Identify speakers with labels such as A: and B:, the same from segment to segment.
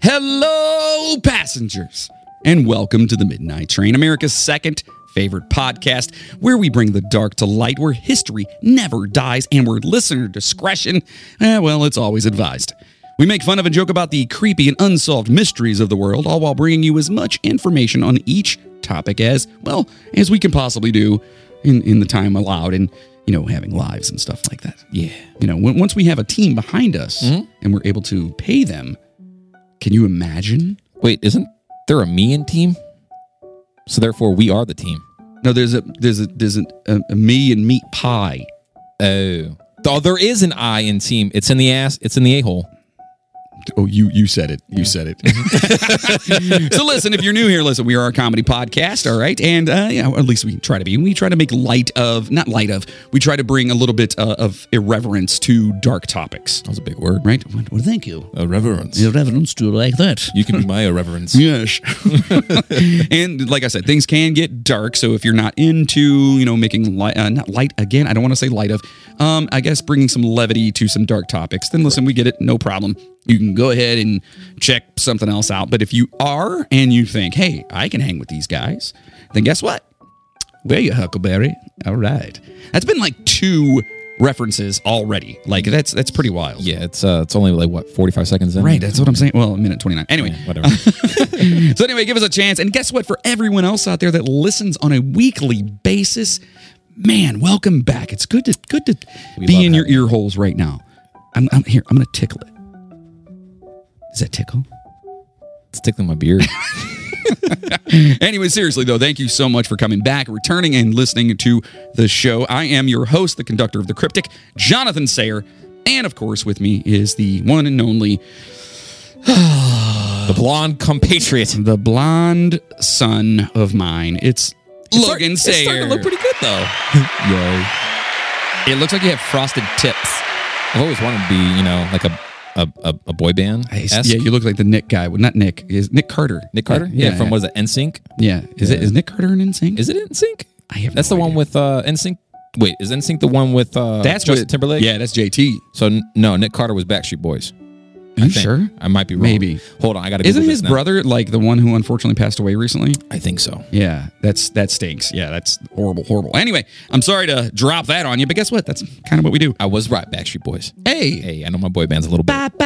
A: Hello, passengers, and welcome to the Midnight Train, America's second favorite podcast, where we bring the dark to light, where history never dies, and where listener discretion, eh, well, it's always advised. We make fun of and joke about the creepy and unsolved mysteries of the world, all while bringing you as much information on each topic as, well, as we can possibly do in, in the time allowed and, you know, having lives and stuff like that. Yeah. You know, when, once we have a team behind us
B: Mm-hmm.
A: and we're able to pay them, can you imagine?
B: Wait, isn't there a me and team? So therefore, we are the team.
A: No, there's a there's a there's an, a, a me and meat pie.
B: Oh, oh, there is an I in team. It's in the ass. It's in the a hole.
A: Oh, you you said it. You said it.
B: Mm-hmm.
A: so listen, if you're new here, listen, we are a comedy podcast, all right? And uh, yeah, or at least we try to be. We try to make light of, not light of. We try to bring a little bit uh, of irreverence to dark topics,
B: That was a big word.
A: right? Well, well, thank you.
B: Irreverence.
A: Irreverence to like that.
B: You can be my irreverence.
A: Yes. and like I said, things can get dark. So if you're not into, you know, making light, uh, not light again, I don't want to say light of, um, I guess bringing some levity to some dark topics, then listen, we get it. No problem. You can go ahead and check something else out. But if you are and you think, hey, I can hang with these guys, then guess what? There you, Huckleberry. All right. That's been like two references already. Like that's that's pretty wild.
B: Yeah, it's uh, it's only like what forty five seconds in.
A: Right, that's what I'm saying. Well, a minute 29. Anyway,
B: Whatever.
A: so anyway, give us a chance. And guess what? For everyone else out there that listens on a weekly basis, man, welcome back. It's good to good to
B: love
A: be in your ear holes right now. I'm, I'm here. I'm gonna tickle it. Does that tickle?
B: it's tickling my beard.
A: Anyway, seriously though, thank you so much for coming back, returning, and listening to the show. I am your host, the conductor of the cryptic, Jonathan Sayer, and of course, with me is the one and only
B: the blonde compatriot.
A: the blonde son of mine. It's Logan
B: It's starting
A: Sayer.
B: to look pretty good though. Yo,
A: it looks like you have frosted tips.
B: I've always wanted to be, you know, like a a, a, a boy band. esque.
A: Yeah, you look like the Nick guy. Well, not Nick. Is Nick Carter?
B: Nick Carter.
A: Yeah,
B: Yeah, from was it NSYNC?
A: yeah. Is it is Nick Carter in NSYNC?
B: Is it NSYNC?
A: I have
B: That's
A: no
B: the one
A: idea.
B: with uh NSYNC. Wait, is NSYNC the one with uh Justin
A: what-
B: Timberlake?
A: Yeah, that's JT.
B: So n- no, Nick Carter was Backstreet Boys.
A: Are you
B: think.
A: sure?
B: I might be wrong.
A: Maybe.
B: Hold on, I gotta.
A: Isn't
B: Google this
A: his
B: now.
A: brother like the one who unfortunately passed away recently?
B: I think so.
A: Yeah, that's that stinks. Yeah, that's horrible, horrible. Anyway, I'm sorry to drop that on you, but guess what? That's kind of what we do.
B: I was right. Backstreet Boys.
A: Hey,
B: Hey, I know my boy band's a little bit.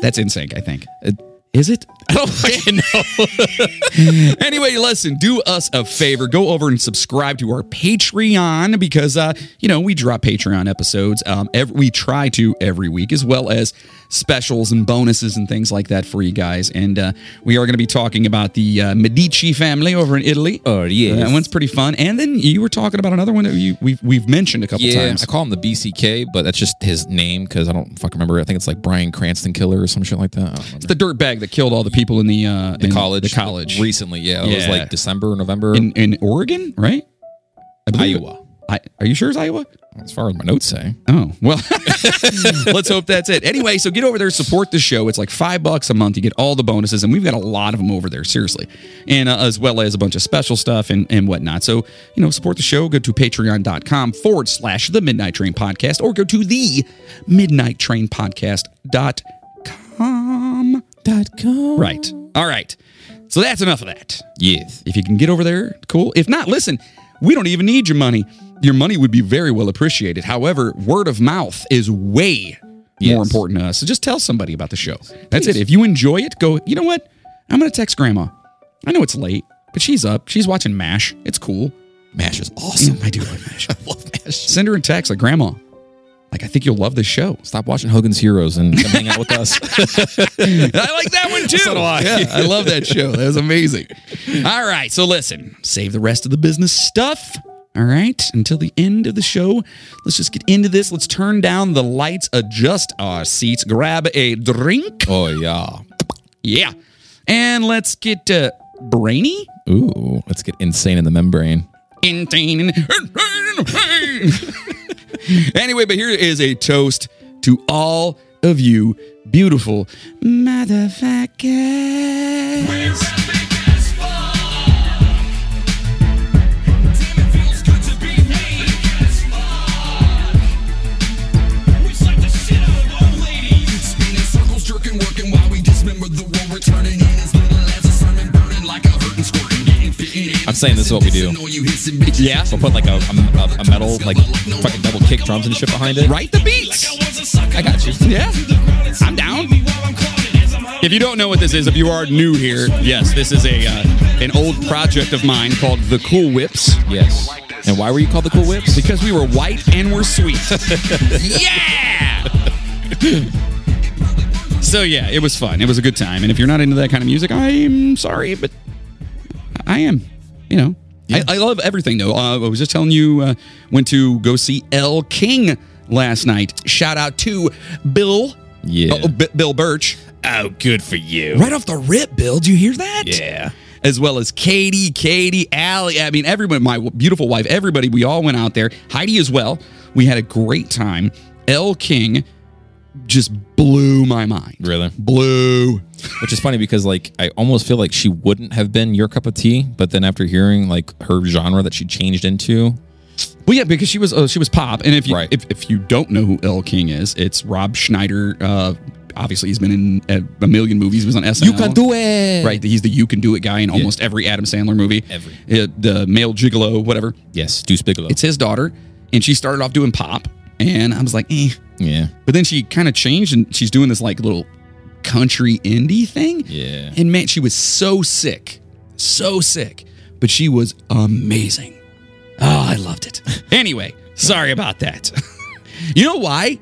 A: that's in sync, I think. Uh,
B: It-
A: Is it?
B: I don't fucking know.
A: anyway, listen, do us a favor. Go over and subscribe to our Patreon because, uh, you know, we drop Patreon episodes. Um, every, we try to every week, as well as specials and bonuses and things like that for you guys. And uh, we are going to be talking about the uh, Medici family over in Italy. Uh,
B: Oh, yes.
A: That one's pretty fun. And then you were talking about another one that you, we've, we've mentioned a couple
B: Yeah,
A: times.
B: I call him the BCK, but that's just his name because I don't fucking remember. I think it's like Brian Cranston Killer or some shit like that. I don't remember.
A: The dirtbag that killed all the people in the, uh, in
B: college,
A: The college.
B: recently. Yeah, it was
A: Yeah.
B: like December or November.
A: in, in Oregon, right? I believe it-
B: Iowa.
A: I, are you sure it's Iowa?
B: As far as my notes say,
A: Oh, well, let's hope that's it. Anyway, so get over there, support the show. It's like five bucks a month. You get all the bonuses, and we've got a lot of them over there, seriously, and uh, as well as a bunch of special stuff and, and whatnot. So, you know, support the show. Go to patreon.com forward slash the Midnight Train Podcast or go to the Midnight Train Podcast.com.
B: dot com.
A: Right. All right. So that's enough of that.
B: Yes.
A: If you can get over there, cool. If not, listen, we don't even need your money. Your money would be very well appreciated. However, word of mouth is way
B: Yes.
A: more important to us. So just tell somebody about the show. That's it. If you enjoy it, go, you know what? I'm going to text grandma. I know it's late, but she's up. She's watching MASH. It's cool.
B: Mash is awesome.
A: Damn, I do like MASH.
B: love Mash.
A: Send her a text like, Grandma, like, I think you'll love this show.
B: Stop watching Hogan's Heroes and come hang out with us.
A: I like that one too.
B: So do I.
A: Yeah, I love that show. That was amazing. All right, so listen, save the rest of the business stuff. All right, until the end of the show, let's just get into this. Let's turn down the lights, adjust our seats, grab a drink.
B: oh yeah.
A: Yeah. And let's get uh, brainy.
B: Ooh, let's get insane in the membrane.
A: anyway, but here is a toast to all of you beautiful motherfuckers.
C: Spinning circles, jerking, working while we dismember the
B: saying this is what we do.
A: Yeah.
B: We'll put like a, a, a metal, like fucking double kick drums and shit behind it.
A: Write the beats.
B: I got you.
A: Yeah. I'm down. If you don't know what this is, if you are new here, yes, this is a uh, an old project of mine called The Cool Whips.
B: Yes. And why were you called the Cool Whips?
A: Because we were white and we're sweet. yeah! so, yeah, it was fun. It was a good time. And if you're not into that kind of music, I'm sorry, but I am. You know, I, I love everything, though. Uh, I was just telling you, uh, went to go see L. King last night. Shout out to Bill.
B: Yeah.
A: Oh, B- Bill Birch.
B: Oh, good for you.
A: Right off the rip, Bill. Do you hear that?
B: Yeah.
A: as well as Katie, Katie, Allie. I mean, everyone, my beautiful wife, everybody, we all went out there. Heidi as well. We had a great time. L. King just blew my mind.
B: Really?
A: Blew.
B: Which is funny because like I almost feel like she wouldn't have been your cup of tea, but then after hearing like her genre that she changed into,
A: Well, yeah, because she was uh, she was pop, and if you
B: Right.
A: if, if you don't know who L. King is, it's Rob Schneider. Uh, obviously, he's been in a, a million movies. He was on SNL.
B: it.
A: Right, he's the "You Can Do It" guy in almost every Adam Sandler movie.
B: Every.
A: Uh, the male gigolo, whatever.
B: Yes, Deuce Bigelow.
A: It's his daughter, and she started off doing pop, and I was like, eh.
B: yeah.
A: But then she kind of changed and she's doing this like little country indie thing.
B: Yeah.
A: And man, she was so sick. So sick. But she was amazing. Oh, I loved it. anyway, sorry about that. you know why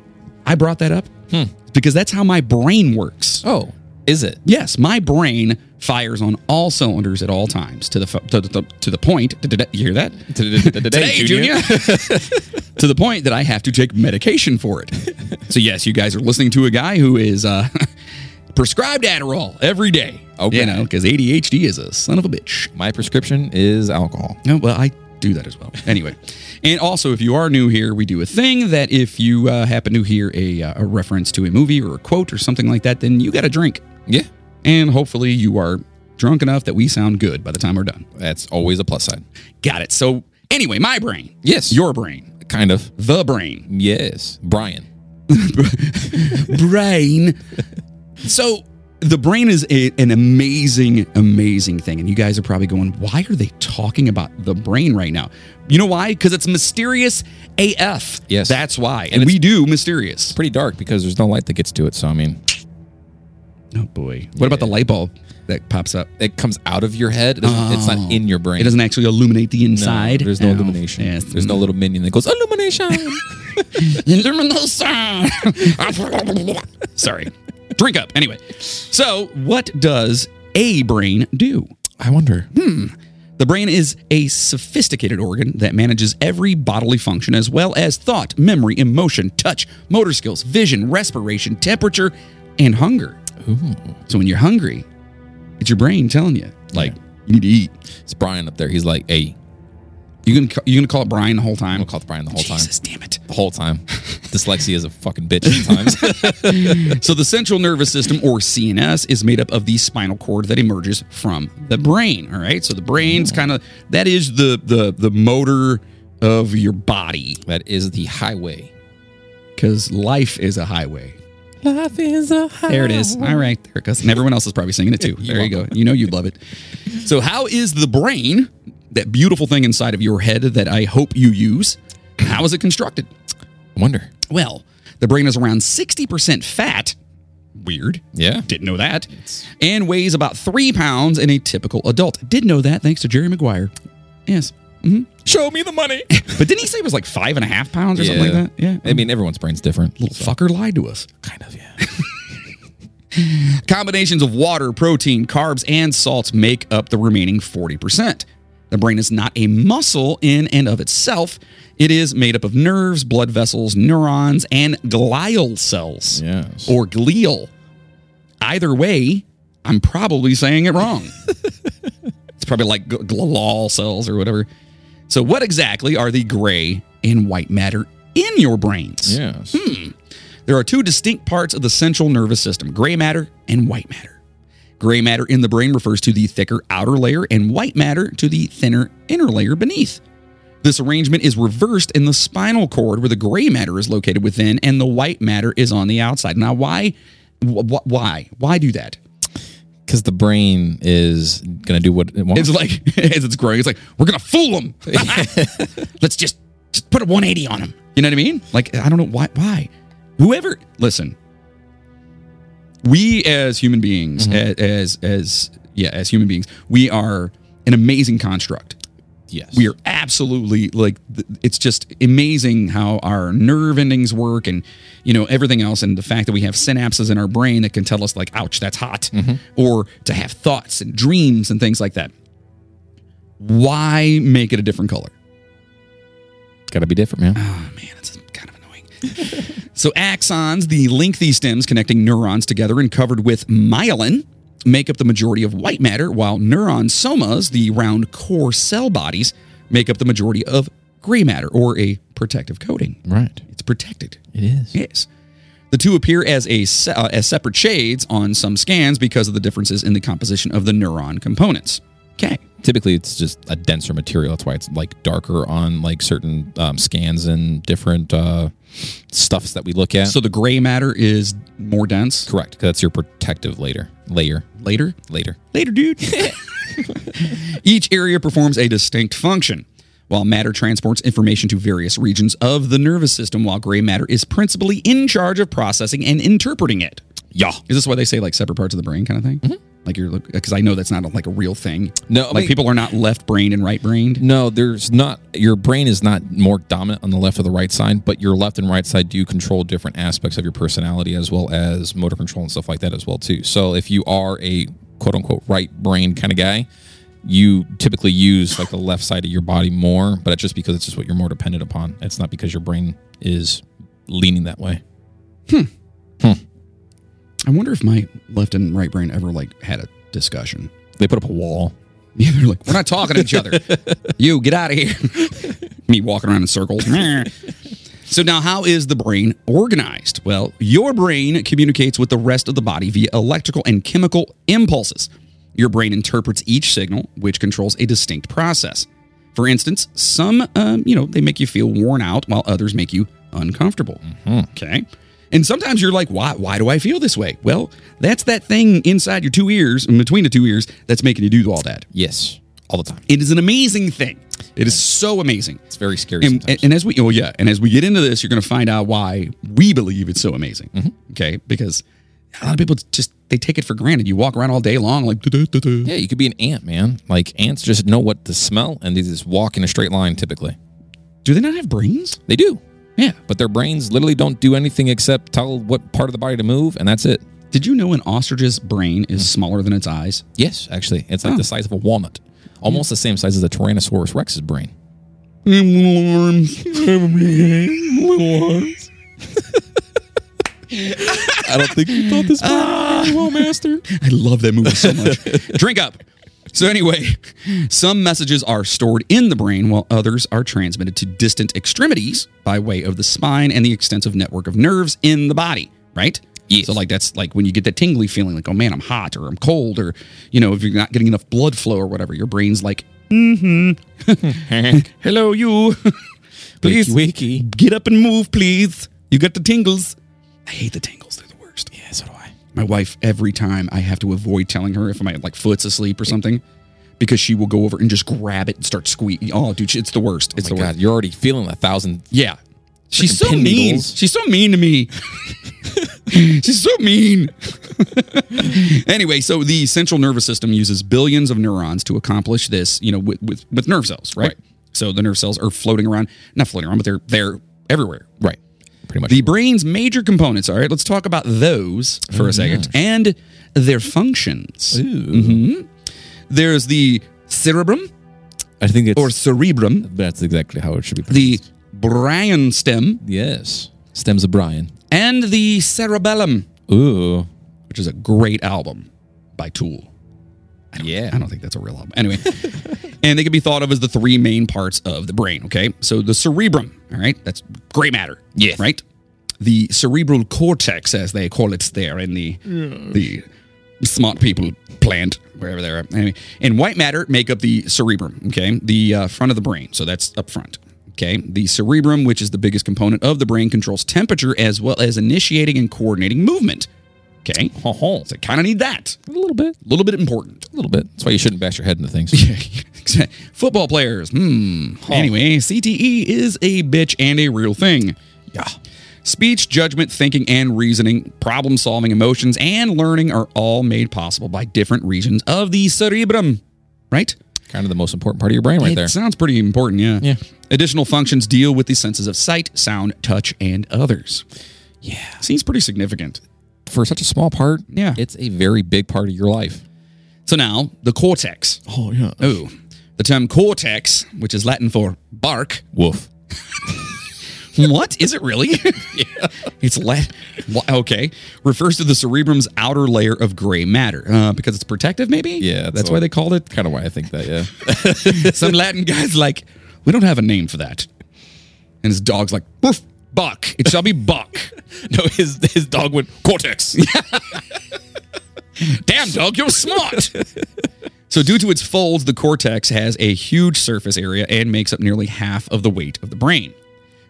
A: I brought that up? Because that's how my brain works.
B: Hmm. Oh, is it?
A: Yes, my brain fires on all cylinders at all times to the fo- to, to, to the point. You hear that?
B: Today,
A: Today, Junior. to the point that I have to take medication for it. so yes, you guys are listening to a guy who is uh, prescribed Adderall every day.
B: Okay.
A: you know because ADHD is a son of a bitch.
B: My prescription is alcohol.
A: No, Oh, well, I do that as well. Anyway, and also if you are new here, we do a thing that if you uh, happen to hear a, uh, a reference to a movie or a quote or something like that, then you got a drink,
B: Yeah.
A: and hopefully you are drunk enough that we sound good by the time we're done.
B: That's always a plus side.
A: Got it. So anyway, my brain,
B: Yes.
A: your brain,
B: Kind of.
A: the brain.
B: Yes. Brian.
A: brain. so the brain is a, an amazing, amazing thing. And you guys are probably going, why are they talking about the brain right now? You know why? Because it's mysterious AF.
B: Yes.
A: That's why. And,
B: it's-
A: we do mysterious.
B: Pretty dark because there's no light that gets to it. So I mean,
A: Oh, boy. What about the light bulb that pops up?
B: it comes out of your head. It doesn't- It's not in your brain.
A: Oh. It doesn't actually illuminate the
B: No,
A: inside.
B: There's no
A: Oh,
B: illumination.
A: Yes.
B: There's no little minion that goes illumination.
A: illumination. Sorry. Drink up. Anyway. So, what does a brain do?
B: I wonder.
A: The brain is a sophisticated organ that manages every bodily function as well as thought, memory, emotion, touch, motor skills, vision, respiration, temperature, and hunger. So when you're hungry, it's your brain telling you, like, you need to eat.
B: It's Brian up there. He's like, hey,
A: You can you gonna call it Brian the whole time?
B: I'm gonna call it Brian the whole time.
A: Jesus, damn it.
B: The whole time. Dyslexia is a fucking bitch sometimes.
A: So the central nervous system, or CNS, is made up of the spinal cord that emerges from the brain. All right, so the brain's kind of that is the the the motor of your body
B: that is the highway.
A: because life is a highway.
B: Life is a highway.
A: There it is. All right, there it goes. And everyone else is probably singing it too. There you go. You know you'd love it. So, how is the brain, that beautiful thing inside of your head that I hope you use, how is it constructed?
B: Wonder.
A: Well, the brain is around 60% fat. Weird.
B: Yeah.
A: Didn't know that. And weighs about three pounds in a typical adult. Did know that thanks to Jerry Maguire. Yes.
B: Show me the money.
A: But didn't he say it was like five and a half pounds or something like that? Yeah.
B: I mean, everyone's brain's different.
A: Little fucker lied to us.
B: Kind of, yeah.
A: Combinations of water, protein, carbs, and salts make up the remaining 40%. The brain is not a muscle in and of itself. It is made up of nerves, blood vessels, neurons, and glial cells
B: Yes.
A: or glial. Either way, I'm probably saying it wrong. it's probably like gl- glal cells or whatever. So, what exactly are the gray and white matter in your brains?
B: yes.
A: Hmm. There are two distinct parts of the central nervous system gray matter and white matter. Gray matter in the brain refers to the thicker outer layer, and white matter to the thinner inner layer beneath. This arrangement is reversed in the spinal cord, where the gray matter is located within and the white matter is on the outside. Now, why? Wh- wh- why? Why do that?
B: because the brain is gonna do what it wants.
A: It's like as it's growing, it's like we're gonna fool them. Let's just just put a 180 on them. You know what I mean? Like I don't know why. Why? Whoever listen, we as human beings, a- as as yeah, as human beings, we are an amazing construct.
B: yes,
A: We are absolutely like th- it's just amazing how our nerve endings work and you know everything else and the fact that we have synapses in our brain that can tell us like ouch that's hot or to have thoughts and dreams and things like that. Why make it a different color?
B: gotta be different, man.
A: Oh man, it's kind of annoying. so axons, the lengthy stems connecting neurons together and covered with myelin, make up the majority of white matter, while neuron somas, the round core cell bodies, make up the majority of gray matter or a protective coating.
B: Right,
A: It's protected.
B: it is.
A: Yes. The two appear as a se- uh, as separate shades on some scans because of the differences in the composition of the neuron components. Okay.
B: Typically, it's just a denser material. That's why it's like darker on like certain um, scans and different uh, stuffs that we look at.
A: So the gray matter is more dense
B: Correct. 'cause that's your protective later layer
A: later.
B: later.
A: Later, dude. Each area performs a distinct function. While matter transports information to various regions of the nervous system, while gray matter is principally in charge of processing and interpreting it.
B: Yeah. Mm-hmm.
A: Is this why they say like separate parts of the brain kind of thing? Like you're because I know that's not like a real thing.
B: No, I
A: like
B: mean-
A: people are not left brained and right brained.
B: No, there's not. Your brain is not more dominant on the left or the right side, but your left and right side do control different aspects of your personality as well as motor control and stuff like that as well too. So if you are a quote unquote right brain kind of guy, you typically use like the left side of your body more, but it's just because it's just what you're more dependent upon. It's not because your brain is leaning that way.
A: I wonder if my left and right brain ever like had a discussion.
B: They put up a wall.
A: Yeah, they're like, we're not talking to each other. you get out of here. Me walking around in circles. Meh. so now, how is the brain organized? Well, your brain communicates with the rest of the body via electrical and chemical impulses. Your brain interprets each signal, which controls a distinct process. For instance, some, um, you know, they make you feel worn out, while others make you uncomfortable. Okay. And sometimes you're like, why, why do I feel this way? Well, that's that thing inside your two ears, in between the two ears, that's making you do all that.
B: Yes, all the time.
A: It is an amazing thing. It is so amazing.
B: It's very scary.
A: And,
B: sometimes.
A: and as we, oh yeah, and as we get into this, you're going to find out why we believe it's so amazing.
B: Mm-hmm.
A: Okay, because a lot of people just they take it for granted. You walk around all day long like, "Duh, duh, duh, duh."
B: yeah, you could be an ant, man. Like ants just know what to smell and they just walk in a straight line typically.
A: do they not have brains?
B: They do.
A: Yeah.
B: but their brains literally don't do anything except tell what part of the body to move, and that's it.
A: Did you know an ostrich's brain
B: Mm.
A: is smaller than its eyes?
B: Yes, actually, it's like the size of a walnut, almost the same size as a Tyrannosaurus Rex's brain.
A: Little arms, little arms.
B: I don't think you thought this well, master.
A: I love that movie so much. Drink up. So anyway, some messages are stored in the brain while others are transmitted to distant extremities by way of the spine and the extensive network of nerves in the body, right?
B: Yes.
A: So like that's like when you get that tingly feeling like oh man, I'm hot or I'm cold or you know, if you're not getting enough blood flow or whatever, your brain's like, "Mhm. Hello you.
B: Wakey,
A: please
B: wakey.
A: get up and move, please. You got the tingles." I hate the tingles. They're the worst.
B: Yeah, so do I.
A: My wife, every time I have to avoid telling her if my like foot's asleep or something, because she will go over and just grab it and start squeezing. Oh, dude, it's the worst. It's
B: My
A: the
B: God,
A: worst.
B: you're already feeling a thousand.
A: Yeah, she's
B: Freaking
A: so
B: pin
A: mean.
B: needles.
A: She's so mean to me. she's so mean. anyway, so the central nervous system uses billions of neurons to accomplish this. You know, with with, with nerve cells, right?
B: Right.
A: So the nerve cells are floating around, not floating around, but they're they're everywhere.
B: Right, pretty much.
A: The brain's major components. All right, let's talk about those for a second and their
B: Oh,
A: functions.
B: Mm-hmm.
A: There's the cerebrum
B: I think it's
A: or cerebrum,
B: that's exactly how it should be.
A: the brainstem,
B: yes, stems of Brian.
A: and the cerebellum,
B: Ooh,
A: which is a great album by Tool.
B: yeah.
A: I don't think that's a real album. Anyway, and they can be thought of as the three main parts of the brain. Okay, so the cerebrum, all right, that's gray matter.
B: Yes.
A: right. The cerebral cortex, as they call it there in the the smart people plant, wherever they're at. Anyway, and white matter make up the cerebrum. Okay, the uh, front of the brain. So that's up front. Okay, the cerebrum, which is the biggest component of the brain, controls temperature as well as initiating and coordinating movement. Okay.
B: Ho, ho.
A: So I kind of need that.
B: A little bit.
A: A little bit important.
B: A little bit. That's why you shouldn't bash your head into things.
A: Football players. Hmm. Anyway, CTE is a bitch and a real thing.
B: Yeah.
A: Speech, judgment, thinking, and reasoning, problem solving, emotions, and learning are all made possible by different regions of the cerebrum. Right?
B: Kind of the most important part of your brain right
A: it
B: there.
A: sounds pretty important, yeah.
B: Yeah.
A: Additional functions deal with the senses of sight, sound, touch, and others.
B: Yeah.
A: Seems pretty significant.
B: For such a small part,
A: Yeah.
B: it's a very big part of your life.
A: So now, the cortex.
B: Oh, yeah.
A: Oh, the term cortex, which is Latin for bark.
B: Woof.
A: What? Is it really? It's Latin. Okay. Refers to the cerebrum's outer layer of gray matter uh, because it's protective, maybe?
B: Yeah,
A: That's,
B: that's
A: why
B: what-
A: they called it.
B: Kind of why I think that, yeah.
A: Some Latin guy's like, we don't have a name for that. And his dog's like, woof, buck. It shall be buck.
B: no, his, his dog went cortex.
A: Damn, dog, you're smart. so, due to its folds, the cortex has a huge surface area and makes up nearly half of the weight of the brain.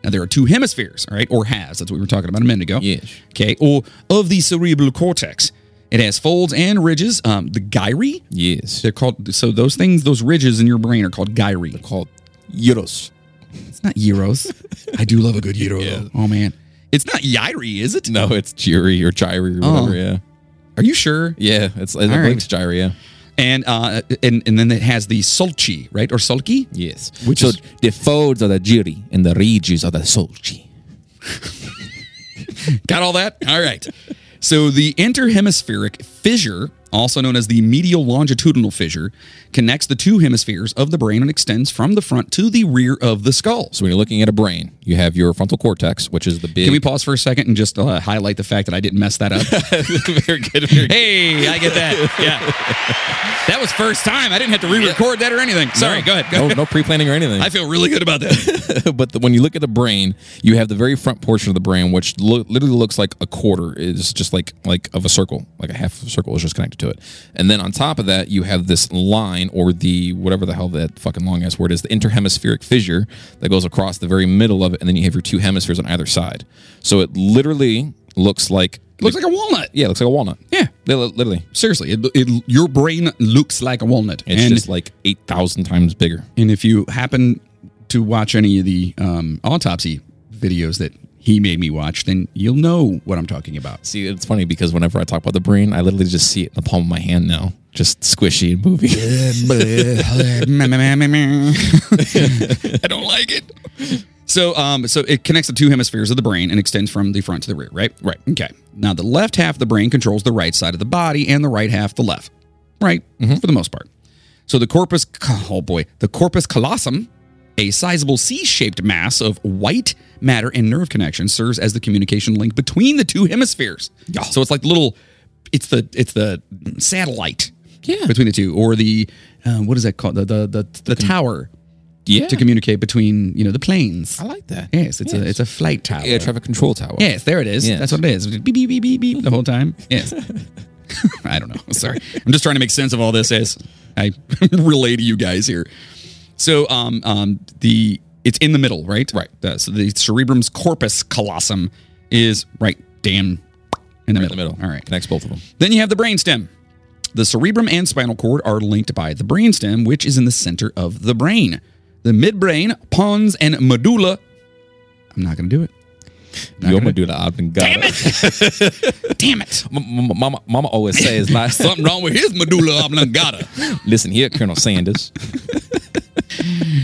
A: Now, there are two hemispheres, all right, or halves. That's what we were talking about a minute ago.
B: Yes.
A: Okay, or of the cerebral cortex. It has folds and ridges. Um, the gyri,
B: yes.
A: they're called, so those things, those ridges in your brain are called gyri.
B: called Euros.
A: It's not gyros. I do love a good gyro, though. Oh, man. It's not gyri, is it?
B: No, it's Jiri or Gyri or
A: Oh.
B: whatever. Yeah.
A: Are you sure?
B: Yeah. It's, I
A: right.
B: believe it's Gyri, yeah.
A: And uh, and and then it has the sulci, right, or sulci?
B: Yes.
A: Which
B: so
A: is-
B: the folds are the Jiri and the ridges are the Solchi.
A: Got all that? All right. So the interhemispheric fissure, also known as the medial longitudinal fissure, connects the two hemispheres of the brain and extends from the front to the rear of the skull. So
B: So when you're looking at a brain, you have your frontal cortex, which is the big.
A: can we pause for a second and just uh, highlight the fact that I didn't mess that up?
B: very good. Very
A: hey, I get that. Yeah. That was first time. I didn't have to re-record that or anything. Sorry, go ahead. Go.
B: No, no pre-planning or anything.
A: I feel really good about that.
B: but the, when you look at the brain, you have the very front portion of the brain, which lo- literally looks like a quarter is just like like of a circle, like a half of a circle is just connected to it. And then on top of that, you have this line or the whatever the hell that fucking long ass word is, the interhemispheric fissure that goes across the very middle of it, and then you have your two hemispheres on either side. So it literally looks like
A: Looks like a walnut.
B: yeah, it looks like a walnut.
A: Yeah.
B: Li- li- literally,
A: Seriously, it, it, your brain looks like a walnut.
B: it's
A: and
B: just like eight thousand times bigger.
A: And if you happen to watch any of the um, autopsy videos that he made me watch, then you'll know what I'm talking about.
B: See, it's funny because whenever I talk about the brain, I literally just see it in the palm of my hand now, just squishy and moving.
A: I don't like it. So, um, so it connects the two hemispheres of the brain and extends from the front to the rear, right?
B: Right.
A: Okay. Now, the left half of the brain controls the right side of the body, and the right half the left, right?
B: Mm-hmm.
A: For the most part. So the corpus, oh boy, the corpus callosum, a sizable C-shaped mass of white matter and nerve connections, serves as the communication link between the two hemispheres.
B: Yeah.
A: So it's like the little, it's the it's the satellite.
B: Yeah.
A: Between the two, or the uh, what is that called? The the the, the tower
B: yeah,
A: to communicate between you know the planes.
B: I like that.
A: Yes, it's a it's a flight tower.
B: air traffic control tower.
A: Yes, there it is.
B: Yes.
A: That's what it is. Beep beep beep beep beep the whole time. Yes. I don't know. Sorry, I'm just trying to make sense of all this as I relay to you guys here. So, um, um, the it's in the middle, right? Right. so the cerebrum's corpus callosum is right damn in the,
B: in
A: middle.
B: the middle.
A: All right.
B: connects both of them.
A: Then you have the brainstem. The cerebrum and spinal cord are linked by the brainstem, which is in the center of the brain. The midbrain, pons, and medulla. I'm not going to do it.
B: You gonna do that? I've been got
A: Damn it! Damn it!
B: M- m- mama, mama always says last.
A: Something wrong with his medulla oblongata.
B: Listen here, Colonel Sanders.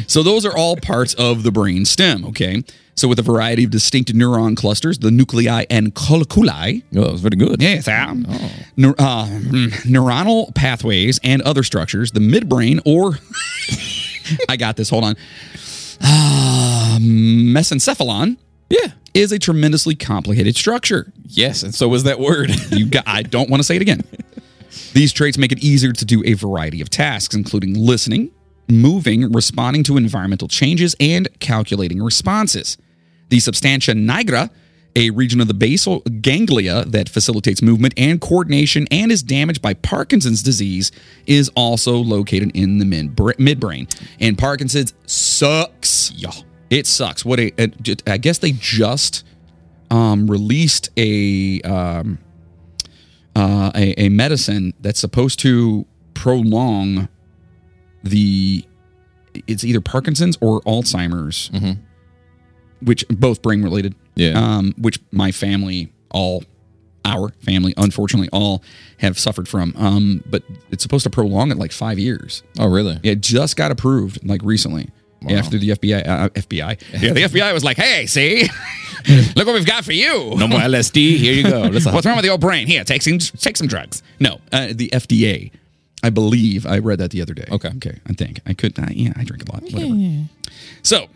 A: So those are all parts of the brain stem. Okay. So with a variety of distinct neuron clusters, the nuclei and colliculi.
B: Oh, that was very good.
A: Yes, um, neur- uh, mm, neuronal pathways and other structures, the midbrain or I got this. Hold on. Ah, mesencephalon
B: Yeah.
A: is a tremendously complicated structure.
B: Yes, and so was that word.
A: You got, I don't want to say it again. These traits make it easier to do a variety of tasks, including listening, moving, responding to environmental changes, and calculating responses. The substantia nigra, a region of the basal ganglia that facilitates movement and coordination and is damaged by Parkinson's disease, is also located in the midbra- midbrain. And Parkinson's sucks.
B: yeah.
A: It sucks. What a, a j- uh, I guess they just um, released a um, uh, a, a medicine that's supposed to prolong the it's either Parkinson's or Alzheimer's,
B: Mhm.
A: which both brain related.
B: Yeah.
A: Um, which my family, all our family, unfortunately, all have suffered from. Um, but it's supposed to prolong it like five years.
B: oh, really?
A: It just got approved like recently.
B: Wow.
A: After the FBI, uh, FBI, yeah, the FBI was like, "Hey, see, look what we've got for you.
B: No more LSD. Here you go. Let's
A: What's wrong with the old brain? Here, take some, take some drugs." No, uh, the FDA, I believe I read that the other day.
B: Okay.
A: okay, I think I could. I, yeah, I drink a lot. Whatever. So,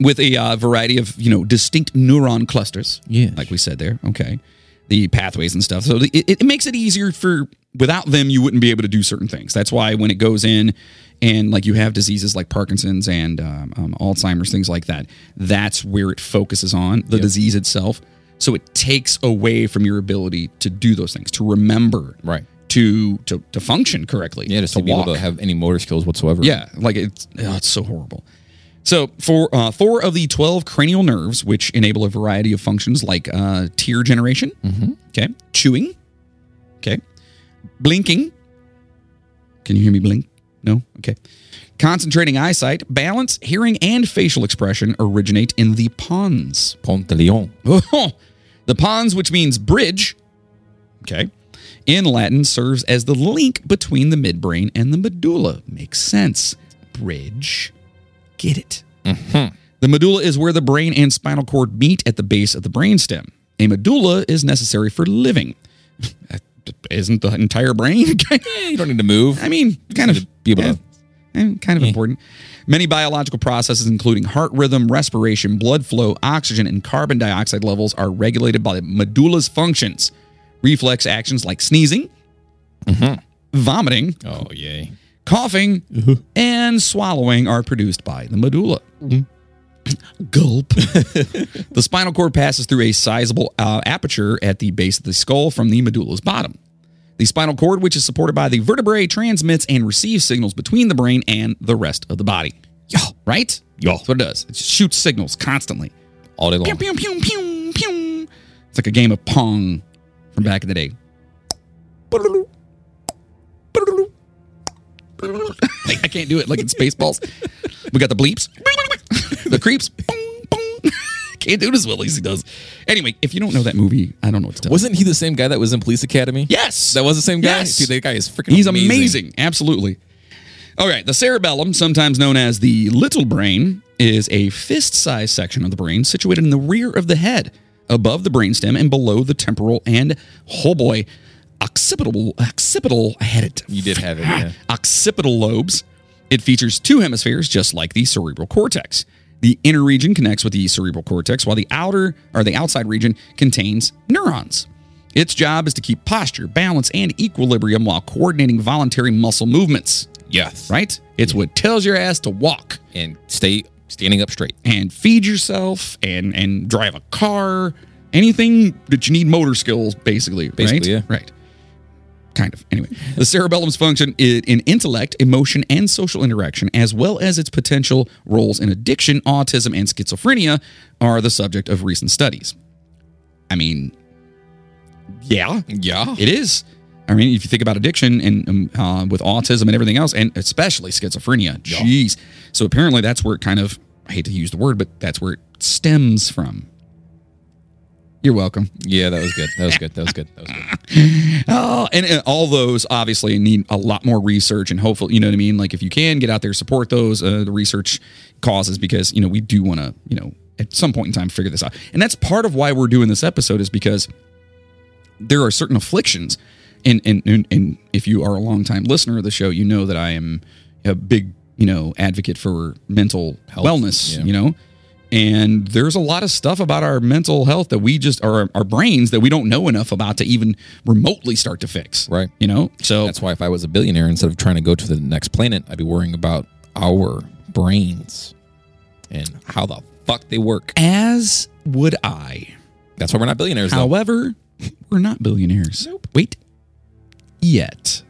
A: with a uh, variety of you know distinct neuron clusters,
B: Yes.
A: like we said there, okay, the pathways and stuff. So the, it, it makes it easier for without them you wouldn't be able to do certain things. That's why when it goes in and like you have diseases like Parkinson's and um, um, Alzheimer's, things like that, that's where it focuses on the disease itself. So it takes away from your ability to do those things, to remember,
B: Right.
A: to to, to function correctly,
B: Yeah, just to, be able to have any motor skills whatsoever.
A: yeah, like it's oh, it's so horrible. So for uh, four of the twelve cranial nerves, which enable a variety of functions like uh, tear generation, okay, chewing, okay, blinking. Can you hear me blink? No. Okay. Concentrating eyesight, balance, hearing, and facial expression originate in the pons.
B: Pont de Leon.
A: the pons, which means bridge, okay, in Latin serves as the link between the midbrain and the medulla. Makes sense. Bridge. Get it. The medulla is where the brain and spinal cord meet at the base of the brainstem. A medulla is necessary for living. That Isn't the entire brain?
B: You don't need to move.
A: I mean, kind of
B: be able to-
A: eh, eh, kind of important. Many biological processes, including heart rhythm, respiration, blood flow, oxygen, and carbon dioxide levels, are regulated by the medulla's functions. Reflex actions like sneezing,
B: Mm-hmm.
A: vomiting,
B: oh, yay.
A: coughing, and swallowing are produced by the medulla. Gulp. the spinal cord passes through a sizable uh, aperture at the base of the skull from the medulla's bottom. The spinal cord, which is supported by the vertebrae, transmits and receives signals between the brain and the rest of the body. Yo, right?
B: Yo.
A: That's what it does. It shoots signals constantly.
B: All day
A: Pew,
B: long.
A: pew, pew, pew, pew. It's like a game of Pong from back in the day. Like, I can't do it like in Spaceballs. We got the bleeps, the creeps. Boom, boom. Can't do it as well as he does. Anyway, if you don't know that movie, I don't know what to tell you.
B: Wasn't he the same guy that was in Police Academy?
A: Yes,
B: That was the same guy?
A: Yes.
B: Dude, that guy is freaking
A: He's amazing. Absolutely. All right. The cerebellum, sometimes known as the little brain, is a fist sized section of the brain situated in the rear of the head, above the brainstem and below the temporal and, oh boy, occipital. occipital I had it.
B: You did have it, yeah.
A: Occipital lobes. It features two hemispheres, just like the cerebral cortex. The inner region connects with the cerebral cortex, while the outer or the outside region contains neurons. Its job is to keep posture, balance, and equilibrium while coordinating voluntary muscle movements.
B: Yes. Right?
A: Right? It's what tells your ass to walk
B: And stay standing up straight.
A: and feed yourself and and drive a car, anything that you need motor skills, basically. right?
B: Basically, yeah.
A: Right. Kind of. Anyway, the cerebellum's function i- in intellect, emotion, and social interaction, as well as its potential roles in addiction, autism, and schizophrenia, are the subject of recent studies. I mean, yeah,
B: Yeah.
A: it is. I mean, if you think about addiction and um, uh, with autism and everything else, and especially schizophrenia, jeez. So apparently, that's where it kind of, I hate to use the word, but that's where it stems from. You're welcome.
B: Yeah, that was good. That was good. That was good. That was good.
A: Oh, and, and all those obviously need a lot more research, and hopefully, you know what I mean. Like, if you can get out there, support those uh, the research causes because you know we do want to, you know, at some point in time, figure this out. And that's part of why we're doing this episode is because there are certain afflictions, and and and, and if you are a longtime listener of the show, you know that I am a big you know advocate for mental wellness.
B: yeah.
A: You know. And there's a lot of stuff about our mental health that we just, or our, our brains that we don't know enough about to even remotely start to fix.
B: Right.
A: You know? So
B: That's why if I was a billionaire, instead of trying to go to the next planet, I'd be worrying about our brains and how the fuck they work.
A: as would I.
B: That's why we're not billionaires, though.
A: However, we're not billionaires.
B: Nope.
A: Wait. Yet.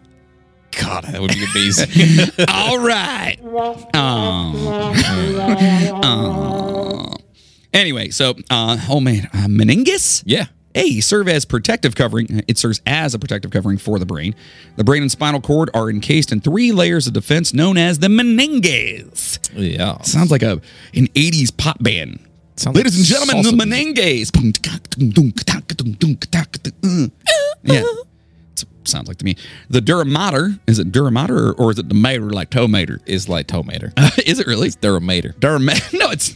B: God, that would be amazing.
A: All right. Aw. Aw. Anyway, so, uh, oh man, uh, meningitis?
B: yeah.
A: A serve as protective covering. It serves as a protective covering for the brain. The brain and spinal cord are encased in three layers of defense known as the meninges.
B: Yeah.
A: Sounds like a an 80s pop band.
B: Sounds
A: Ladies
B: like
A: and gentlemen, the
B: salsa
A: meninges. uh. Yeah. That's what it Sounds like to me. The dura mater. Is it dura mater or, or is it the mater like toe mater?
B: Is like tomater.
A: is it really?
B: They're a mater.
A: Dura ma- No, it's.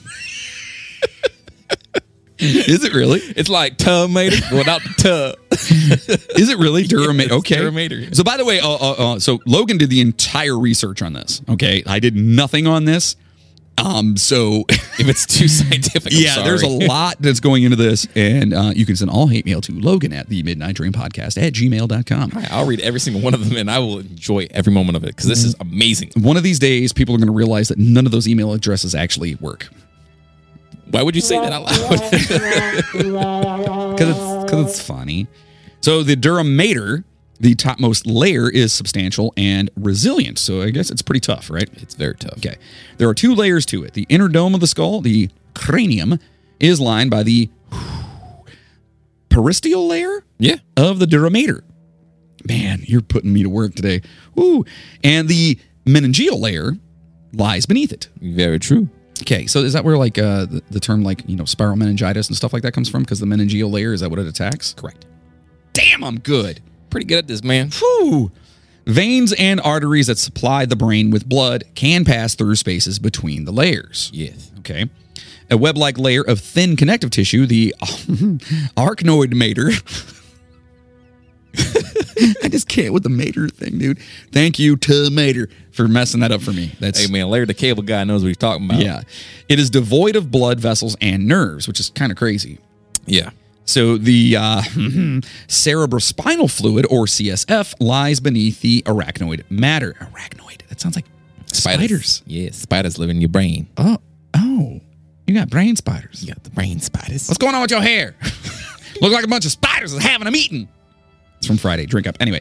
A: is it really?
B: It's like tomater without the tub.
A: Is it really Duramater? okay.
B: Duramater, yeah.
A: So by the way, uh, uh, uh, so Logan did the entire research on this. Okay, I did nothing on this. Um, so
B: If it's too scientific, I'm
A: yeah, there's a
B: sorry.
A: lot that's going into this, and uh, you can send all hate mail to Logan at the Midnight Dream Podcast at gmail.com.
B: I'll read every single one of them and I will enjoy every moment of it because this is amazing.
A: One of these days, people are going to realize that none of those email addresses actually work
B: Why would you say that out loud?
A: because it's, 'cause it's funny. So the Duramater, the topmost layer, is substantial and resilient. So I guess it's pretty tough, right?
B: it's very tough.
A: Okay. There are two layers to it. The inner dome of the skull, the cranium, is lined by the peristial layer
B: Yeah.
A: of the duramater. Man, you're putting me to work today. Woo. And the meningeal layer lies beneath it.
B: Very true.
A: Okay, so is that where like uh, the, the term like you know spiral meningitis and stuff like that comes from? Because the meningeal layer is that what it attacks?
B: Correct.
A: Damn, I'm good.
B: Pretty good at this, man.
A: Whew. Veins and arteries that supply the brain with blood can pass through spaces between the layers.
B: Yes.
A: Okay. A web like layer of thin connective tissue, the arachnoid mater. I just can't with the mater thing, dude. Thank you to mater for messing that up for me. That's
B: Hey, man, Larry the Cable Guy knows what he's talking about.
A: yeah. It is devoid of blood vessels and nerves, which is kind of crazy.
B: Yeah.
A: So the uh, cerebrospinal fluid, or CSF, lies beneath the arachnoid matter. Arachnoid. That sounds like spiders.
B: Yeah, spiders live in your brain.
A: Oh, oh, you got brain spiders.
B: You got the brain spiders.
A: What's going on with your hair? Look like a bunch of spiders is having a meeting. It's from Friday. Drink up. Anyway,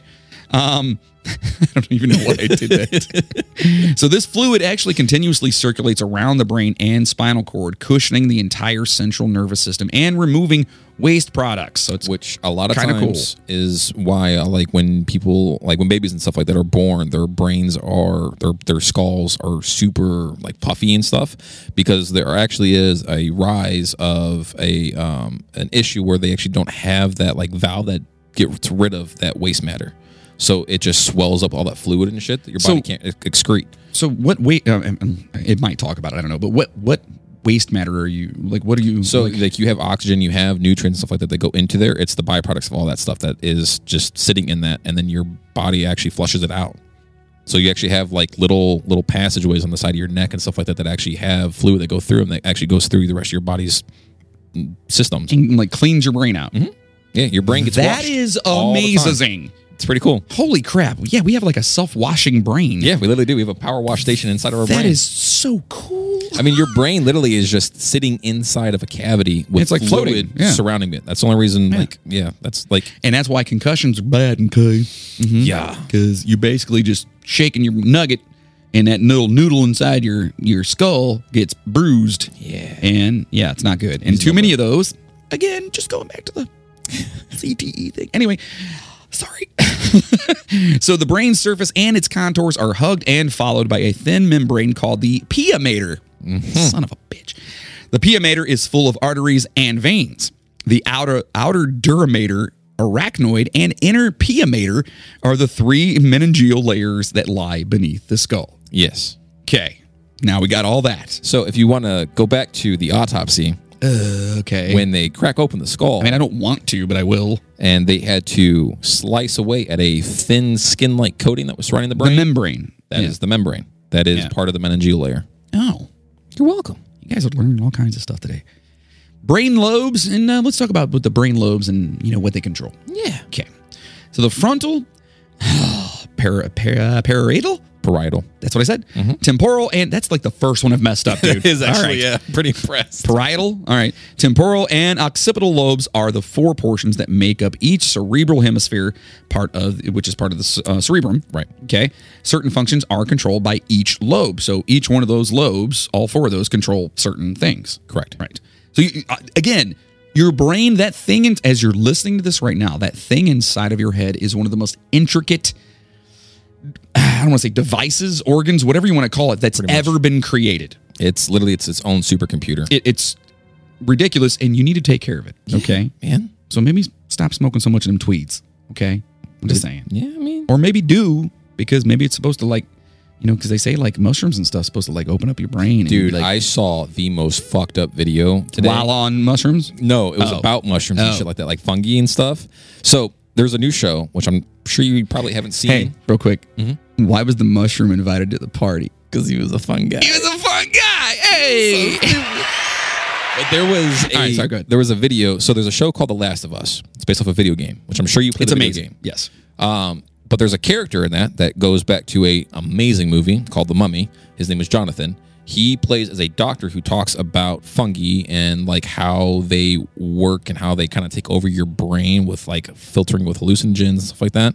A: um, I don't even know why I did that. so this fluid actually continuously circulates around the brain and spinal cord, cushioning the entire central nervous system and removing waste products. So it's
B: Which a lot of
A: Kinda cool.
B: times is why, uh, like, when people, like, when babies and stuff like that are born, their brains are their their skulls are super like puffy and stuff, because there actually is a rise of a um an issue where they actually don't have that like valve that gets rid of that waste matter, so it just swells up all that fluid and shit that your
A: So-
B: body can't ex- excrete.
A: so what weight? Uh, um, um, it might talk about it. I don't know, but what what waste matter are you like? What are you?
B: So
A: like,
B: like, you have oxygen, you have nutrients, stuff like that that go into there. It's the byproducts of all that stuff that is just sitting in that, and then your body actually flushes it out. So you actually have like little little passageways on the side of your neck and stuff like that that actually have fluid that go through them that actually goes through the rest of your body's mm, systems.
A: and, like cleans your brain out.
B: Yeah, your brain gets
A: Mm-hmm. That
B: washed
A: is
B: all the time.
A: amazing.
B: It's pretty cool.
A: Holy crap! Yeah, we have like a self-washing brain.
B: Yeah, we literally do. We have a power wash station inside of our
A: That
B: brain.
A: is so cool.
B: I mean, your brain literally is just sitting inside of a cavity with
A: It's like
B: fluid
A: floating, yeah.
B: surrounding it. That's the only reason. Like, yeah, that's like
A: And that's why concussions are bad, okay? Hmm.
B: yeah.
A: Because you're basically just shaking your nugget, and that little noodle inside your your skull gets bruised.
B: Yeah.
A: And yeah, it's not good. And too many of those. Again, just going back to the CTE thing. Anyway, sorry. so the brain surface and its contours are hugged and followed by a thin membrane called the pia mater. Son of a bitch. The pia mater is full of arteries and veins. The outer outer duramater, arachnoid, and inner pia mater are the three meningeal layers that lie beneath the skull.
B: Yes.
A: Okay. Now we got all that.
B: So if you want to go back to the autopsy,
A: Okay.
B: when they crack open the skull
A: I mean, I don't want to, but I will.
B: and they had to slice away at a thin skin-like coating that was surrounding the
A: The
B: brain,
A: membrane.
B: that is the membrane. That is
A: Yeah.
B: part of the meningeal layer.
A: Oh.
B: You're welcome.
A: You guys are learning all kinds of stuff today. Brain lobes, and uh, let's talk about what the brain lobes and you know what they control.
B: Yeah.
A: Okay, so the frontal, para, para, parietal.
B: Parietal.
A: That's what I said.
B: Mm-hmm.
A: Temporal, and that's like the first one I've messed up, dude. All right.
B: yeah, pretty impressed.
A: Parietal, all right. Temporal and occipital lobes are the four portions that make up each cerebral hemisphere part of which is part of the c- uh, cerebrum.
B: Right.
A: Okay. Certain functions are controlled by each lobe. So each one of those lobes, all four of those, control certain things.
B: Correct.
A: Right. So you, uh, again, Your brain, that thing, in, as you're listening to this right now, that thing inside of your head is one of the most intricate, I don't want to say devices, organs, whatever you want to call it, that's ever been created.
B: It's literally it's its own supercomputer.
A: It, it's ridiculous, and you need to take care of it. Okay.
B: Man,
A: So maybe stop smoking so much of them tweeds. Okay. I'm just saying.
B: yeah, I mean,
A: Or maybe do, because maybe it's supposed to like, you know, because they say like mushrooms and stuff supposed to like open up your brain. and
B: dude,
A: like,
B: I saw the most fucked up video today.
A: while on mushrooms.
B: No, it was about mushrooms and shit like that, like fungi and stuff. So there's a new show which I'm sure you probably haven't
A: Hey,
B: seen
A: real quick.
B: Mm-hmm.
A: Why was the mushroom invited to the party?
B: because he was a fun guy.
A: He was a fun guy. Hey.
B: But there was a,
A: All right, sorry, go ahead.
B: there was a video. So there's a show called The Last of Us. It's based off a video game, which I'm sure you played.
A: it's
B: the video
A: amazing. Yes.
B: game. Um, but there's a character in that that goes back to a amazing movie called The Mummy. His name is Jonathan. He plays as a doctor who talks about fungi and like how they work and how they kind of take over your brain with like filtering with hallucinogens and stuff like that.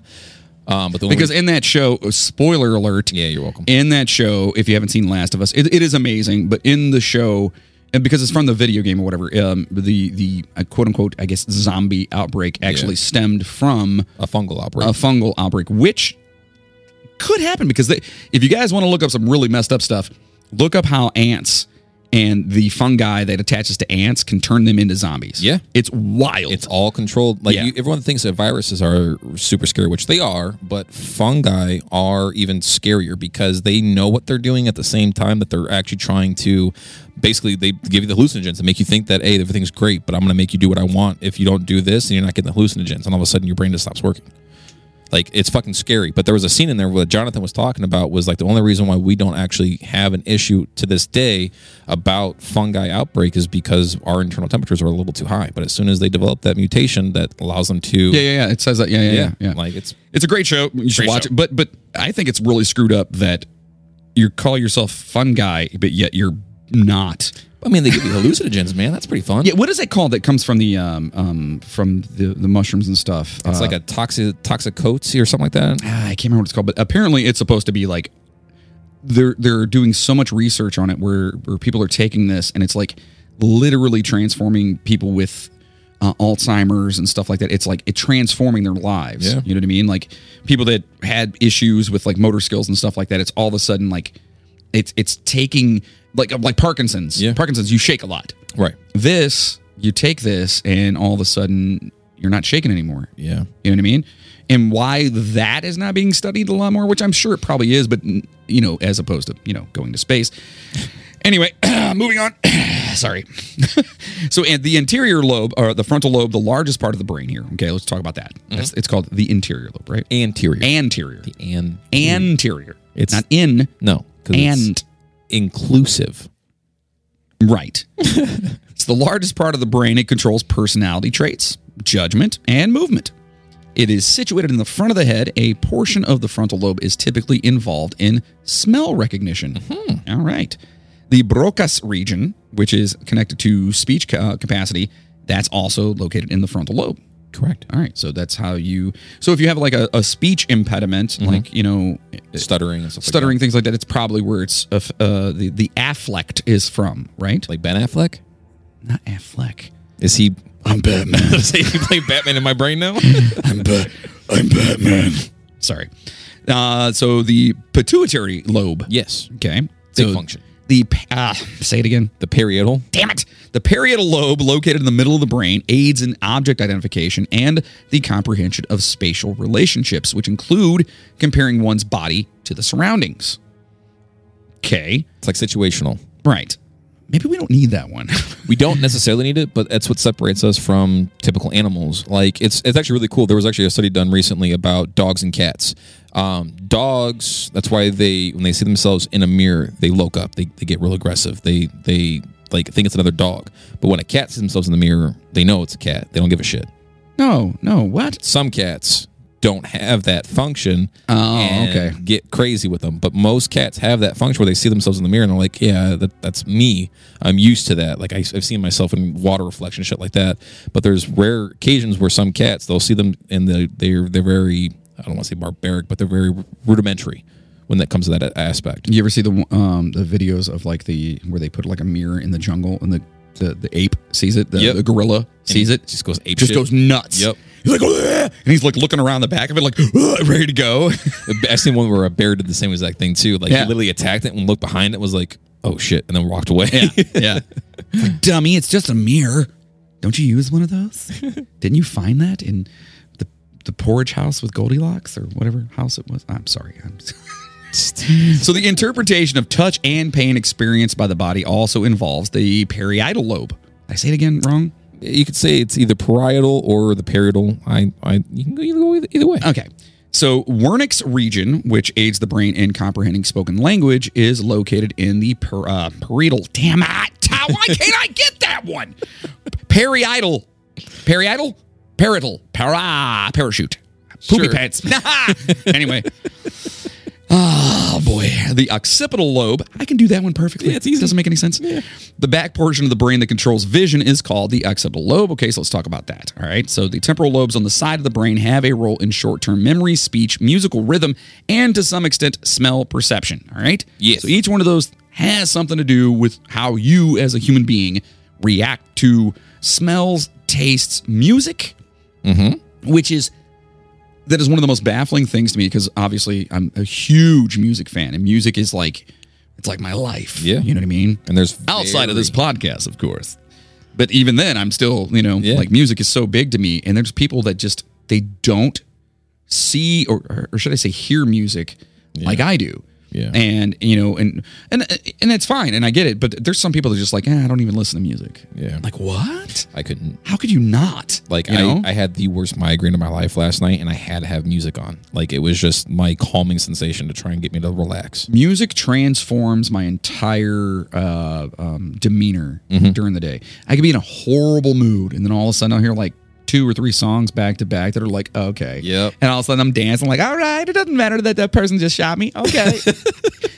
B: Um, but the only
A: Because in that show, uh, spoiler alert.
B: Yeah, you're welcome.
A: In that show, if you haven't seen Last of Us, it, it is amazing. But in the show, and because it's from the video game or whatever, um, the the uh, quote unquote I guess zombie outbreak actually stemmed from
B: a fungal outbreak.
A: a fungal outbreak, which could happen because they, if you guys want to look up some really messed up stuff, look up how ants and the fungi that attaches to ants can turn them into zombies.
B: Yeah.
A: it's wild.
B: It's all controlled. Like
A: Yeah.
B: you, everyone thinks that viruses are super scary, which they are, but fungi are even scarier because they know what they're doing at the same time that they're actually trying to. Basically, they give you the hallucinogens and make you think that hey, everything's great, but I'm going to make you do what I want if you don't do this, and you're not getting the hallucinogens, and all of a sudden your brain just stops working. Like it's fucking scary. But there was a scene in there where Jonathan was talking about was like the only reason why we don't actually have an issue to this day about fungi outbreak is because our internal temperatures are a little too high. But as soon as they develop that mutation that allows them to
A: yeah, yeah, yeah. It says that. Yeah, yeah, yeah. yeah.
B: like it's
A: It's a great show. You should
B: Great
A: watch
B: show.
A: it. But but I think it's really screwed up that you call yourself fun guy, but yet you're not.
B: I mean they give you hallucinogens, man. That's pretty fun.
A: Yeah, what is it called that comes from the um um from the the mushrooms and stuff?
B: It's like a toxic toxicote or something like that.
A: Ah, I can't remember what it's called, but apparently it's supposed to be like they're they're doing so much research on it where where people are taking this and it's like literally transforming people with uh, Alzheimer's and stuff like that. It's like it transforming their lives.
B: Yeah.
A: You know what I mean? Like people that had issues with like motor skills and stuff like that. It's all of a sudden like it's it's taking like like Parkinson's.
B: Yeah.
A: Parkinson's, you shake a lot.
B: Right.
A: This you take this and all of a sudden you're not shaking anymore.
B: Yeah.
A: You know what I mean? And why that is not being studied a lot more, which I'm sure it probably is, but n- you know, as opposed to you know going to space. Anyway, moving on. Sorry. so, and the anterior lobe or the frontal lobe, the largest part of the brain here. Okay, let's talk about that. That's, it's called the interior lobe, right?
B: Anterior.
A: Anterior.
B: and
A: Anterior. It's
B: Mm. It's-
A: not in.
B: no. 'cause it's
A: And
B: inclusive.
A: Right. it's the largest part of the brain. It controls personality traits, judgment, and movement. It is situated in the front of the head. A portion of the frontal lobe is typically involved in smell recognition. All right. The Broca's region, which is connected to speech ca- uh, capacity, that's also located in the frontal lobe.
B: Correct.
A: All right. So that's how you. So if you have like a, a speech impediment, like, you know,
B: Stuttering and stuff
A: stuttering, things like that, it's probably where it's uh, uh, the, the afflect is from, right?
B: like that. Like Ben Affleck?
A: Not Affleck.
B: Is he
A: I'm Batman.
B: say you play Batman in my brain now?
A: I'm, ba- I'm Batman. Sorry. Uh, so the pituitary lobe.
B: yes.
A: Okay.
B: Big
A: So
B: function.
A: The pa- ah, say it again.
B: The parietal.
A: Damn it. The parietal lobe, located in the middle of the brain, aids in object identification and the comprehension of spatial relationships, which include comparing one's body to the surroundings. Okay.
B: It's like situational.
A: Right. Maybe we don't need that one.
B: We don't necessarily need it, but that's what separates us from typical animals. Like it's it's actually really cool. There was actually a study done recently about dogs and cats. Um, dogs. That's why they when they see themselves in a mirror, they look up. They, they get real aggressive. They they like think it's another dog. But when a cat sees themselves in the mirror, they know it's a cat. They don't give a shit.
A: no, no. What?
B: some cats don't have that function.
A: Oh,
B: and
A: okay.
B: Get crazy with them, but most cats have that function where they see themselves in the mirror and they're like, "Yeah, that, that's me. I'm used to that. Like I, I've seen myself in water reflection, shit like that." But there's rare occasions where some cats they'll see them and the, they're they're very I don't want to say barbaric, but they're very rudimentary when that comes to that a- aspect.
A: You ever see the um the videos of like the where they put like a mirror in the jungle and the the, the ape sees it. The,
B: Yep.
A: the gorilla sees it.
B: Just goes ape
A: just
B: shit.
A: goes nuts.
B: Yep.
A: He's like, "Ugh!" and he's like looking around the back of it, like "Ugh," ready to go.
B: I seen one where a bear did the same exact thing too. Like
A: Yeah.
B: he literally attacked it and looked behind it, was like, "Oh shit," and then walked away.
A: yeah. Like, Dummy, it's just a mirror. Don't you use one of those? Didn't you find that in the the porridge house with Goldilocks or whatever house it was? I'm sorry. I'm so the interpretation of touch and pain experienced by the body also involves the parietal lobe. Did I say it again wrong?
B: you could say it's either parietal or the parietal. I, I you can go either way. Either way.
A: Okay. So Wernick's region, which aids the brain in comprehending spoken language, is located in the per, uh, parietal. Damn it! Why can't I get that one? Parietal, parietal, parietal, para parachute, poopy
B: Sure.
A: pants. anyway. Oh boy, the occipital lobe. I can do that one perfectly.
B: Yeah, it's easy.
A: Doesn't make any sense. The back portion of the brain that controls vision is called the occipital lobe. Okay, so let's talk about that. All right. So the temporal lobes on the side of the brain have a role in short-term memory, speech, musical rhythm, and to some extent, smell perception. All right.
B: Yes.
A: So each one of those has something to do with how you, as a human being, react to smells, tastes, music, which is that is one of the most baffling things to me because obviously I'm a huge music fan and music is like it's like my life.
B: Yeah.
A: You know what I mean?
B: And there's
A: Outside of
B: very-
A: this podcast, of course. But even then I'm still, you know,
B: Yeah.
A: like music is so big to me and there's people that just they don't see or or should I say hear music like I do.
B: Yeah.
A: And you know, and and and it's fine and I get it, but there's some people that are just like, eh, I don't even listen to music.
B: Yeah.
A: I'm like, what?
B: I couldn't.
A: How could you not?
B: Like
A: you know?
B: I, I had the worst migraine of my life last night, and I had to have music on. Like it was just my calming sensation to try and get me to relax.
A: music transforms my entire uh, um, demeanor
B: Mm-hmm.
A: during the day. I could be in a horrible mood, and then all of a sudden I'll hear like two or three songs back to back that are like, okay.
B: Yep.
A: And all of a sudden I'm dancing, like, all right, it doesn't matter that that person just shot me. Okay.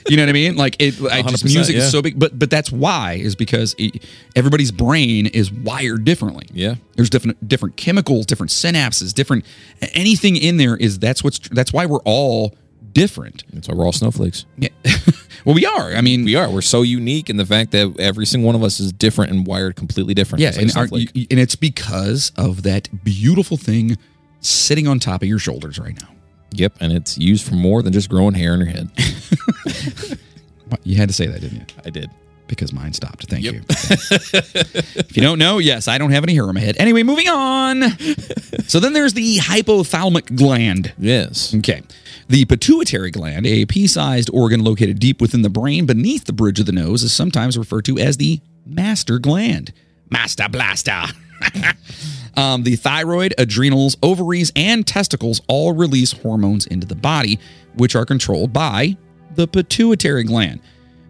A: you know what I mean? Like, it, I just
B: 100%,
A: music
B: yeah.
A: is so big, but but that's why is because it, everybody's brain is wired differently.
B: Yeah.
A: There's different different chemicals, different synapses, different anything in there is that's what's that's why we're all different.
B: That's why we're all snowflakes.
A: Yeah. well, we are. I mean,
B: We are. We're so unique in the fact that every single one of us is different and wired completely different.
A: Yeah,
B: It's like
A: and,
B: a
A: our,
B: snowflake.
A: y- and it's because of that beautiful thing sitting on top of your shoulders right now.
B: yep, and it's used for more than just growing hair in your head.
A: What- You had to say that, didn't you?
B: I did.
A: Because mine stopped. Thank you. if you don't know, yes, I don't have any hair on my head. Anyway, moving on. so then there's the hypothalamic gland.
B: Yes.
A: Okay. The pituitary gland, a pea sized organ located deep within the brain beneath the bridge of the nose, is sometimes referred to as the master gland. Master blaster. um, the thyroid, adrenals, ovaries, and testicles all release hormones into the body, which are controlled by the pituitary gland.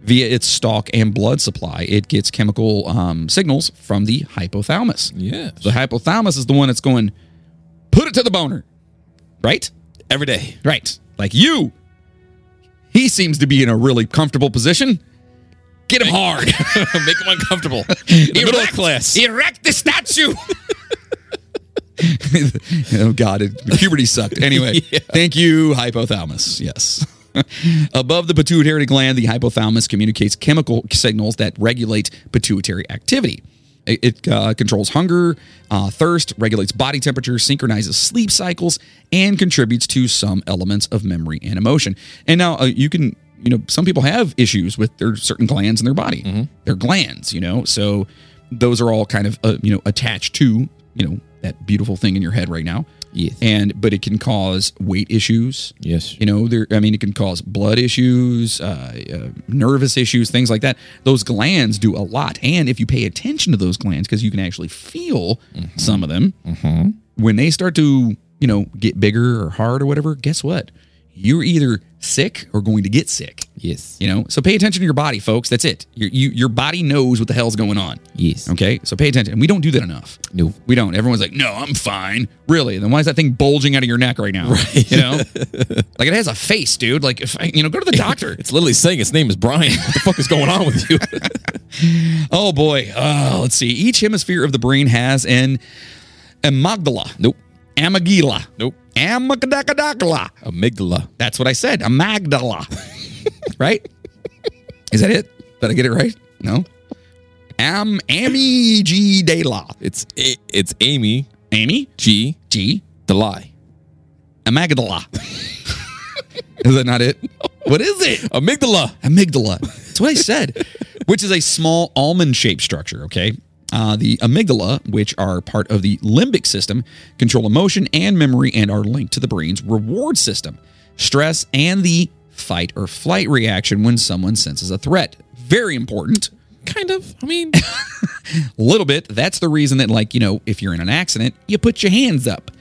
A: Via its stalk and blood supply, it gets chemical um, signals from the hypothalamus.
B: Yes.
A: The hypothalamus is the one that's going, put it to the boner, right?
B: Every day.
A: Right. Like you. He seems to be in a really comfortable position. Get him hard.
B: Make them uncomfortable. In the middle of class.
A: Erect the statue. oh God, it, puberty sucked. Anyway, thank you, hypothalamus. Yes. Above the pituitary gland, the hypothalamus communicates chemical signals that regulate pituitary activity. It, it, uh, controls hunger, uh, thirst, regulates body temperature, synchronizes sleep cycles, and contributes to some elements of memory and emotion. And now uh, you can, you know, some people have issues with their certain glands in their body, their glands, you know. So those are all kind of, uh, you know, attached to, you know, that beautiful thing in your head right now.
B: Yes.
A: And but it can cause weight issues.
B: Yes.
A: You know, there. I mean, it can cause blood issues, uh, uh, nervous issues, things like that. Those glands do a lot, and if you pay attention to those glands, because you can actually feel some of them when they start to, you know, get bigger or hard or whatever. Guess what? You're either sick or going to get sick.
B: Yes.
A: You know, so pay attention to your body, folks. That's it. Your you, your body knows what the hell's going on.
B: Yes.
A: Okay, so pay attention. And we don't do that enough.
B: No.
A: We don't. Everyone's like, no, I'm fine. Really? Then why is that thing bulging out of your neck right now? Right. You know? like it has a face, dude. Like if I, you know, go to the doctor.
B: It's literally saying its name is Brian. What the fuck is going on with you?
A: oh boy. Oh, let's see. Each hemisphere of the brain has an amygdala.
B: nope.
A: Amygdala.
B: Nope.
A: Amygdala.
B: Amygdala.
A: That's what I said. Amygdala. right? Is that it? Did I get it right? No. Am Amy G. De La.
B: It's A- it's Amy
A: Amy
B: G.
A: G.
B: Delay.
A: Amygdala. is that not it? What is it?
B: Amygdala.
A: Amygdala. That's what I said, which is a small almond shaped structure, okay? Uh, the amygdala, which are part of the limbic system, control emotion and memory and are linked to the brain's reward system, stress, and the fight or flight reaction when someone senses a threat. Very important.
B: Kind of. I mean,
A: little bit. That's the reason that, like, you know, if you're in an accident, you put your hands up.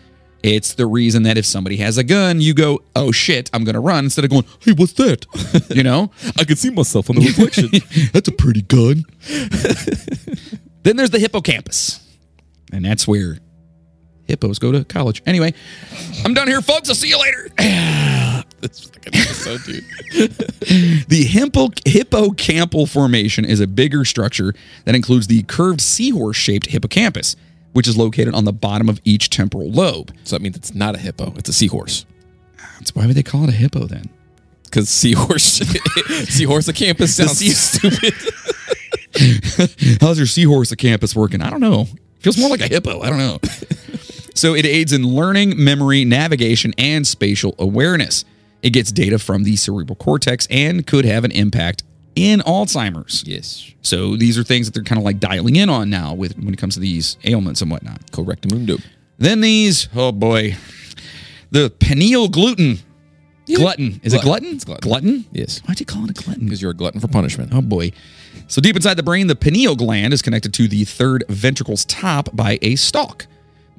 A: It's the reason that if somebody has a gun, you go, oh shit, I'm going to run instead of going, hey, what's that? You know?
B: I could see myself on the reflection.
A: that's a pretty gun. then there's the hippocampus. And that's where hippos go to college. Anyway, I'm done here, folks. I'll see you later.
B: That's fucking episode, dude.
A: The hippo, hippocampal formation is a bigger structure that includes the curved seahorse shaped hippocampus, which is located on the bottom of each temporal lobe.
B: So that means it's not a hippo. It's a seahorse.
A: That's why would they call it a hippo then?
B: Because seahorse, seahorse, a campus sounds
A: sea-
B: stupid.
A: How's your seahorse at campus working? I don't know. Feels more like a hippo. I don't know. so it aids in learning, memory, navigation, and spatial awareness. It gets data from the cerebral cortex and could have an impact in Alzheimer's.
B: Yes.
A: So these are things that they're kind of like dialing in on now with when it comes to these ailments and whatnot.
B: Correctamundo.
A: Then these, oh boy, the pineal gluten. Glutton. Is
B: Glutton.
A: it
B: It's
A: glutton?
B: glutton.
A: Glutton?
B: Yes.
A: Why'd you call it a glutton?
B: Because you're a glutton for punishment.
A: Oh boy. So deep inside the brain, the pineal gland is connected to the third ventricle's top by a stalk.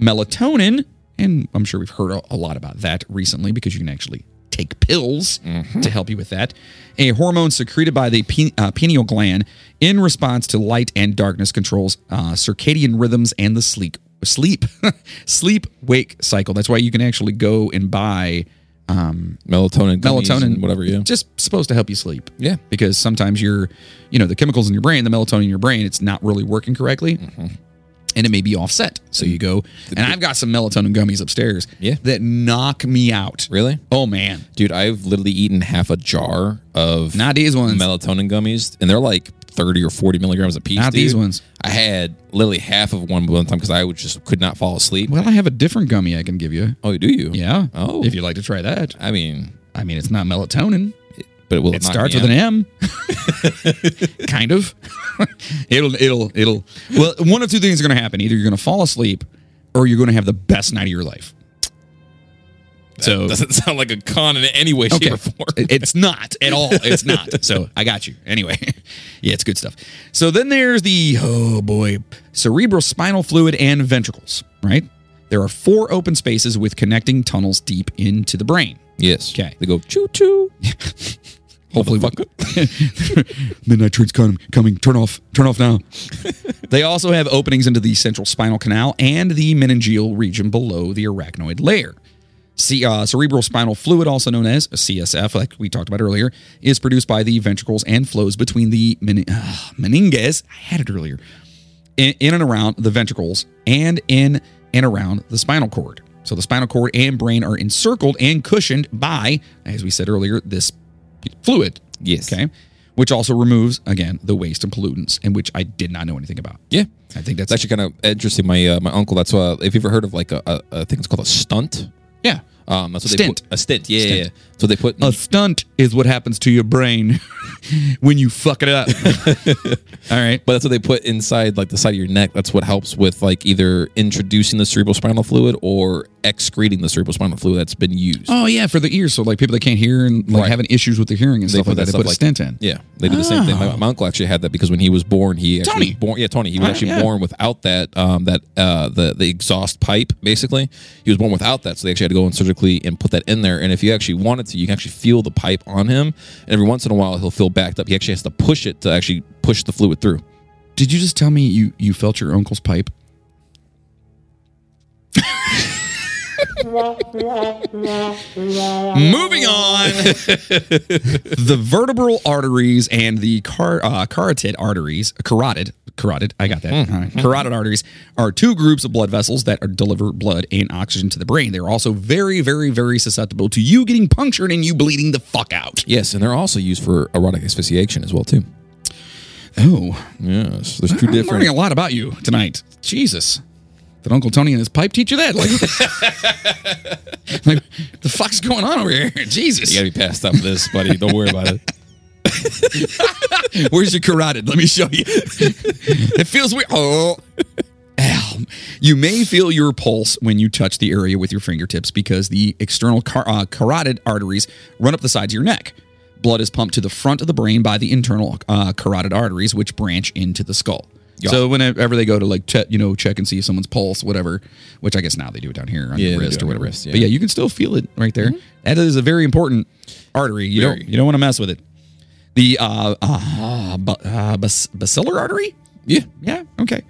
A: Melatonin, and I'm sure we've heard a a lot about that recently because you can actually take pills to help you with that. A hormone secreted by the pi- uh, pineal gland in response to light and darkness controls uh, circadian rhythms and the sleep sleep sleep wake cycle. That's why you can actually go and buy
B: Melatonin. gummies
A: melatonin
B: and whatever. Yeah.
A: just supposed to help you sleep
B: Yeah.
A: because sometimes you're you know the chemicals in your brain the melatonin in your brain it's not really working correctly
B: Mm-hmm.
A: and it may be offset so you go and i've got some melatonin gummies upstairs
B: Yeah.
A: that knock me out
B: Really?
A: oh man
B: Dude, I've literally eaten half a jar of
A: not these ones
B: melatonin gummies, and they're like 30 or 40 milligrams a piece.
A: Not these
B: dude.
A: ones.
B: I had literally half of one one time because I would just could not fall asleep.
A: well i have a different gummy i can give you
B: Oh, do you?
A: yeah
B: Oh.
A: if you'd like to try that
B: I mean,
A: i mean it's not melatonin
B: but it will
A: it starts with an M. kind of. it'll it'll it'll well one of two things are gonna happen. Either you're gonna fall asleep or you're gonna have the best night of your life. So
B: Doesn't sound like a con in any way, shape, or form.
A: It- It's not at all. It's not. So I got you. Anyway, yeah, it's good stuff. So then there's the, oh boy, cerebrospinal fluid and ventricles, right? There are four open spaces with connecting tunnels deep into the brain.
B: Yes.
A: Okay.
B: They go choo choo.
A: Hopefully, midnight train's coming. Coming. Turn off. Turn off now. they also have openings into the central spinal canal and the meningeal region below the arachnoid layer. C- uh, cerebral spinal fluid, also known as CSF, like we talked about earlier, is produced by the ventricles and flows between the men- uh, meninges. I had it earlier. In, in and around the ventricles and in and around the spinal cord. So the spinal cord and brain are encircled and cushioned by, as we said earlier, this fluid.
B: Yes.
A: Okay. Which also removes, again, the waste and pollutants, and which I did not know anything about.
B: Yeah.
A: I think that's
B: It's actually kind of interesting. My uh, my uncle. That's uh, if you've ever heard of like a, a, a thing, it's called a stunt.
A: yeah.
B: Um, that's what
A: Stint.
B: They put, a stint. Yeah,
A: Stint.
B: yeah, yeah. So they put
A: A stunt is what happens to your brain when you fuck it up. All right.
B: But that's what they put inside, like the side of your neck. That's what helps with like either introducing the cerebrospinal fluid or excreting the cerebrospinal fluid that's been used.
A: Oh yeah, for the ears. So like people that can't hear and like
B: Right.
A: having issues with the hearing and stuff like
B: put
A: that,
B: that
A: they put a
B: stuff like-
A: stent in.
B: Yeah, they do the same thing. My, my uncle actually had that because when he was born, he actually
A: Ah. Tony.
B: born. Yeah, Tony. He was
A: Right,
B: actually
A: yeah.
B: born without that. Um, that uh, the the exhaust pipe basically. He was born without that, so they actually had to go in surgically and put that in there. And if you actually wanted to, you can actually feel the pipe on him. And every once in a while, he'll feel backed up. He actually has to push it to actually push the fluid through.
A: Did you just tell me you you felt your uncle's pipe? Moving on, the vertebral arteries and the car, uh, carotid arteries, carotid, carotid. I got that. All right. Carotid arteries are two groups of blood vessels that are, deliver blood and oxygen to the brain. They're also very, very, very susceptible to you getting punctured and you bleeding the fuck out.
B: Yes, and they're also used for erotic asphyxiation as well too.
A: Oh,
B: Yes, there's two
A: I'm learning
B: different.
A: a lot about you tonight. Jesus. Did Uncle Tony and his pipe teach you that? Like, like the fuck's going on over here? Jesus.
B: You gotta be passed up for this, buddy. Don't worry about it.
A: Where's your carotid? Let me show you. it feels weird. Oh. Ow. You may feel your pulse when you touch the area with your fingertips because the external car- uh, carotid arteries run up the sides of your neck. Blood is pumped to the front of the brain by the internal uh, carotid arteries, which branch into the skull.
B: Yeah.
A: So whenever they go to like check, you know, check and see if someone's pulse, whatever, which I guess now they do it down here on your
B: Yeah, they do
A: wrist
B: it
A: or
B: on your
A: whatever.
B: wrist, yeah. Mm-hmm.
A: But yeah, you can still feel it right there. That is a very important artery. You
B: Very.
A: don't you don't want to mess with it. The uh, uh, bu- uh, bas- basilar artery?
B: Yeah.
A: Yeah, okay.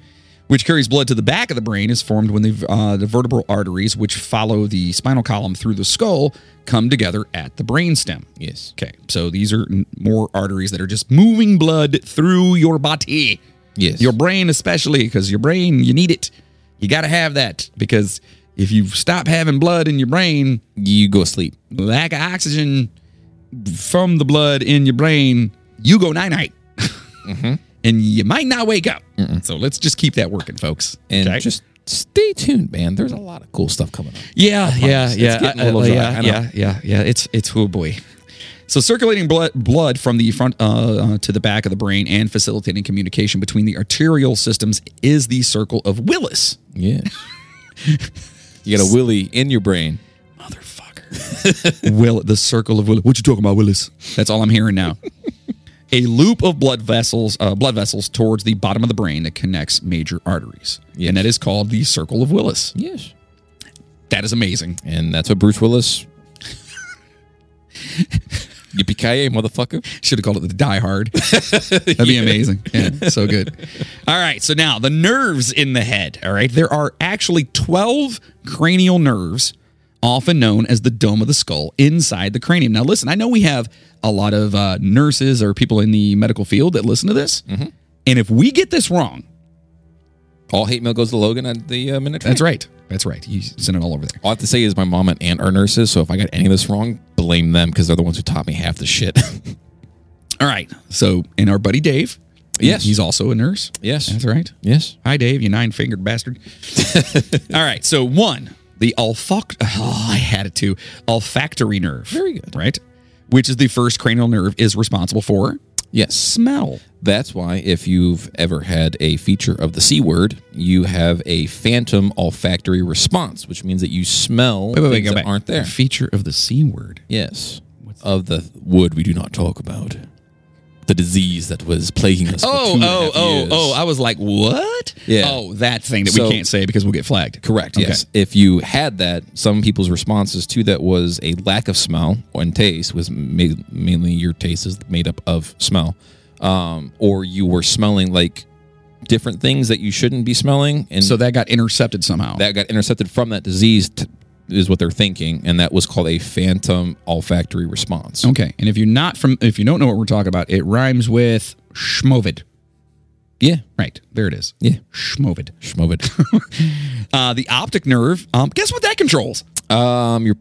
A: Which carries blood to the back of the brain is formed when the, uh, the vertebral arteries, which follow the spinal column through the skull, come together at the brainstem.
B: Yes.
A: Okay, so these are n- more arteries that are just moving blood through your body,
B: Yes.
A: your brain especially, because your brain, you need it. You got to have that because if you stop having blood in your brain,
B: you go sleep.
A: lack of oxygen from the blood in your brain, you go night night.
B: Mm-hmm.
A: And you might not wake up. So let's just keep that working, folks.
B: and
A: Okay?
B: just stay tuned, man. There's a lot of cool stuff coming up.
A: yeah, yeah,
B: it's
A: yeah,
B: getting a
A: I- I-
B: little dry,
A: yeah,
B: I know.
A: yeah, yeah, yeah. It's it's oh boy. So circulating blood blood from the front uh, uh, to the back of the brain and facilitating communication between the arterial systems is the circle of Willis.
B: Yeah. you got a willy in your brain.
A: motherfucker. Will the circle of Willis? What you talking about, Willis? That's all I'm hearing now. A loop of blood vessels, uh, blood vessels towards the bottom of the brain that connects major arteries,
B: Yes.
A: and that is called the circle of Willis.
B: Yes.
A: That is amazing.
B: And that's what Bruce Willis. Yippee ki motherfucker!
A: Should have called it the Die Hard. That'd be amazing. Yeah, so good. All right. So now the nerves in the head. All right. There are actually 12 cranial nerves, often known as the dome of the skull, inside the cranium. Now, listen, I know we have a lot of uh, nurses or people in the medical field that listen to this.
B: Mm-hmm.
A: And if we get this wrong,
B: All hate mail goes to Logan at the uh, minute.
A: that's right. That's right. You send it all over there.
B: All I have to say is my mom and aunt are nurses, so if I got any of this wrong, blame them because they're the ones who taught me half the shit.
A: All right. So, and our buddy Dave.
B: Yes.
A: He's also a nurse.
B: yes.
A: That's right.
B: Yes.
A: Hi, Dave, you nine fingered bastard. All right, so one, the olfact. Oh, I had it too. Olfactory nerve.
B: Very good.
A: Right? Which is the first cranial nerve is responsible for
B: Yes.
A: smell.
B: That's why if you've ever had a feature of the C word, you have a phantom olfactory response, which means that you smell things that aren't there.
A: A feature of the C word.
B: Yes. Of the wood we do not talk about. The disease that was plaguing us. for
A: Oh,
B: two and a half years.
A: I was like, what?
B: Yeah.
A: Oh, that thing that
B: So-
A: we can't say because we'll get flagged.
B: Correct.
A: Okay.
B: Yes. If you had that, some people's responses to that was a lack of smell and taste was ma- mainly your taste is made up of smell, um, or you were smelling like different things that you shouldn't be smelling, and
A: So that got intercepted somehow.
B: that got intercepted from that disease t- is what they're thinking, and that was called a phantom olfactory response.
A: okay. And if you're not from, if you don't know what we're talking about, it rhymes with schmovid.
B: Yeah.
A: Right. There it is.
B: Yeah.
A: Schmovid.
B: Schmovid.
A: Uh, the optic nerve. Um, guess what that controls?
B: um, you're.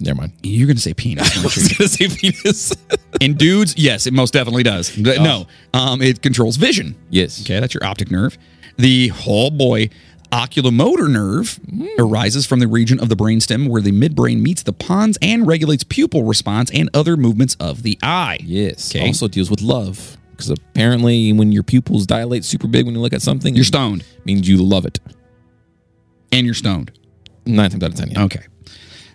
B: Never mind.
A: You're gonna say penis, weren't you?
B: gonna say penis.
A: In dudes, yes, it most definitely does. But No, um, it controls vision.
B: yes.
A: Okay, that's your optic nerve. The oh boy, oculomotor nerve arises from the region of the brainstem where the midbrain meets the pons and regulates pupil response and other movements of the eye.
B: Yes.
A: Okay.
B: Also deals with love. Because apparently, when your pupils dilate super big when you look at something,
A: You're
B: it
A: stoned,
B: means you love it.
A: and you're stoned.
B: Nine times out of ten. Yeah.
A: Okay.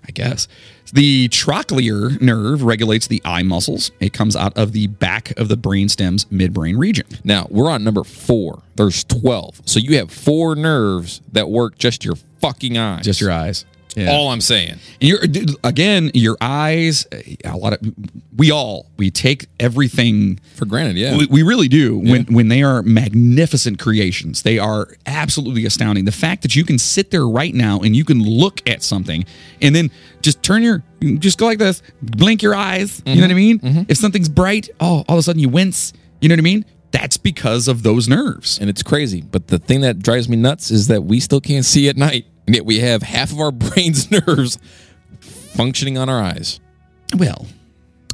A: I guess. The trochlear nerve regulates the eye muscles. It comes out of the back of the brainstem's midbrain region.
B: Now, we're on number four. There's 12. So you have four nerves that work just your fucking eyes.
A: Just your eyes. Yeah.
B: All I'm saying.
A: Your again, your eyes. A lot of we all we take everything.
B: For granted, yeah.
A: We, we really do when when they are magnificent creations. They are absolutely astounding. The fact that you can sit there right now and you can look at something and then just turn your just go like this, blink your eyes. You know what I mean? If something's bright, oh, all of a sudden you wince. You know what I mean? That's because of those nerves.
B: and it's crazy. But the thing that drives me nuts is that we still can't see at night, and yet we have half of our brain's nerves functioning on our eyes.
A: Well,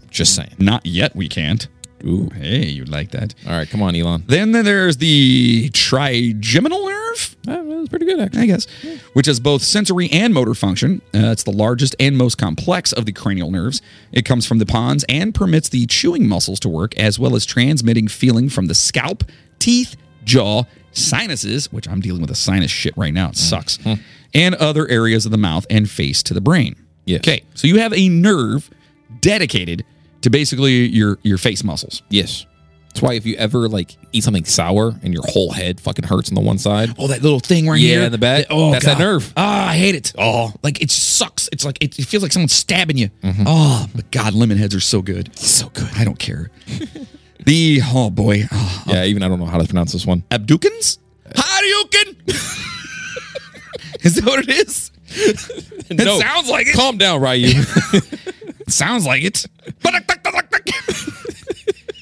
B: Just saying.
A: not yet. We can't.
B: Ooh.
A: Mm. Hey, you like that.
B: All right, come on, Elon.
A: Then there's the trigeminal nerve.
B: That was pretty good, actually.
A: I guess, which has both sensory and motor function. Uh, it's the largest and most complex of the cranial nerves. It comes from the pons and permits the chewing muscles to work, as well as transmitting feeling from the scalp, teeth, jaw, sinuses, which I'm dealing with a sinus shit right now. It sucks. And other areas of the mouth and face to the brain.
B: Yes.
A: Okay. So you have a nerve dedicated to basically your your face muscles.
B: Yes. That's why if you ever like eat something sour and your whole head fucking hurts on the one side,
A: Oh, that little thing right
B: Yeah,
A: here
B: in the back.
A: Oh,
B: That's
A: God.
B: that nerve.
A: Ah, I hate it. Oh, like it sucks. It's like it, it feels like someone's stabbing you.
B: Mm-hmm.
A: Oh, but God, lemon heads are so good. So good. I don't care. the oh boy, oh,
B: yeah, even I don't know how to pronounce this one.
A: Abdukins. Hadouken. is that what it is? It
B: No.
A: sounds like it.
B: Calm down, Ryu.
A: It sounds like it.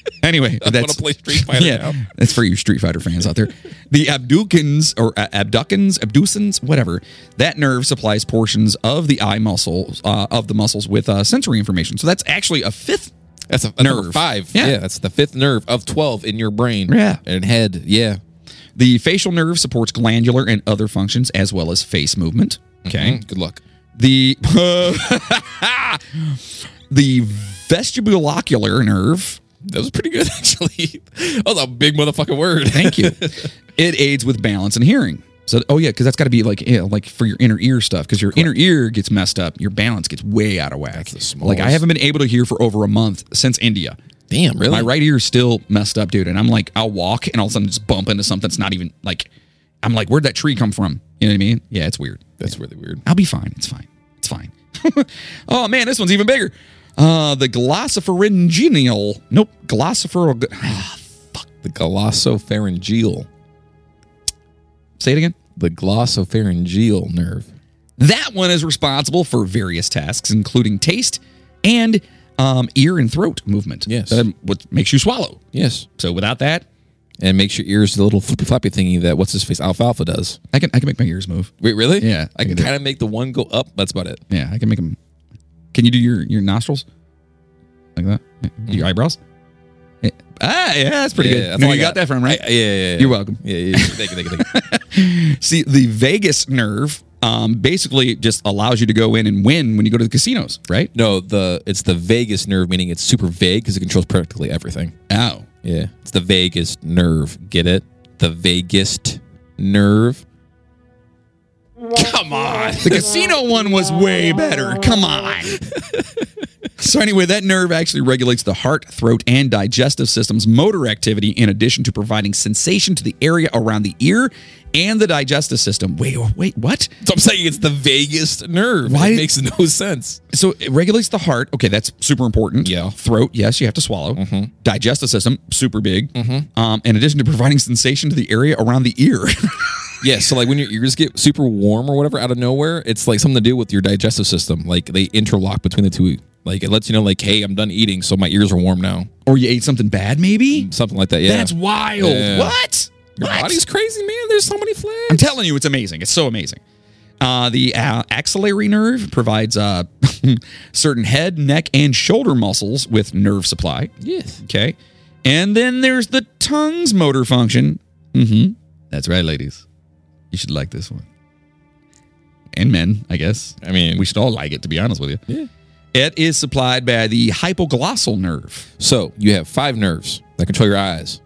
A: anyway,
B: I want to
A: that's
B: play Street Fighter
A: yeah,
B: now.
A: that's for you Street Fighter fans out there. The abducens or uh, abducens, abducens, whatever. That nerve supplies portions of the eye muscles uh, of the muscles with uh, sensory information. So that's actually a fifth.
B: That's a that's number
A: Nerve.
B: five.
A: Yeah.
B: Yeah. that's the fifth nerve of twelve in your brain.
A: Yeah.
B: and head. Yeah,
A: The facial nerve supports glandular and other functions as well as face movement. Okay.
B: Mm, Good luck.
A: The the vestibuloccular nerve
B: That was pretty good actually. that was a big motherfucking word.
A: Thank you. it aids with balance and hearing. So, oh yeah, because that's got to be like, yeah, like for your inner ear stuff. Because your inner ear gets messed up, your balance gets way out of whack.
B: the
A: like
B: smallest.
A: I haven't been able to hear for over a month since India.
B: Damn, really?
A: My right ear's still messed up, dude. And I'm like, I'll walk, and all of a sudden just bump into something that's not even like. I'm like, where'd that tree come from? You know what I mean? Yeah, it's weird.
B: That's really weird.
A: I'll be fine. It's fine. It's fine. oh man, this one's even bigger. Uh, the glossopharyngeal. Nope, ah, glossopharyngeal.
B: The glossopharyngeal.
A: Say it again.
B: The glossopharyngeal nerve.
A: That one is responsible for various tasks, including taste and um, ear and throat movement.
B: Yes.
A: Um, what makes you swallow.
B: Yes,
A: So without that,
B: and makes your ears the little flippy floppy thingy that what's his face alfalfa does.
A: I can I can make my ears move.
B: Wait, really?
A: Yeah, I
B: I can
A: can do
B: kind of make the one go up. That's about it.
A: Yeah, I can make them. Can you do your your nostrils like that? Your eyebrows. Yeah. Ah, yeah, that's pretty
B: Mm-hmm. Yeah,
A: good.
B: that's
A: No,
B: all I
A: you got
B: got.
A: that from right.
B: Yeah, yeah, yeah, yeah.
A: You're welcome.
B: Yeah, yeah, yeah. Thank you, thank you, thank you.
A: See, the vagus nerve um, basically just allows you to go in and win when you go to the casinos, right?
B: No, the it's the vagus nerve, meaning it's super vague because it controls practically everything.
A: Oh,
B: Yeah, it's the vagus nerve. Get it? The vaguest nerve.
A: Come on. The casino one was way better. Come on. so, anyway, that nerve actually regulates the heart, throat, and digestive system's motor activity in addition to providing sensation to the area around the ear and the digestive system. Wait, wait, what?
B: So I'm saying it's the vaguest nerve.
A: Why-
B: It makes no sense.
A: So, it regulates the heart. Okay, that's super important.
B: Yeah. Mm-hmm.
A: Throat, yes, you have to swallow. Digestive system, super big. Um, in addition to providing sensation to the area around the ear.
B: Yeah, so like when your ears get super warm or whatever out of nowhere, it's like something to do with your digestive system. Like they interlock between the two. Like it lets you know, like, hey, I'm done eating, so my ears are warm now.
A: or you ate something bad, maybe?
B: Something like that. Yeah,
A: That's wild.
B: Yeah.
A: What?
B: your
A: what?
B: body's crazy, man. There's so many flags.
A: I'm telling you, it's amazing. It's so amazing. Uh, the uh, axillary nerve provides uh, certain head, neck, and shoulder muscles with nerve supply.
B: Yes.
A: Okay. And then there's the tongue's motor function. Mm-hmm. That's right, ladies. You should like this one. And men, I guess.
B: I mean,
A: We should all like it, to be honest with you.
B: Yeah.
A: It is supplied by the hypoglossal nerve.
B: So you have five nerves that control your eyes.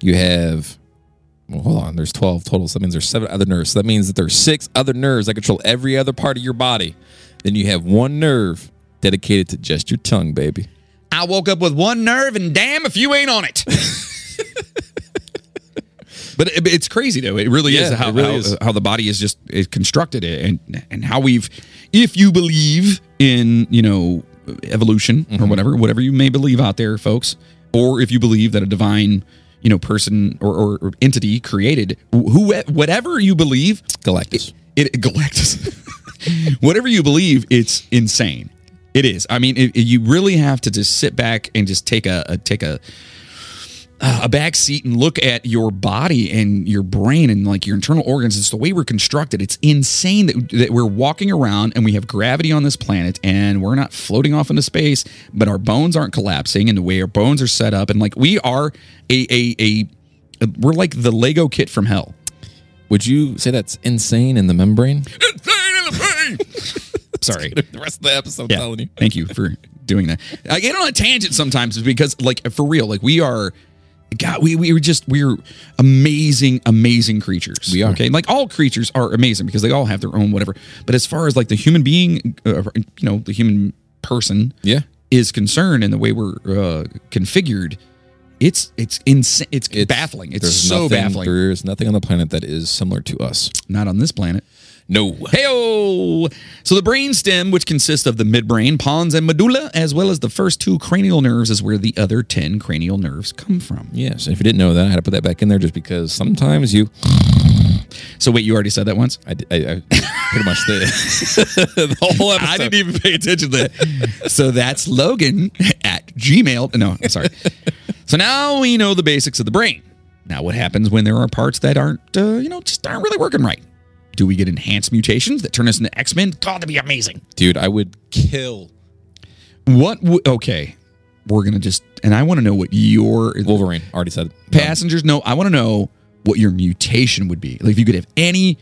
B: You have, well, hold on, there's 12 total. So that means there's seven other nerves. So that means that there's six other nerves that control every other part of your body. Then you have one nerve dedicated to just your tongue, baby.
A: I woke up with one nerve, and damn if you ain't on it. but it, it's crazy though. It really is
B: Yeah,
A: how
B: it really
A: how,
B: is.
A: how the body is just it constructed it, and and how we've, if you believe in you know evolution or whatever, whatever you may believe out there, folks, or if you believe that a divine you know person or, or, or entity created wh- who whatever you believe,
B: Galactus.
A: it Galactus. Whatever you believe, it's insane. It is. I mean, it, it- you really have to just sit back and just take a, a take a uh, a back seat and look at your body and your brain and like your internal organs. It's the way we're constructed. It's insane that, that we're walking around and we have gravity on this planet and we're not floating off into space, but our bones aren't collapsing and the way our bones are set up. And like we are a, a, a, a we're like the Lego kit from hell.
B: Would you say that's insane in the membrane?
A: Sorry.
B: the rest of the episode,
A: Yeah.
B: I'm telling you.
A: Thank you for doing that. I get on a tangent sometimes because, like, for real, like we are. God, we we were just we're amazing, amazing creatures.
B: We are.
A: okay. Like all creatures are amazing because they all have their own whatever. But as far as like the human being, uh, you know, the human person,
B: Yeah.
A: is concerned and the way we're uh, configured, it's it's insane. It's, baffling. It's
B: There's
A: so
B: nothing-
A: baffling.
B: There's nothing on the planet that is similar to us.
A: Not on this planet.
B: No.
A: Heyo! So the brainstem, which consists of the midbrain, pons, and medulla, as well as the first two cranial nerves, is where the other ten cranial nerves come from.
B: Yes. If you didn't know that, I had to put that back in there just because sometimes you.
A: So wait, you already said that once.
B: I, I, I pretty much the, the whole episode.
A: I didn't even pay attention to that. so that's Logan at Gmail. No, I'm sorry. so now we know the basics of the brain. Now, what happens when there are parts that aren't, uh, you know, just aren't really working right? Do we get enhanced mutations that turn us into X Men? God, that'd be amazing.
B: Dude, I would kill
A: What? W- okay, we're gonna just, and I want to know what your
B: Wolverine. Already said it.
A: passengers know. I want to know what your mutation would be. Like if you could have any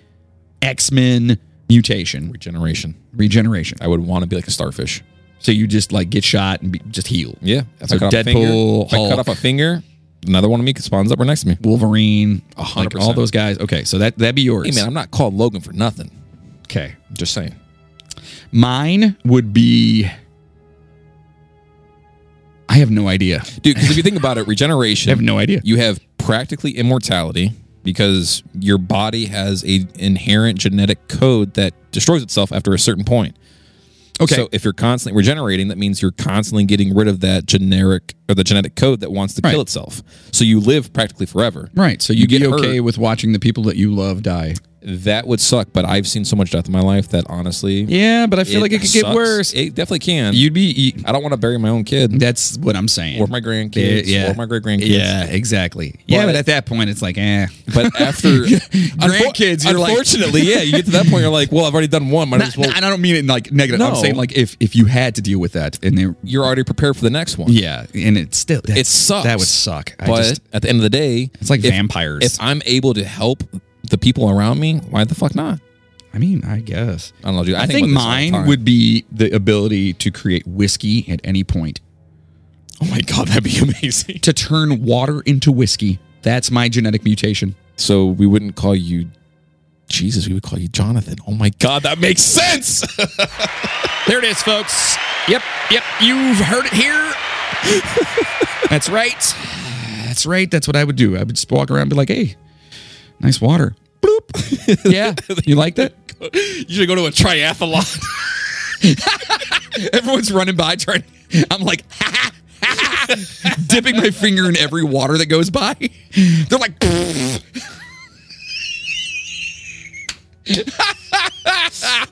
A: X Men mutation
B: Regeneration.
A: regeneration,
B: I would want to be like a starfish.
A: so you just like get shot and be, just heal.
B: Yeah. If
A: So
B: I cut off a finger-
A: Deadpool,
B: if I cut
A: Hulk.
B: off a finger, another one of me spawns up right next to me.
A: Wolverine, like
B: 100%.
A: all those guys. Okay, so that that'd be yours.
B: Hey, man, I'm not called Logan for nothing.
A: okay,
B: Just saying.
A: mine would be. I have no idea.
B: Dude, because if you think about it,
A: I have
B: regeneration,
A: no idea.
B: you have practically immortality because your body has a inherent genetic code that destroys itself after a certain point.
A: Okay,
B: So if you're constantly regenerating, that means you're constantly getting rid of that generic or the genetic code that wants to
A: Right.
B: kill itself. So you live practically forever.
A: right. So you,
B: you
A: get
B: get
A: okay with watching the people that you love die.
B: That would suck, but I've seen so much death in my life that honestly,
A: Yeah, but I feel like it could get
B: sucks.
A: worse.
B: It definitely can.
A: You'd be. You,
B: I don't want to bury my own kid
A: that's what I'm saying.
B: or my grandkids
A: Yeah.
B: or my great grandkids.
A: Yeah, exactly. yeah, but
B: But-
A: at that point, it's like, eh.
B: But after
A: Grandkids, you're like-
B: unfortunately, yeah, you get to that point, you're like, well, I've already done one. Might as well.
A: and I don't mean it in like negative. I'm
B: No.
A: saying like if if you had to deal with that, and they,
B: you're already prepared for the next one.
A: yeah, and it still
B: It sucks.
A: That would suck. I
B: but
A: just,
B: at the end of the day,
A: it's like
B: if,
A: vampires.
B: if I'm able to help the people around me, why the fuck not?
A: I mean, I guess.
B: I don't know, dude. I,
A: I,
B: think,
A: think,
B: about this all the
A: mine
B: time.
A: would be the ability to create whiskey at any point
B: Oh my god, that'd be amazing.
A: to turn water into whiskey. That's my genetic mutation.
B: So we wouldn't call you Jesus. We would call you Jonathan. Oh my god, that makes sense.
A: There it is, folks. Yep, yep. You've heard it here. That's right. That's right. That's what I would do. I would just walk around and be like, hey, nice water. Bloop. Yeah. You like that?
B: you should go to a triathlon.
A: Everyone's running by trying. I'm like, dipping my finger in every water that goes by. They're like,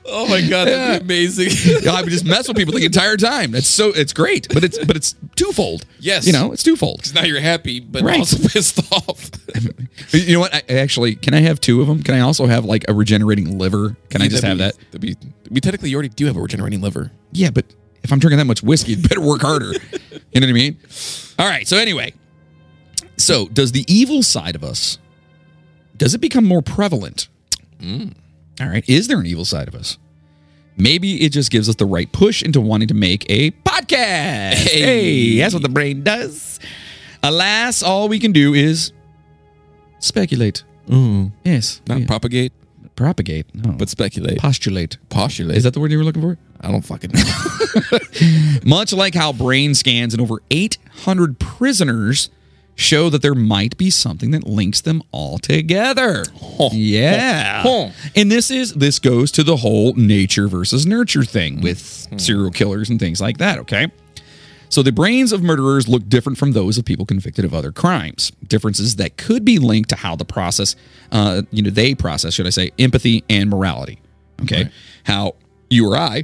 B: oh my god, that'd be amazing.
A: I would just mess with people the entire time. That's so it's great, but it's but it's twofold.
B: Yes.
A: you know it's twofold.
B: now you're happy, but
A: Right.
B: also pissed off.
A: You know what? I, actually, can I have two of them? Can I also have like a regenerating liver? Can I just have that?
B: That'd be, we technically already do have a regenerating liver.
A: Yeah, but if I'm drinking that much whiskey, it better work harder. you know what I mean? All right. So anyway, so does the evil side of us does it become more prevalent? All right. Is there an evil side of us? Maybe it just gives us the right push into wanting to make a podcast. Hey,
B: Hey.
A: that's what the brain does. Alas, all we can do is speculate.
B: Mm.
A: Yes,
B: Not
A: Yeah.
B: propagate,
A: propagate, no,
B: but
A: but
B: speculate.
A: postulate.
B: postulate.
A: Is that the word you were looking for?
B: I don't fucking know.
A: Much like how brain scans in over 800 prisoners show that there might be something that links them all together.
B: Huh.
A: Yeah. And this is this goes to the whole nature versus nurture thing with
B: Hmm.
A: serial killers and things like that, okay? So the brains of murderers look different from those of people convicted of other crimes. Differences that could be linked to how the process, uh, you know, they process, should I say, empathy and morality. Okay, how you or I,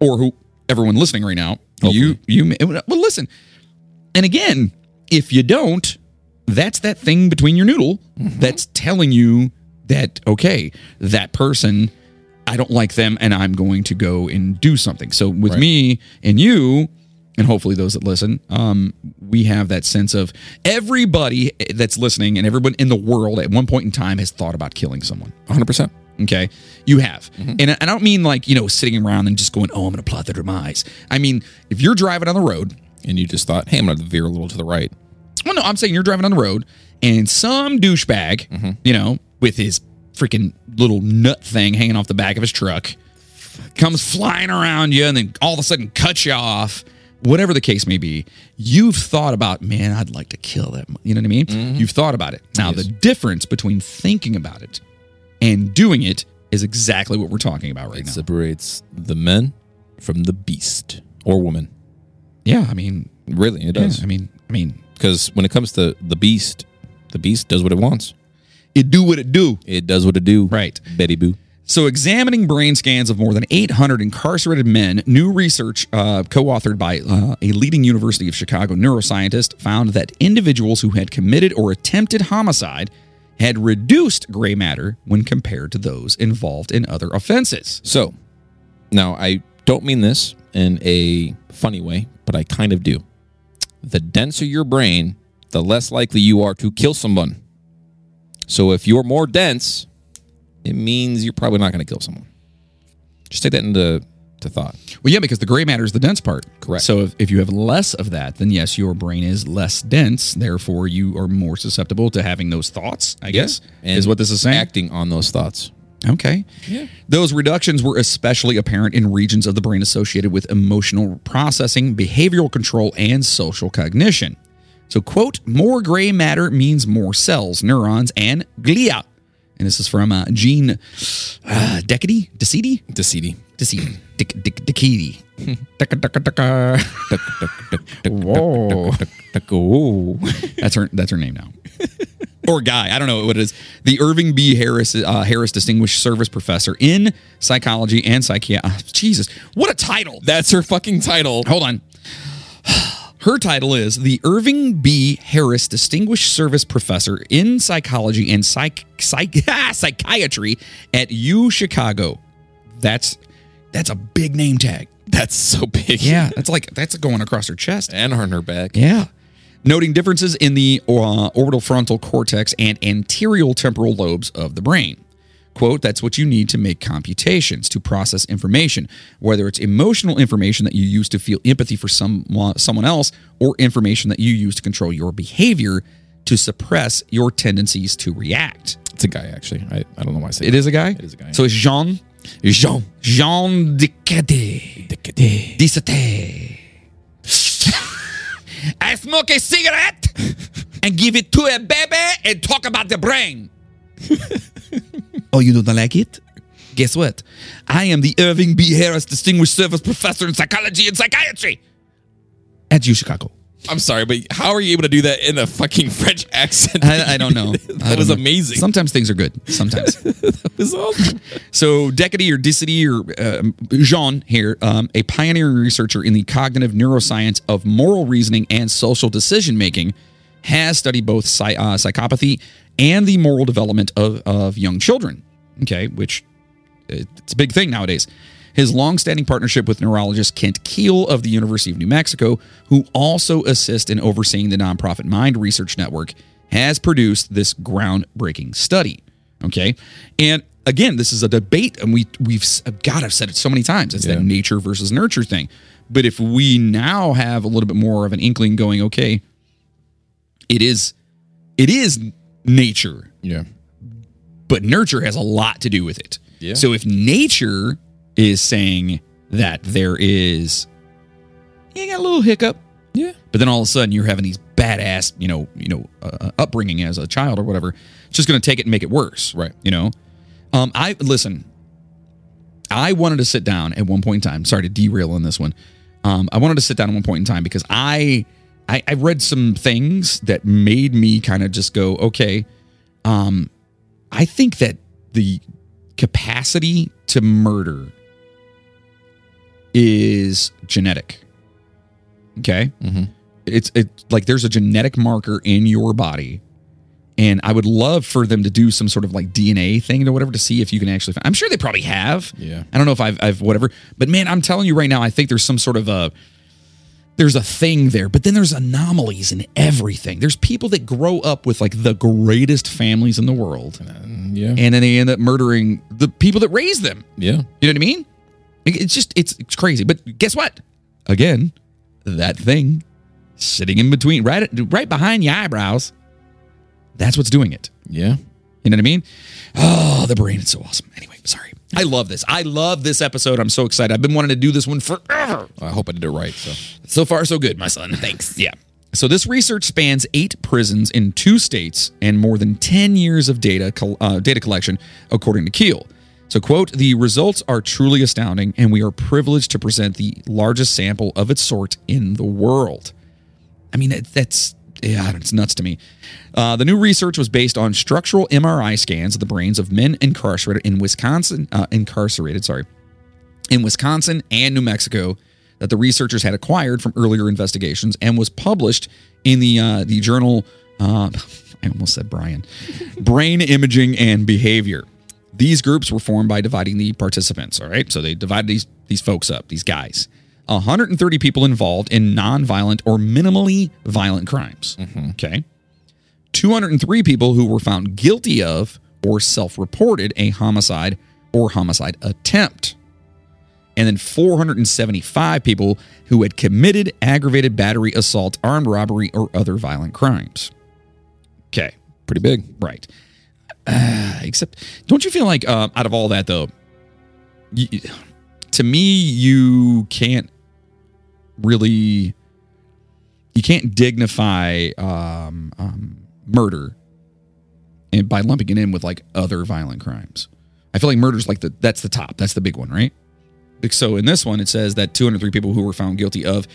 A: or who everyone listening right now, you you may- well listen. And again, if you don't, that's that thing between your noodle that's telling you that okay, that person I don't like them and I'm going to go and do something. So with me and you and hopefully those that listen, um, we have that sense of everybody that's listening and everyone in the world at one point in time has thought about killing someone.
B: 100%.
A: Okay. You have. And I- I don't mean like, you know, sitting around and just going, oh, I'm going to plot their demise. I mean, if you're driving on the road,
B: And you just thought, hey, I'm going to veer a little to the right.
A: well, no, I'm saying you're driving on the road and some douchebag, you know, with his freaking little nut thing hanging off the back of his truck comes flying around you and then all of a sudden cuts you off. Whatever the case may be, you've thought about, man, I'd like to kill them. You know what I mean? You've thought about it. Now, the difference between thinking about it and doing it is exactly what we're talking about right
B: It
A: now.
B: separates the men from the beast or woman.
A: Yeah, I mean,
B: Really, it
A: yeah,
B: does.
A: I mean, I mean,
B: Because when it comes to the beast, the beast does what it wants.
A: it do what it do.
B: It does what it do.
A: Right.
B: Betty Boo.
A: So, examining brain scans of more than 800 incarcerated men, new research uh, co authored by uh, a leading University of Chicago neuroscientist found that individuals who had committed or attempted homicide had reduced gray matter when compared to those involved in other offenses.
B: So, now I don't mean this in a funny way, but I kind of do. The denser your brain, the less likely you are to kill someone. So, if you're more dense, it means you're probably not going to kill someone. Just take that into to thought.
A: Well, yeah, because the gray matter is the dense part.
B: Correct.
A: So if, if you have less of that, then yes, your brain is less dense. Therefore, you are more susceptible to having those thoughts, I guess,
B: And
A: is what this is saying.
B: Acting on those thoughts.
A: okay. Yeah. Those reductions were especially apparent in regions of the brain associated with emotional processing, behavioral control, and social cognition. So, quote, more gray matter means more cells, neurons, and glia. And this is from uh, Gene uh, Decady? Decidi?
B: Decidi.
A: Decidi. Dick, Dick, Decidi. Dicka, dicka, dicka. Whoa.
B: Whoa.
A: That's her. That's her name now. or guy. I don't know what it is. The Irving B. Harris uh, Harris Distinguished Service Professor in Psychology and Psychiatry. Jesus, what a title!
B: That's her fucking title.
A: Hold on. Her title is the Irving B. Harris Distinguished Service Professor in Psychology and Psych, Psych Ah, Psychiatry at U Chicago. That's that's a big name tag.
B: That's so big.
A: Yeah, that's like that's going across her chest.
B: And on her back.
A: Yeah. Noting differences in the uh, orbital frontal cortex and anterior temporal lobes of the brain. Quote, that's what you need to make computations, to process information, whether it's emotional information that you use to feel empathy for some, uh, someone else or information that you use to control your behavior to suppress your tendencies to react.
B: It's a guy, actually. I, I don't know why I say
A: It is a guy?
B: It is a guy.
A: So it's Jean?
B: Jean.
A: Jean Decade.
B: Decade.
A: Dissate. I smoke a cigarette and give it to a baby and talk about the brain. oh, you don't like it? Guess what? I am the Irving B. Harris Distinguished Service Professor in Psychology and Psychiatry at U Chicago.
B: I'm sorry, but how are you able to do that in a fucking French accent?
A: I, I don't know.
B: that
A: I don't
B: was
A: know.
B: amazing.
A: Sometimes things are good. Sometimes.
B: that was awesome.
A: So Decady or Dissity or um Jean here, um, a pioneering researcher in the cognitive neuroscience of moral reasoning and social decision making, has studied both psy- uh, psychopathy and the moral development of, of young children. Okay, which it's a big thing nowadays. His longstanding partnership with neurologist Kent Keel of the University of New Mexico, who also assists in overseeing the nonprofit Mind Research Network, has produced this groundbreaking study. Okay, and again, this is a debate, and we we've God, I've said it so many times. It's that nature versus nurture thing. But if we now have a little bit more of an inkling, going, okay, it is, it is nature
B: Yeah.
A: but nurture has a lot to do with it.
B: Yeah.
A: So if nature is saying that there is, you got a little hiccup,
B: Yeah.
A: but then all of a sudden you're having these badass, you know, you know, uh, upbringing as a child or whatever, it's just going to take it and make it worse,
B: Right.
A: You know, um, I listen. I wanted to sit down at one point in time. Sorry to derail on this one. Um, I wanted to sit down at one point in time because I, I, I read some things that made me kind of just go, okay, um, I think that the capacity to murder is genetic. Okay.
B: Mhm.
A: it's it like there's a genetic marker in your body, and I would love for them to do some sort of like DNA thing or whatever to see if you can actually. Find, I'm sure they probably have.
B: Yeah.
A: I don't know if I've, I've whatever, but man, I'm telling you right now, I think there's some sort of a there's a thing there, but then there's anomalies in everything. There's people that grow up with like the greatest families in the world,
B: Yeah.
A: and then they end up murdering the people that raised them.
B: yeah.
A: You know what I mean? It- It's just it's, it's crazy. But guess what? Again, that thing sitting in between, right right behind your eyebrows, that's what's doing it.
B: Yeah.
A: You know what I mean? Oh, the brain is so awesome. Anyway, sorry. I love this. I love this episode. I'm so excited. I've been wanting to do this one forever.
B: I hope I did it right. So
A: So far, so good, my son. Thanks. Yeah. So this research spans eight prisons in two states and more than 10 years of data col- uh, data collection, according to Keel. So, quote, the results are truly astounding, and we are privileged to present the largest sample of its sort in the world. I mean, it, that's yeah, it's nuts to me. Uh, the new research was based on structural MRI scans of the brains of men incarcerated in Wisconsin, uh, incarcerated, sorry, in Wisconsin and New Mexico that the researchers had acquired from earlier investigations and was published in the uh, the journal. Uh, I almost said Brian, Brain Imaging and Behavior. These groups were formed by dividing the participants. All right, so they divided these these folks up, these guys. 130 people involved in nonviolent or minimally violent crimes. Okay. 203 people who were found guilty of or self reported a homicide or homicide attempt. And then 475 people who had committed aggravated battery, assault, armed robbery, or other violent crimes. Okay,
B: pretty big.
A: right. Uh, except, don't you feel like uh, out of all that, though, y y- to me, you can't really. You can't dignify um, um, murder and by lumping it in with like other violent crimes. I feel like murder's like the that's the top. That's the big one, right? So in this one it says that 203 people who were found guilty of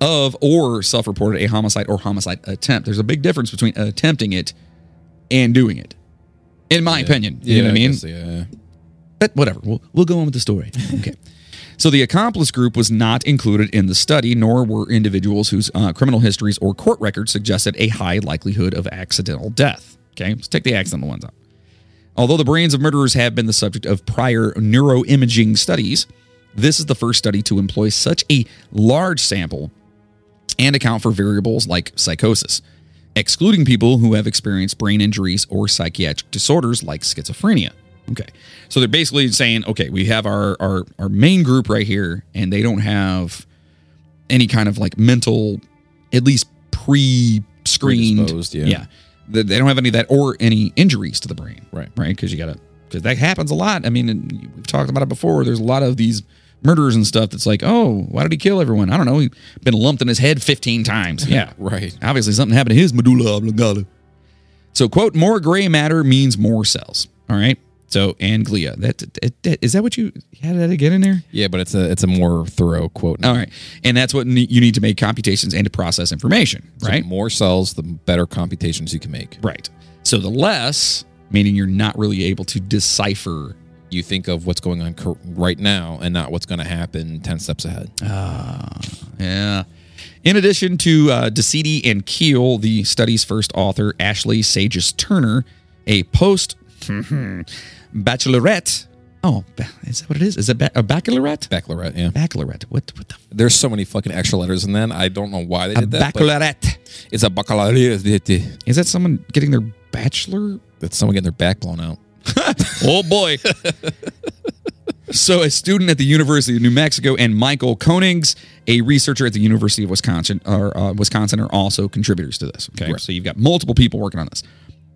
A: of or self-reported a homicide or homicide attempt. There's a big difference between attempting it and doing it. In my opinion, you know what I mean?
B: guess, yeah.
A: But whatever, we'll, we'll go on with the story. Okay. so the accomplice group was not included in the study, nor were individuals whose uh, criminal histories or court records suggested a high likelihood of accidental death. Okay, let's take the accidental ones out. Although the brains of murderers have been the subject of prior neuroimaging studies, this is the first study to employ such a large sample and account for variables like psychosis, excluding people who have experienced brain injuries or psychiatric disorders like schizophrenia. Okay. So they're basically saying, okay, we have our our, our main group right here, and they don't have any kind of like mental, at least pre screened.
B: Predisposed, yeah.
A: They they don't have any of that or any injuries to the brain
B: Right.
A: right? Because you gotta because that happens a lot. I mean, and we've talked about it before. There's a lot of these murderers and stuff that's like, oh, why did he kill everyone? I don't know. He's been lumped in his head 15 times. Yeah,
B: Right.
A: obviously something happened to his medulla oblongata. So, quote, more gray matter means more cells. All right. So, and glia. That, that, that is that what you had that again in there?
B: Yeah, but it's a it's a more thorough quote.
A: All right. And that's what ne- you need to make computations and to process information,
B: So
A: right?
B: more cells, the better computations you can make.
A: Right. So the less, meaning you're not really able to decipher
B: You think of what's going on cur- right now and not what's going to happen ten steps ahead.
A: Yeah. In addition to uh, DeCidi and Keel, the study's first author, Ashley Sages Turner, a post bachelorette. Oh, ba- is that what it is? Is it ba- a baccalaureate?
B: Baccalaureate. Yeah.
A: Baccalaureate. What, what the? F-
B: There's so many fucking extra letters in that. I don't know why they did that. but
A: baccalaureate.
B: It's a baccalaureate.
A: Is that someone getting their bachelor?
B: That's someone getting their back blown out.
A: Oh boy. so, a student at the University of New Mexico and Michael Konings, a researcher at the University of Wisconsin, or uh, Wisconsin, are also contributors to this. Okay, so you've got multiple people working on this.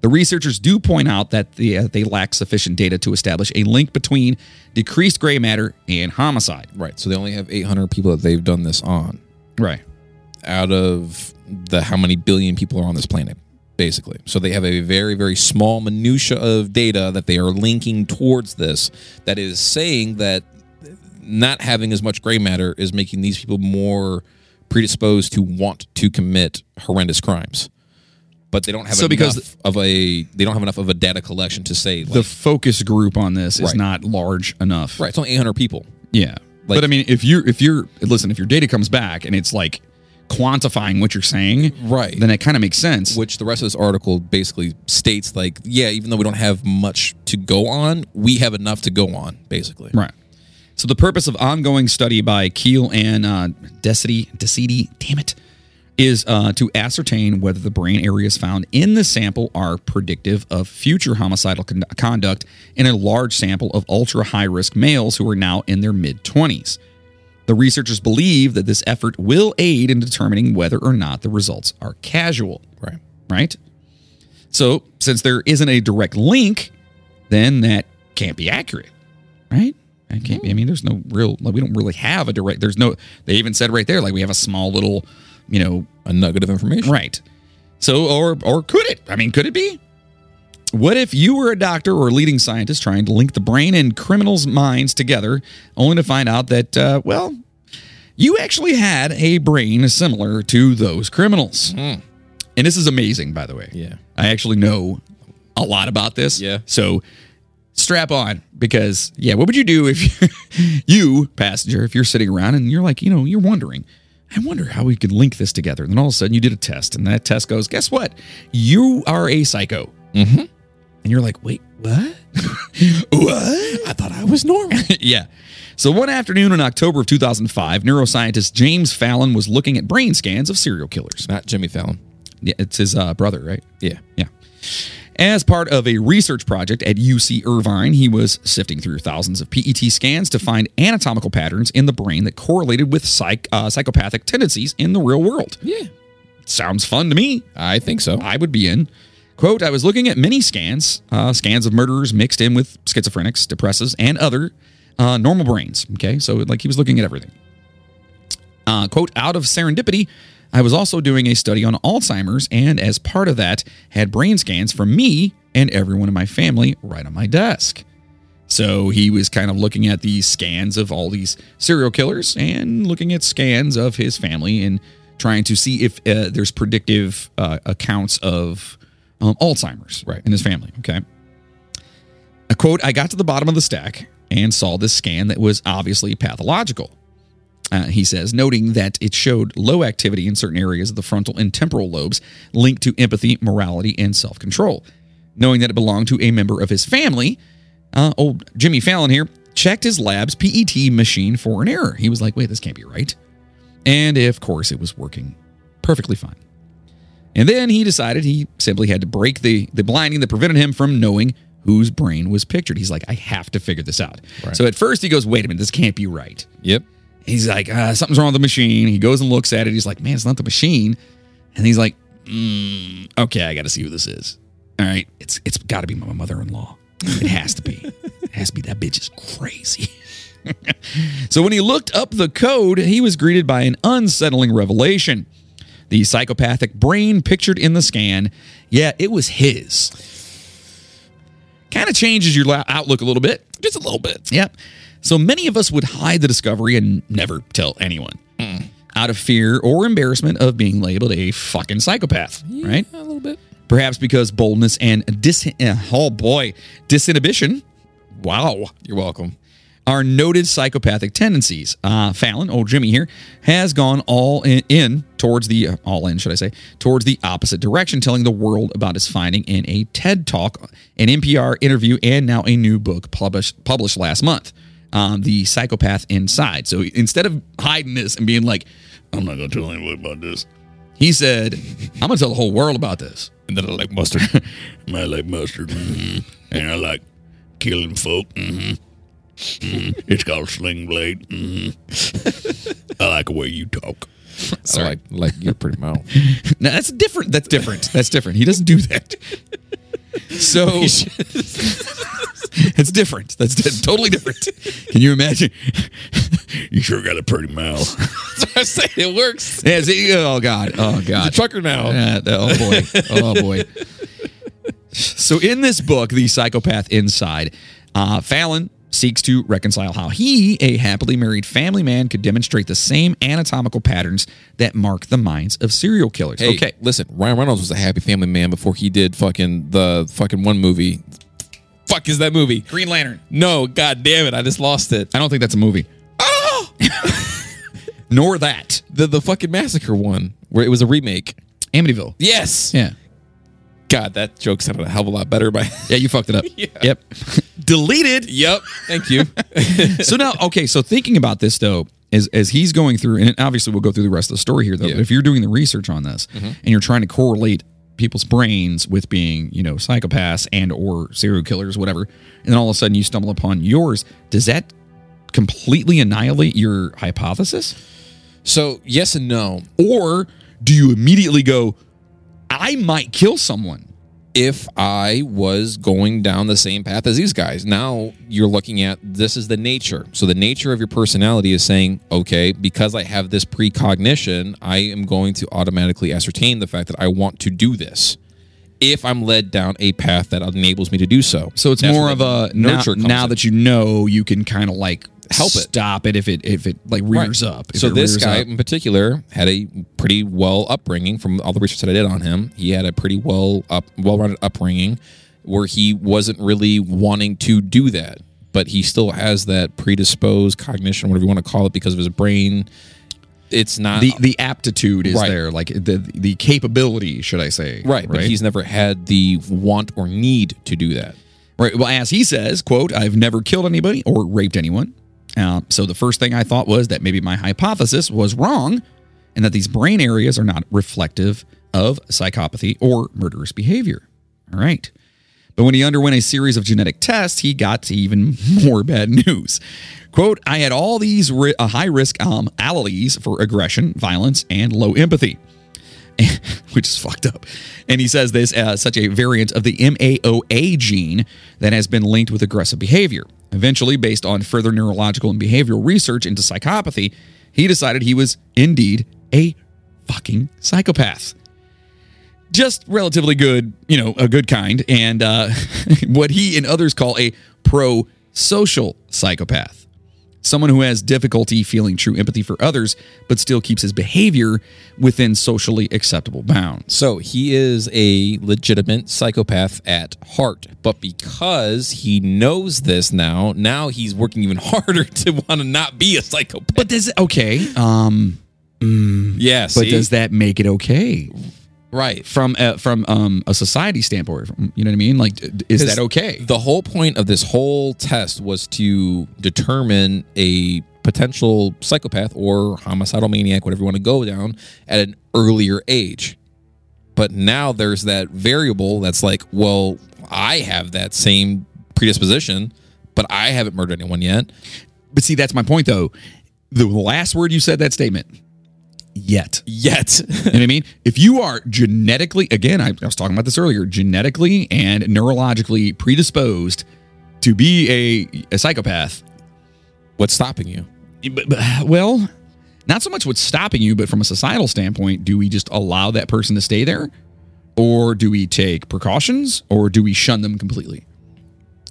A: The researchers do point out that the, uh, they lack sufficient data to establish a link between decreased gray matter and homicide.
B: Right. So they only have 800 people that they've done this on
A: Right.
B: out of the how many billion people are on this planet, basically. So they have a very, very small minutia of data that they are linking towards this that is saying that not having as much gray matter is making these people more predisposed to want to commit horrendous crimes. But they don't have
A: So
B: enough
A: because-
B: of a they don't have enough of a data collection to say like
A: The focus group on this is
B: Right.
A: not large enough.
B: right, it's only 800 people.
A: Yeah.
B: Like-
A: but I mean, if you're if you're listen, if your data comes back and it's like quantifying what you're saying,
B: Right.
A: then it kind of makes sense.
B: which the rest of this article basically states like, yeah, even though we don't have much to go on, we have enough to go on, basically.
A: Right. So the purpose of ongoing study by Keel and uh, Desity, Desity, damn it, is uh, to ascertain whether the brain areas found in the sample are predictive of future homicidal con- conduct in a large sample of ultra high risk males who are now in their mid 20s. The researchers believe that this effort will aid in determining whether or not the results are casual
B: Right.
A: right? So, since there isn't a direct link, then that can't be accurate, right? That can't be. I mean, there's no real. Like, we don't really have a direct. There's no. They even said right there, like we have a small little, you know,
B: A nugget of information.
A: right. So, or or could it? I mean, could it be? What if you were a doctor or a leading scientist trying to link the brain and criminals' minds together, only to find out that, uh, well, you actually had a brain similar to those criminals?
B: Mm.
A: And this is amazing, by the way.
B: Yeah.
A: I actually know a lot about this.
B: Yeah.
A: So strap on because yeah, what would you do if you, you passenger if you're sitting around and you're like, you know, you're wondering, I wonder how we could link this together. And then all of a sudden you did a test and that test goes, guess what? You are a psycho.
B: Mhm.
A: And you're like, wait, what? what?
B: I thought I was normal.
A: yeah. So one afternoon in October of 2005, neuroscientist James Fallon was looking at brain scans of serial killers.
B: Not Jimmy Fallon.
A: Yeah, it's his uh, brother, right?
B: Yeah.
A: Yeah. As part of a research project at UC Irvine, he was sifting through thousands of PET scans to find anatomical patterns in the brain that correlated with psych, uh, psychopathic tendencies in the real world.
B: Yeah.
A: Sounds fun to me.
B: I think so.
A: I would be in. Quote, I was looking at many scans, uh, scans of murderers mixed in with schizophrenics, depressives, and other uh, normal brains. Okay, so like he was looking at everything. Uh, quote, out of serendipity, I was also doing a study on Alzheimer's, and as part of that, had brain scans from me and everyone in my family right on my desk. So he was kind of looking at these scans of all these serial killers and looking at scans of his family and trying to see if uh, there's predictive uh, accounts of um, Alzheimer's
B: Right.
A: in his family. Okay. A quote I got to the bottom of the stack and saw this scan that was obviously pathological. Uh, he says, noting that it showed low activity in certain areas of the frontal and temporal lobes linked to empathy, morality, and self control. Knowing that it belonged to a member of his family, uh, old Jimmy Fallon here checked his lab's PET machine for an error. He was like, wait, this can't be right. And of course, it was working perfectly fine. And then he decided he simply had to break the, the blinding that prevented him from knowing whose brain was pictured. He's like, I have to figure this out.
B: Right.
A: So at first, he goes, wait a minute, this can't be right.
B: Yep.
A: He's like, uh, something's wrong with the machine. He goes and looks at it. He's like, man, it's not the machine. And he's like, mm, okay, I got to see who this is. All right, it's it's got to be my mother-in-law. It has to be. it has to be. That bitch is crazy. so when he looked up the code, he was greeted by an unsettling revelation. The psychopathic brain pictured in the scan, yeah, it was his. Kind of changes your la- outlook a little bit.
B: Just a little bit.
A: Yep. So many of us would hide the discovery and never tell anyone out of fear or embarrassment of being labeled a fucking psychopath, right?
B: A little bit.
A: Perhaps because boldness and dis eh, oh boy, disinhibition, wow,
B: You're welcome.
A: are noted psychopathic tendencies. Uh, Fallon, old Jimmy here, has gone all in, in towards the uh, all in, should I say, towards the opposite direction, telling the world about his finding in a TED Talk, an NPR interview, and now a new book published published last month. Um, the psychopath inside. So instead of hiding this and being like, "I'm not gonna tell anybody about this," he said, "I'm gonna tell the whole world about this."
B: And then I like mustard.
C: I like mustard. mhm. And I like killing folk. mhm. Mhm. It's called Sling Blade. mhm. I like the way you talk.
B: I like like your pretty mouth.
A: Now that's different. That's different. That's different. He doesn't do that. So it's different. That's di- totally different. Can you imagine?
C: You sure got a pretty mouth.
B: I say it works.
A: Yeah, see, oh god. Oh god.
B: Trucker mouth.
A: Uh, oh boy. Oh boy. So in this book, The Psychopath Inside, uh, Fallon seeks to reconcile how he, a happily married family man, could demonstrate the same anatomical patterns that mark the minds of serial killers.
B: Hey,
A: okay.
B: okay. Listen, Ryan Reynolds was a happy family man before he did fucking the fucking one movie. Fuck is that movie?
A: Green Lantern.
B: No, god damn it, I just lost it.
A: Ah! I don't think that's a movie. nor that.
B: The the fucking massacre one where it was a remake.
A: Amityville.
B: Yes.
A: Yeah.
B: God, that joke sounded a hell of a lot better. By
A: Yeah, you fucked it up. Yep. Deleted.
B: yep. Thank you.
A: so now, okay, so thinking about this though, as as he's going through, and obviously we'll go through the rest of the story here though.
B: Yeah.
A: But if you're doing the research on this and you're trying to correlate people's brains with being, you know, psychopaths and or serial killers, whatever, and then all of a sudden you stumble upon yours, does that completely annihilate your hypothesis?
B: so yes and no.
A: Or do you immediately go, I might kill someone?
B: if I was going down the same path as these guys. Now you're looking at this is the nature. So the nature of your personality is saying, okay, because I have this precognition, I am going to automatically ascertain the fact that I want to do this. If I'm led down a path that enables me to do so,
A: So it's
B: That's
A: more
B: where
A: of
B: the
A: a now,
B: comes
A: now
B: in.
A: that you know you can kind of like
B: Help it.
A: stop it if it if it like
B: Right.
A: rears up. if
B: So
A: it
B: this
A: rears
B: guy
A: up.
B: in particular had a pretty well upbringing from all the research that I did on him. He had a pretty well up, well-rounded upbringing where he wasn't really wanting to do that, but he still has that predisposed cognition, whatever you want to call it, because of his brain. It's not
A: the the aptitude is
B: Right.
A: there, like the the capability, should I say?
B: right, but
A: right.
B: he's never had the want or need to do that.
A: right. Well, as he says, "quote I've never killed anybody or raped anyone." Uh, so the first thing I thought was that maybe my hypothesis was wrong, and that these brain areas are not reflective of psychopathy or murderous behavior. All right. But when he underwent a series of genetic tests, he got to even more bad news. Quote, I had all these ri- uh, high risk um, alleles for aggression, violence, and low empathy, which is fucked up. And he says this as such a variant of the MAOA gene that has been linked with aggressive behavior. Eventually, based on further neurological and behavioral research into psychopathy, he decided he was indeed a fucking psychopath just relatively good, you know, a good kind, and uh, what he and others call a pro social psychopath. Someone who has difficulty feeling true empathy for others, but still keeps his behavior within socially acceptable bounds.
B: So he is a legitimate psychopath at heart, but because he knows this now, now he's working even harder to want to not be a psychopath.
A: But does it, okay, um,
B: yes,
A: but does that make it okay
B: right?
A: from a, from um, a society standpoint? From, you know what I mean? Like, d- d- is that okay?
B: The whole point of this whole test was to determine a potential psychopath or homicidal maniac, whatever you want to go down, at an earlier age. But now there's that variable that's like, well, I have that same predisposition, but I haven't murdered anyone yet.
A: But see, that's my point, though. The last word you said that statement. Yet.
B: Yet.
A: You know what I mean? If you are genetically, again, I, I was talking about this earlier, genetically and neurologically predisposed to be a, a psychopath,
B: What's stopping you?
A: but- but, well, not so much what's stopping you, but from a societal standpoint, do we just allow that person to stay there? Or do we take precautions or do we shun them completely?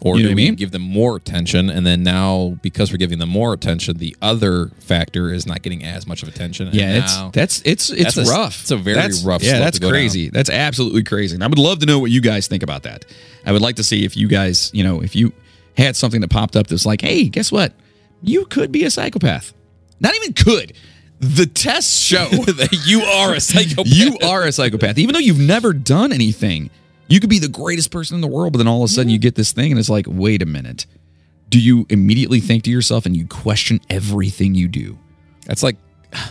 B: Or
A: You know
B: do
A: what I
B: we
A: mean?
B: give them more attention? And then now, because we're giving them more attention, the other factor is not getting as much of attention. And
A: Yeah, it's
B: now-
A: that's it's it's
B: That's a-
A: rough.
B: it's a very
A: That's-
B: rough
A: Yeah,
B: slope
A: that's
B: to go down.
A: crazy. That's absolutely crazy. And I would love to know what you guys think about that. I would like to see if you guys, you know, if you had something that popped up that's like, hey, guess what? You could be a psychopath. Not even could. The tests show
B: that you are a psychopath.
A: you are a psychopath, even though you've never done anything. You could be the greatest person in the world, but then all of a sudden you get this thing, and it's like, wait a minute. Do you immediately think to yourself and you question everything you do?
B: That's like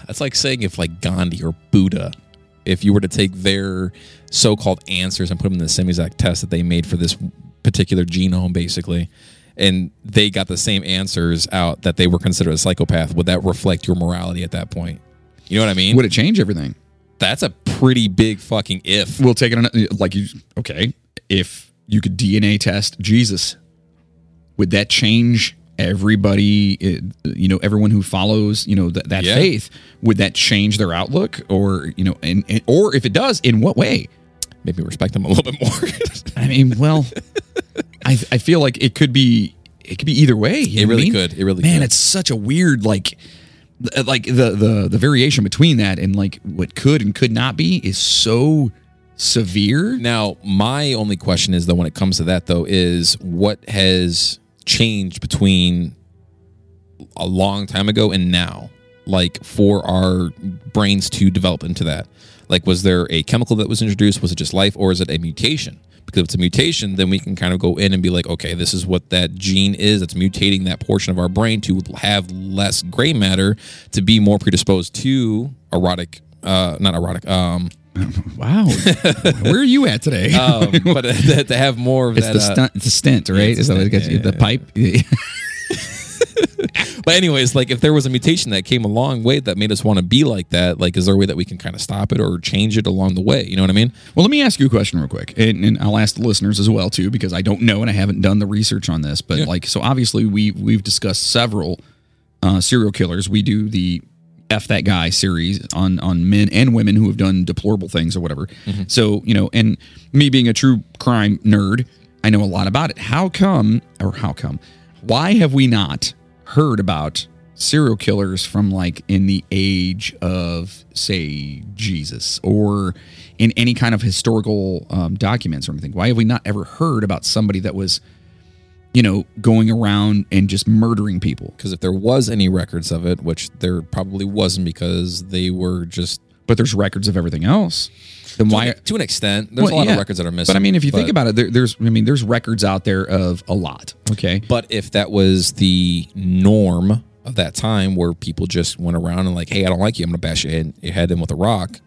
B: that's like saying if like Gandhi or Buddha, if you were to take their so-called answers and put them in the same exact test that they made for this particular genome, basically, and they got the same answers out that they were considered a psychopath, would that reflect your morality at that point? You know what I mean?
A: Would it change everything?
B: That's a pretty big fucking if.
A: we'll take it on like you okay if you could dna test jesus would that change everybody uh, you know everyone who follows you know th- that
B: Yeah.
A: faith would that change their outlook or you know and, and or if it does in what way
B: Made me respect them a little bit more.
A: i mean well i i feel like it could be it could be either way you
B: It
A: know what I
B: really
A: mean?
B: could. It really
A: man
B: could.
A: it's such a weird like th- like the the the variation between that and like what could and could not be is so severe
B: Now, my only question is though, when it comes to that though, is what has changed between a long time ago and now? like for our brains to develop into that? Like, was there a chemical that was introduced? Was it just life, or is it a mutation? Because if it's a mutation, then we can kind of go in and be like, okay, this is what that gene is that's mutating that portion of our brain to have less gray matter to be more predisposed to erotic, uh, not erotic, um,
A: Wow. Where are you at today?
B: um but to have more of
A: it's
B: that.
A: the
B: uh,
A: stunt, it's the stint, right? Is that what it gets you? The pipe?
B: But anyways, like if there was a mutation that came a long way that made us want to be like that, like is there a way that we can kind of stop it or change it along the way? You know what I mean?
A: Well, let me ask you a question real quick, and, and I'll ask the listeners as well too, because I don't know and I haven't done the research on this. But like, so obviously we we've discussed several uh, serial killers. We do the F that guy series on on men and women who have done deplorable things or whatever. So you know, and me being a true crime nerd, I know a lot about it. How come or how come? Why have we not heard about serial killers from like in the age of say Jesus or in any kind of historical um, documents or anything? Why have we not ever heard about somebody that was, you know, going around and just murdering people?
B: Because if there was any records of it, which there probably wasn't because they were just
A: but there's records of everything else. Then why?
B: to an extent, there's
A: well,
B: a lot
A: yeah.
B: of records that are missing.
A: But I mean, if you think about it, there, there's I mean, there's records out there of a lot. Okay,
B: But if that was the norm of that time where people just went around and like, hey, I don't like you, I'm gonna bash your head, your head in with a rock.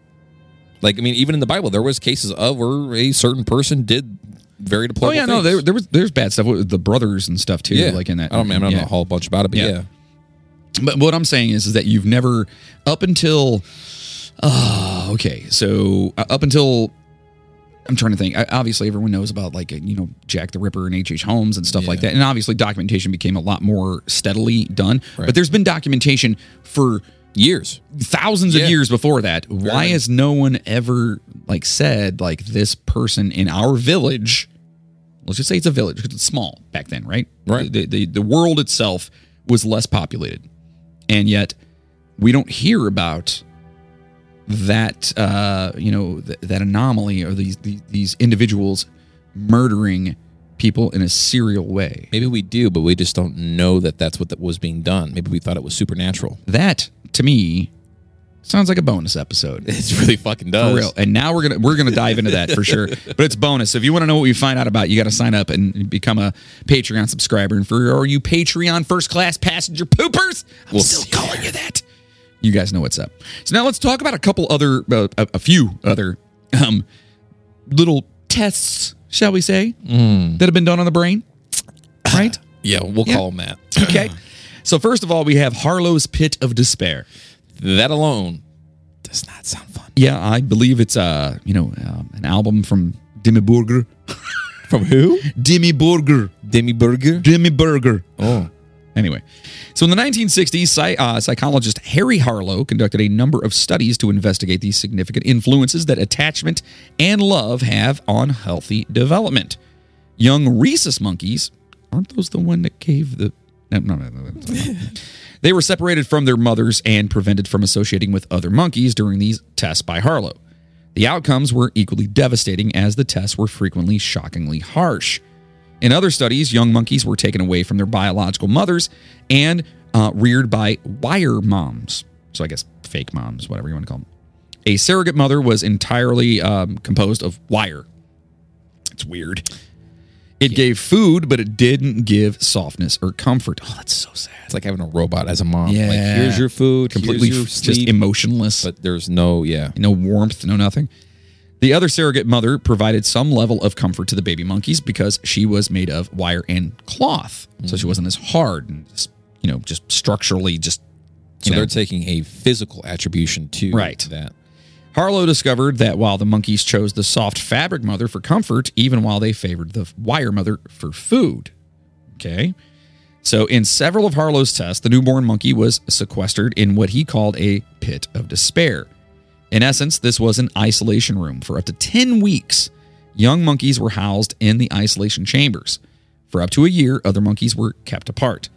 B: Like, I mean, even in the Bible, there was cases of where a certain person did very deplorable.
A: oh yeah, no,
B: things.
A: there, there was there's bad stuff with the brothers and stuff too.
B: yeah,
A: like in that.
B: I don't mean, I'm not
A: yeah.
B: a whole bunch about it, but
A: Yeah.
B: yeah.
A: But what I'm saying is, is that you've never up until, uh, okay, so uh, up until. I'm trying to think. I, obviously, everyone knows about like uh, you know Jack the Ripper and H.H. H. Holmes and stuff like that. And obviously, documentation became a lot more steadily done. But there's been documentation for
B: years.
A: thousands
B: Yeah.
A: of years before that. Why
B: enough.
A: has no one ever like said like this person in our village? Let's just say it's a village 'cause it's small back then, right?
B: Right.
A: The, the the world itself was less populated, and yet we don't hear about that uh, you know th- that anomaly or these, these these individuals murdering people in a serial way.
B: Maybe we do, but we just don't know that that's what that was being done. Maybe we thought it was supernatural.
A: That to me sounds like a bonus episode.
B: It's Oh, really fucking does.
A: For real. And now we're gonna we're gonna dive into that for sure. But it's bonus. So if you want to know what we find out about, you got to sign up and become a Patreon subscriber. And for all you Patreon first class passenger poopers, I'm
B: We'll see
A: still calling you that. You guys know what's up. So now let's talk about a couple other, uh, a, a few other um, little tests, shall we say,
B: Hmm.
A: that have been done on the brain. Right?
B: Yeah, we'll call him that.
A: Okay. So first of all, we have Harlow's Pit of Despair.
B: That alone does not sound fun.
A: Yeah, I believe it's uh, you know, um, an album from Demi Burger.
B: From who?
A: Demi Burger.
B: Demi Burger.
A: Demi Burger.
B: Oh,
A: Anyway, so in the 1960s, psy- uh, psychologist Harry Harlow conducted a number of studies to investigate the significant influences that attachment and love have on healthy development. Young rhesus monkeys, aren't those the one that gave the. No, no, no, no, no, no. They were separated from their mothers and prevented from associating with other monkeys during these tests by Harlow. The outcomes were equally devastating as the tests were frequently shockingly harsh. In other studies, young monkeys were taken away from their biological mothers and uh, reared by wire moms. So I guess fake moms, whatever you want to call them. A surrogate mother was entirely um, composed of wire. It's weird. It gave food, but it didn't give softness or comfort. Oh, that's so sad.
B: it's like having a robot as a mom.
A: Yeah.
B: Like, here's your food,
A: Completely
B: completely here's your
A: f- just
B: sleep,
A: emotionless.
B: but there's no, yeah.
A: no warmth, no nothing. The other surrogate mother provided some level of comfort to the baby monkeys because she was made of wire and cloth, so she wasn't as hard and just, you know just structurally just.
B: So
A: know.
B: they're taking a physical attribution to
A: Right.
B: that.
A: Harlow discovered that while the monkeys chose the soft fabric mother for comfort, even while they favored the wire mother for food. Okay. So, in several of Harlow's tests, the newborn monkey was sequestered in what he called a pit of despair. In essence, this was an isolation room. For up to 10 weeks, young monkeys were housed in the isolation chambers. For up to a year, other monkeys were kept apart.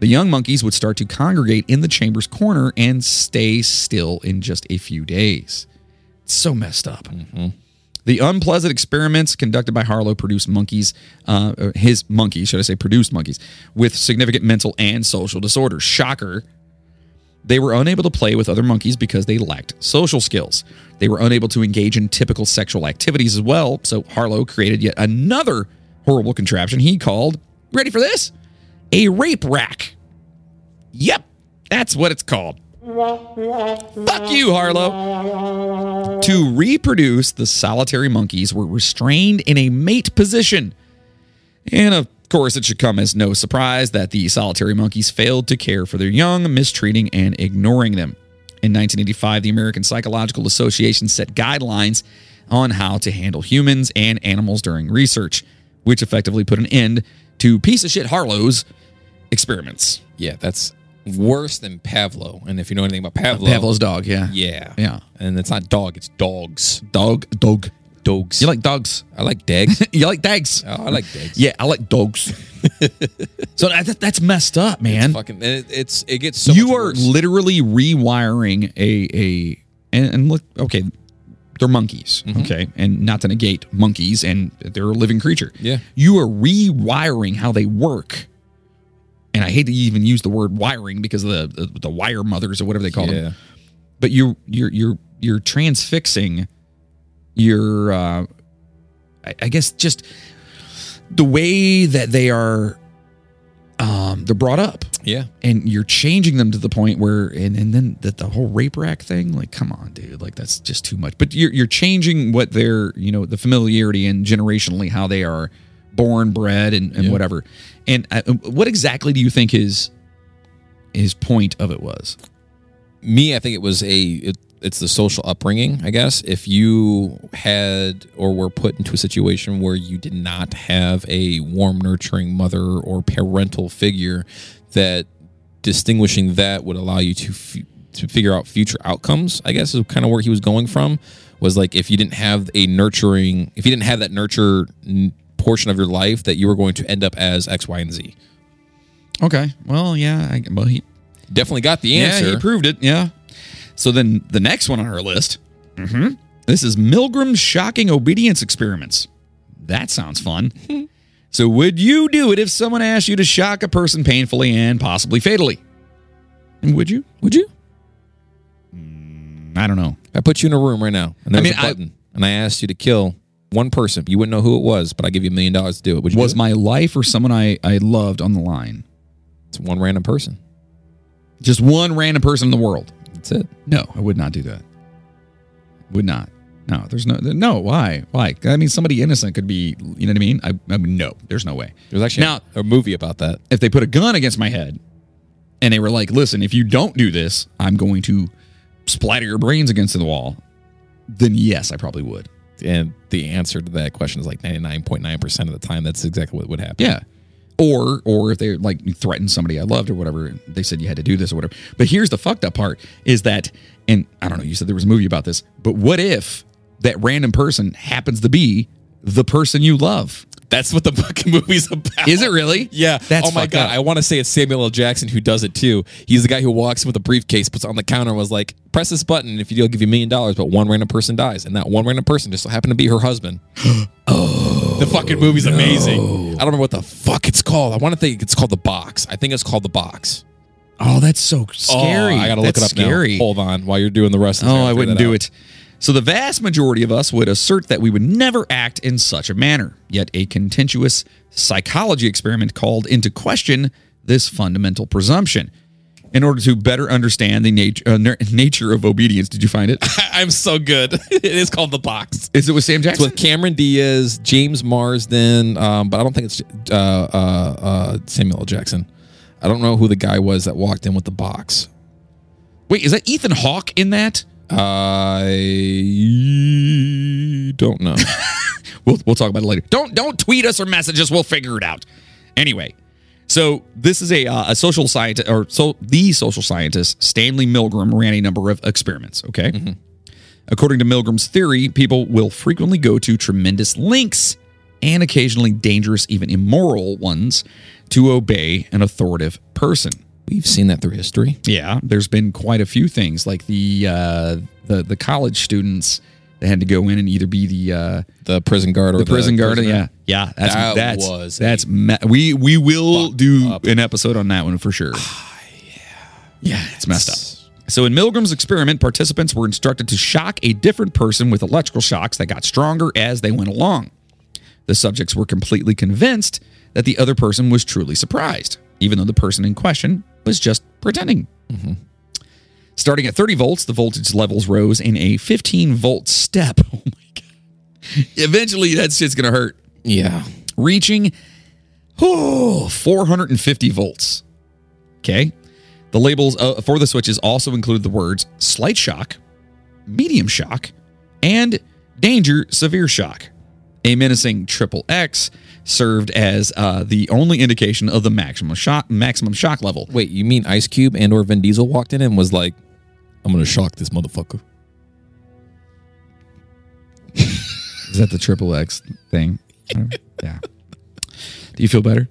A: The young monkeys would start to congregate in the chamber's corner and stay still in just a few days. It's so messed up. Mm-hmm. The unpleasant experiments conducted by Harlow produced monkeys, uh, or his monkeys, should I say, produced monkeys, with significant mental and social disorders. Shocker. They were unable to play with other monkeys because they lacked social skills. They were unable to engage in typical sexual activities as well, so Harlow created yet another horrible contraption he called, ready for this? A rape rack. Yep, that's what it's called. Fuck you, Harlow. To reproduce, the solitary monkeys were restrained in a mate position. And of course, it should come as no surprise that the solitary monkeys failed to care for their young, mistreating and ignoring them. In 1985, the American Psychological Association set guidelines on how to handle humans and animals during research, which effectively put an end to piece of shit Harlow's experiments.
B: Yeah, that's worse than Pavlo. And if you know anything about Pavlo,
A: Pavlov's dog, yeah.
B: yeah,
A: Yeah.
B: and it's not dog, it's dogs,
A: Dog, dog.
B: dogs.
A: You like dogs?
B: I like dags.
A: You like dogs?
B: oh, I like dags.
A: Yeah, I like dogs. so that, that's messed up, man.
B: fucking. and It, it's it gets so.
A: you
B: much
A: are
B: worse.
A: literally rewiring a a and, and look okay they're monkeys
B: Mm-hmm.
A: okay and not to negate monkeys and they're a living creature
B: Yeah.
A: you are rewiring how they work and i hate to even use the word wiring because of the the, the wire mothers or whatever they call
B: yeah.
A: them but you you're you're you're transfixing your uh I, I guess just the way that they are um they're brought up
B: Yeah.
A: and you're changing them to the point where and, and then the, the whole rape rack thing like come on dude like that's just too much but you're, you're changing what they're you know the familiarity and generationally how they are born bred and, and
B: Yeah.
A: whatever and uh, what exactly do you think his his point of it was
B: me, I think it was a it, it's the social upbringing, I guess. If you had or were put into a situation where you did not have a warm, nurturing mother or parental figure, that distinguishing that would allow you to f- to figure out future outcomes. I guess is kind of where he was going from. Was like if you didn't have a nurturing, if you didn't have that nurture n- portion of your life, that you were going to end up as X, Y, and Z.
A: okay well yeah I, well he
B: Definitely got the answer.
A: Yeah, he proved it. Yeah. So then the next one on our list.
B: Mm-hmm.
A: This is Milgram's shocking obedience experiments. That sounds fun. so would you do it if someone asked you to shock a person painfully and possibly fatally? And would you?
B: Would you?
A: I don't know.
B: I put you in a room right now, and
A: I
B: there was
A: mean,
B: a
A: I-
B: button, and I asked you to kill one person. You wouldn't know who it was, but I give you a million dollars to do it. Would you
A: Was
B: do
A: my life or someone I, I loved on the line?
B: it? It's one random person.
A: Just one random person in the world.
B: That's it.
A: No, I would not do that. Would not. No, there's no no. Why? Why? I mean, somebody innocent could be. You know what I mean? I, I mean, no, there's no way.
B: There's actually
A: Now-
B: a, a movie about that.
A: if they put a gun against my head and they were like, listen, if you don't do this, I'm going to splatter your brains against the wall, then yes, I probably would.
B: And the answer to that question is like 99.9% of the time, that's exactly what would happen.
A: Yeah. Or or if they like threatened somebody I loved or whatever, they said you had to do this or whatever. But here's the fucked up part is that and I don't know, you said there was a movie about this, but what if that random person happens to be the person you love?
B: That's what the fucking movie's about.
A: Is it really?
B: Yeah.
A: That's
B: oh my
A: fucked
B: God.
A: up.
B: I want to say it's Samuel L. Jackson who does it too. He's the guy who walks in with a briefcase, puts it on the counter, and was like, press this button. And if you do, I'll give you a million dollars. But one random person dies. And that one random person just so happened to be her husband. oh. The fucking movie's amazing. I don't remember what the fuck it's called. I want to think it's called The Box. I think it's called The Box.
A: Oh, that's so
B: Oh,
A: scary.
B: I got to look
A: That's
B: it up
A: scary.
B: now. Hold on while you're doing the rest of this.
A: Oh,
B: gotta
A: I
B: figure
A: wouldn't
B: that
A: do
B: out.
A: it. So the vast majority of us would assert that we would never act in such a manner. Yet a contentious psychology experiment called into question this fundamental presumption. In order to better understand the nat- uh, na- nature of obedience, did you find it?
B: I'm so good. it is called The Box.
A: Is it with Sam
B: It's
A: Jackson?
B: with Cameron Diaz, James Marsden, um, but I don't think it's uh, uh, uh, Samuel L. Jackson. I don't know who the guy was that walked in with the box.
A: Wait, is that Ethan Hawke in that?
B: I don't know.
A: We'll, we'll talk about it later. Don't don't tweet us or message us. We'll figure it out. Anyway, so this is a uh, a social scientist or so the social scientist Stanley Milgram ran a number of experiments. Okay, according to Milgram's theory, people will frequently go to tremendous lengths and occasionally dangerous, even immoral ones, to obey an authoritative person.
B: We've seen that through history.
A: Yeah, there's been quite a few things like the uh, the the college students that had to go in and either be the uh,
B: The prison guard or the,
A: prison garden.
B: prisoner.
A: Yeah, yeah. That's
B: That
A: that's
B: was
A: that's ma- we
B: Ah,
A: we will do an episode on that one for sure. yeah, yeah. It's messed up. So, in Milgram's experiment, participants were instructed to shock a different person with electrical shocks that got stronger as they went along. The subjects were completely convinced that the other person was truly surprised, even though the person in question was just pretending.
B: Mm-hmm.
A: Starting at 30 volts, the voltage levels rose in a 15 volt step. Oh my God. Eventually, that shit's going to hurt.
B: Yeah.
A: Reaching oh, 450 volts. Okay. The labels uh, for the switches also include the words slight shock, medium shock, and danger severe shock. A menacing triple X served as uh, the only indication of the maximum shock maximum shock level.
B: Wait, you mean Ice Cube and or Vin Diesel walked in and was like, "I'm gonna shock this motherfucker."
A: Is that the triple X thing? yeah. Do you feel better?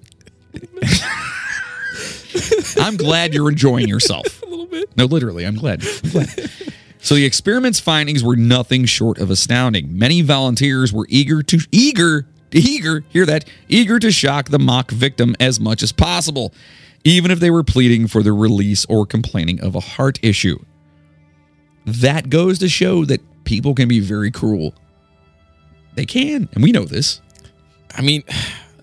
A: I'm glad you're enjoying yourself. A little bit. No, literally, I'm glad. I'm glad. so the experiment's findings were nothing short of astounding. Many volunteers were eager to eager eager hear that eager to shock the mock victim as much as possible, even if they were pleading for their release or complaining of a heart issue. That goes to show that people can be very cruel. They can, and we know this.
B: I mean,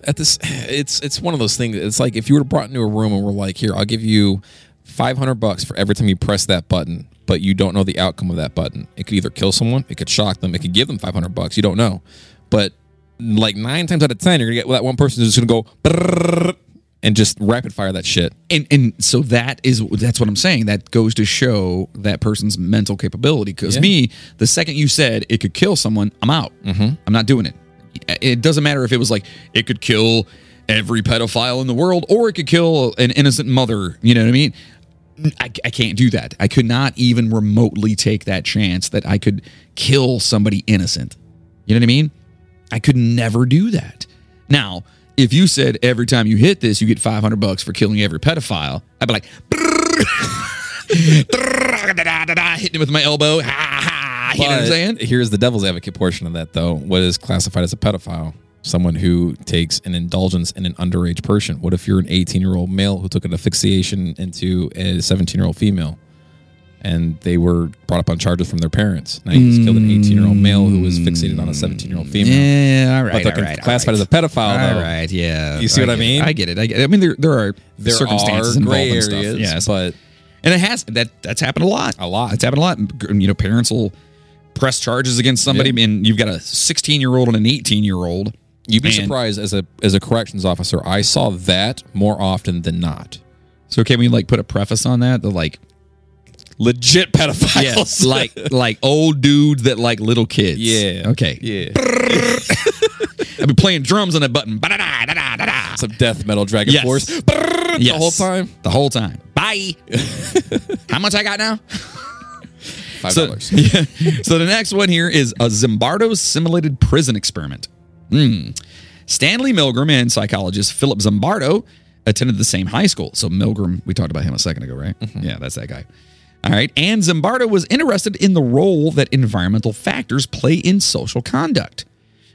B: at this, it's it's one of those things. It's like if you were brought into a room and we're like, "Here, I'll give you 500 bucks for every time you press that button," but you don't know the outcome of that button. It could either kill someone, it could shock them, it could give them 500 bucks. You don't know, but like nine times out of ten, you're gonna get that one person who's just gonna go "Brrrr," and just rapid fire that shit.
A: and and so that is that's what I'm saying. That goes to show that person's mental capability. Because
B: Yeah.
A: me, the second you said it could kill someone, I'm out. I'm not doing it. It doesn't matter if it was like it could kill every pedophile in the world, or it could kill an innocent mother. You know what I mean? I, I can't do that. I could not even remotely take that chance that I could kill somebody innocent. You know what I mean? I could never do that. Now, if you said every time you hit this, you get 500 bucks for killing every pedophile, I'd be like, hitting it with my elbow. Ha, ha, you know what I'm
B: But
A: saying?
B: Here's the devil's advocate portion of that, though. What is classified as a pedophile? Someone who takes an indulgence in an underage person. What if you're an 18 year old male who took an asphyxiation into a 17 year old female? And they were brought up on charges from their parents. Now you just killed an 18 year old male who was fixated on a 17 year old female.
A: Yeah, all
B: But
A: right.
B: they're
A: all right, all
B: classified
A: right.
B: as a pedophile,
A: All
B: though.
A: right, yeah.
B: You see what I
A: get it.
B: mean?
A: I get it. I get it. I mean, there there are
B: There
A: circumstances
B: are
A: involved
B: gray
A: and
B: areas,
A: stuff. Yes,
B: but
A: and it has that that's happened a lot.
B: A lot.
A: It's happened a lot. You know, parents will press charges against somebody, and you've got a 16 year old and an 18 year old.
B: you'd be
A: And-
B: surprised as a as a corrections officer. I saw that more often than not.
A: So can we like put a preface on that? The like,
B: Legit pedophiles.
A: yes, like like old dudes that like little kids.
B: Yeah.
A: Okay.
B: yeah.
A: I've been playing drums on that button. Ba-da-da-da-da-da.
B: Some death metal Dragon
A: Yes.
B: Force. Brrrr,
A: Yes.
B: The whole time.
A: The whole time. Bye. How much I got now?
B: Five
A: So,
B: dollars.
A: yeah. so the next one here is a Zimbardo simulated prison experiment. Hmm. Stanley Milgram and psychologist Philip Zimbardo attended the same high school. So Milgram, we talked about him a second ago, right? Yeah, that's that guy. All right. And Zimbardo was interested in the role that environmental factors play in social conduct.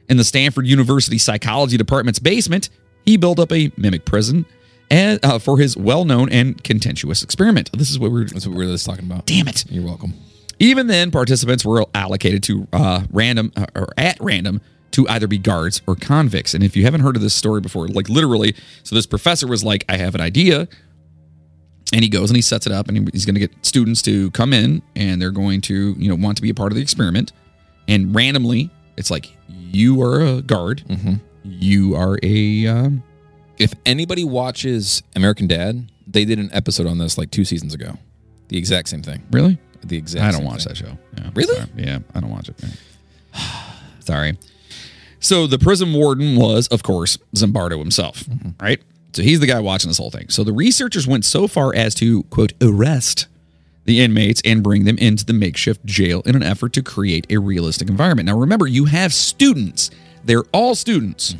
A: In the Stanford University Psychology Department's basement, he built up a mimic prison and, uh, for his well known and contentious experiment. This is what we're.
B: That's what we were just talking about.
A: Damn it.
B: You're welcome.
A: Even then, participants were allocated to uh, random uh, or at random to either be guards or convicts. And if you haven't heard of this story before, like literally, so this professor was like, "I have an idea," and he goes and he sets it up, and he- he's going to get students to come in, and they're going to you know want to be a part of the experiment. And randomly, it's like you are a guard, you are a um,
B: If anybody watches American Dad, they did an episode on this like two seasons ago. The exact same thing.
A: really.
B: The exact.
A: I don't
B: same
A: watch
B: thing.
A: that show. Yeah,
B: Really?
A: sorry. Yeah, I don't watch it. yeah. sorry. So the prison warden was, of course, Zimbardo himself,
B: Mm-hmm.
A: right? So he's the guy watching this whole thing. So the researchers went so far as to quote arrest the inmates and bring them into the makeshift jail in an effort to create a realistic environment. Now remember, you have students. They're all students.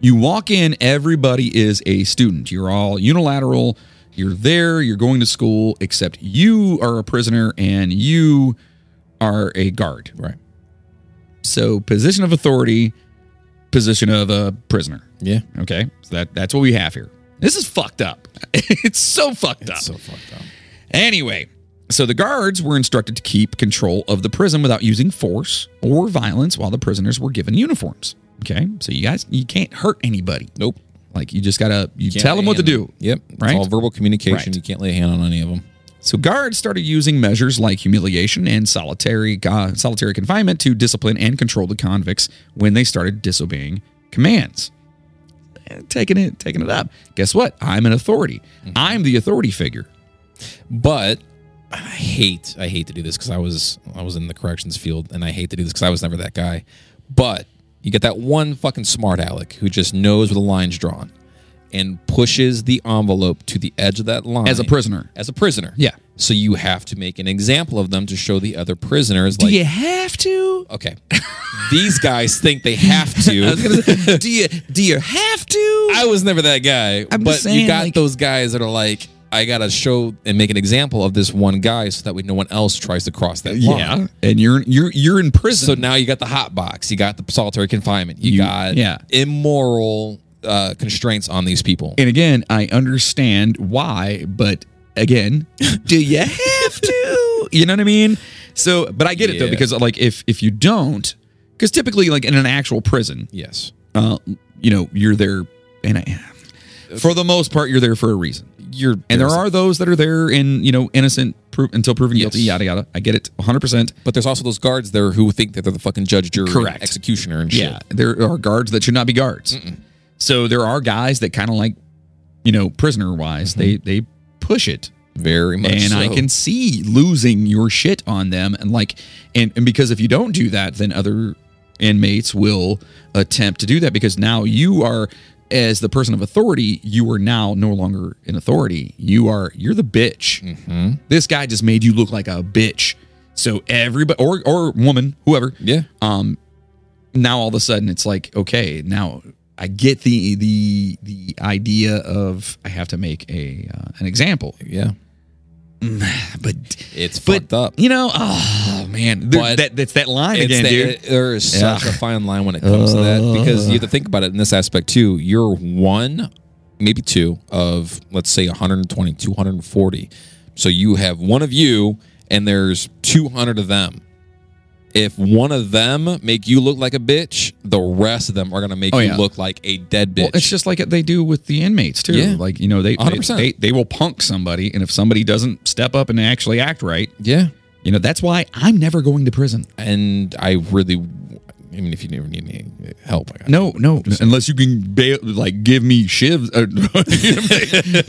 A: You walk in, everybody is a student. You're all unilateral. You're there, you're going to school, except you are a prisoner and you are a guard.
B: Right.
A: So position of authority, position of a prisoner.
B: Yeah.
A: Okay, so that that's what we have here. This is fucked up. it's so fucked up.
B: So fucked up.
A: anyway, So the guards were instructed to keep control of the prison without using force or violence while the prisoners were given uniforms. Okay. So you guys, you can't hurt anybody.
B: Nope.
A: Like you just gotta, you
B: Can't
A: tell
B: lay
A: them what to
B: hand on-
A: do.
B: Yep. It's
A: Right?
B: all verbal communication.
A: Right.
B: You can't lay a hand on any of them.
A: So guards started using measures like humiliation and solitary uh, solitary confinement to discipline and control the convicts when they started disobeying commands. Eh, Taking it, taking it up. Guess what? I'm an authority. I'm the authority figure.
B: But I hate I hate to do this because I was I was in the corrections field and I hate to do this because I was never that guy. But you get that one fucking smart aleck who just knows where the line's drawn and pushes the envelope to the edge of that line
A: As a prisoner.
B: As a prisoner,
A: Yeah.
B: So you have to make an example of them to show the other prisoners.
A: Do
B: like,
A: you have to?
B: okay, these guys think they have to. I was,
A: do you do you have to?
B: never that guy,
A: I'm
B: but
A: just saying,
B: you got
A: like-
B: those guys that are like. I gotta show and make an example of this one guy so that way no one else tries to cross that line.
A: yeah. And you're you're you're in prison.
B: So now you got the hot box, you got the solitary confinement, you,
A: You-
B: got
A: yeah.
B: immoral uh, constraints on these people.
A: And again, I understand why, but again, do you have to? You know what I mean? So, but I get it though
B: Yeah.
A: because like if if you don't, because typically like in an actual prison,
B: yes,
A: uh, you know, you're there, and I, for the most part, you're there for a reason.
B: you're
A: And there are those that are there in you know innocent pro- until proven guilty,
B: Yes.
A: yada yada. I get it, 100. percent
B: but there's also those guards there who think that they're the fucking judge, jury, and
A: Correct.
B: executioner, and shit.
A: Yeah, there are guards that should not be guards. So there are guys that kind of like, you know, prisoner wise, they they push it
B: very much.
A: and I
B: Mm-hmm. so.
A: can see losing your shit on them and like and, and because if you don't do that then other inmates will attempt to do that because now you are as the person of authority you are now no longer in authority you are you're the bitch
B: Mm-hmm.
A: this guy just made you look like a bitch so everybody or or woman whoever
B: yeah,
A: um now all of a sudden it's like okay now i get the the the idea of i have to make a uh, an example
B: yeah,
A: but
B: it's
A: but
B: fucked up.
A: you know, oh man, There-
B: But
A: that that's that line
B: It's
A: again,
B: that-
A: dude. Uh.
B: there is such a fine line when it comes to that because you have to think about it in this aspect too. You're one, maybe two of let's say 120, 240. So you have one of you, and there's 200 of them. If one of them make you look like a bitch, the rest of them are gonna make
A: Oh,
B: you
A: yeah.
B: look like a dead bitch.
A: Well, it's just like they do with the inmates too.
B: Yeah.
A: Like you know, they, they
B: 100%.
A: they they will punk somebody, and if somebody doesn't step up and actually act right,
B: yeah,
A: you know, that's why I'm never going to prison.
B: and I really, I mean, if you never need any help, I got you.
A: No, no, unless you can bail, like give me shivs. or-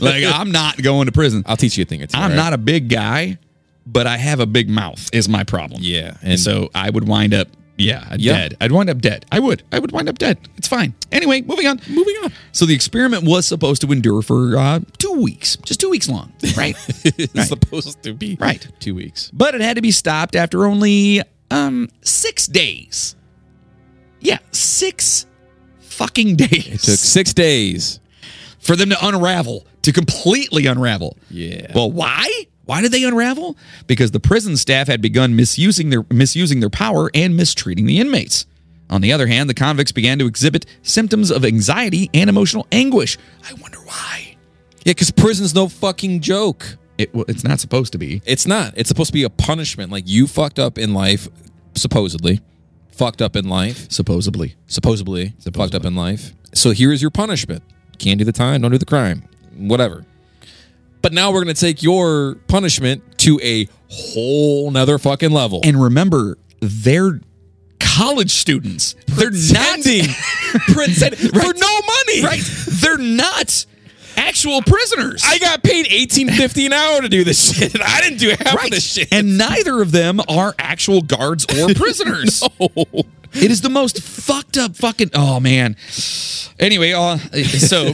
A: like I'm not going to prison.
B: I'll teach you a thing or two.
A: I'm
B: all right?
A: not a big guy, but I have a big mouth. Is my problem.
B: Yeah,
A: And
B: and
A: so I would wind up, yeah,
B: Yeah.
A: dead. I'd wind up dead. I would. I would wind up dead. It's fine. Anyway, moving on. Moving on. So the experiment was supposed to endure for uh, two weeks, just two weeks long, right?
B: it's
A: right.
B: supposed to be
A: Right.
B: two weeks.
A: But it had to be stopped after only um six days. Yeah, six fucking days
B: It took six days.
A: for them to unravel, to completely unravel.
B: Yeah.
A: Well, why? Why did they unravel? Because the prison staff had begun misusing their misusing their power and mistreating the inmates. On the other hand, the convicts began to exhibit symptoms of anxiety and emotional anguish. I wonder why.
B: Yeah, because prison's no fucking joke.
A: It, well, it's not supposed to be.
B: It's not. It's supposed to be a punishment. Like you fucked up in life, supposedly. Fucked up in life,
A: Supposedly.
B: supposedly. Fucked up in life. So here is your punishment. Can't do the time. Don't do the crime. Whatever. But now we're gonna take your punishment to a whole nother fucking level.
A: And remember, they're college students. They're not
B: pretending, pretend, for
A: Right.
B: no money.
A: right. They're not actual prisoners.
B: I got paid eighteen fifty an hour to do this shit. and I didn't do half of this shit.
A: And neither of them are actual guards or prisoners. It is the most fucked up fucking. Oh man. Anyway, uh, so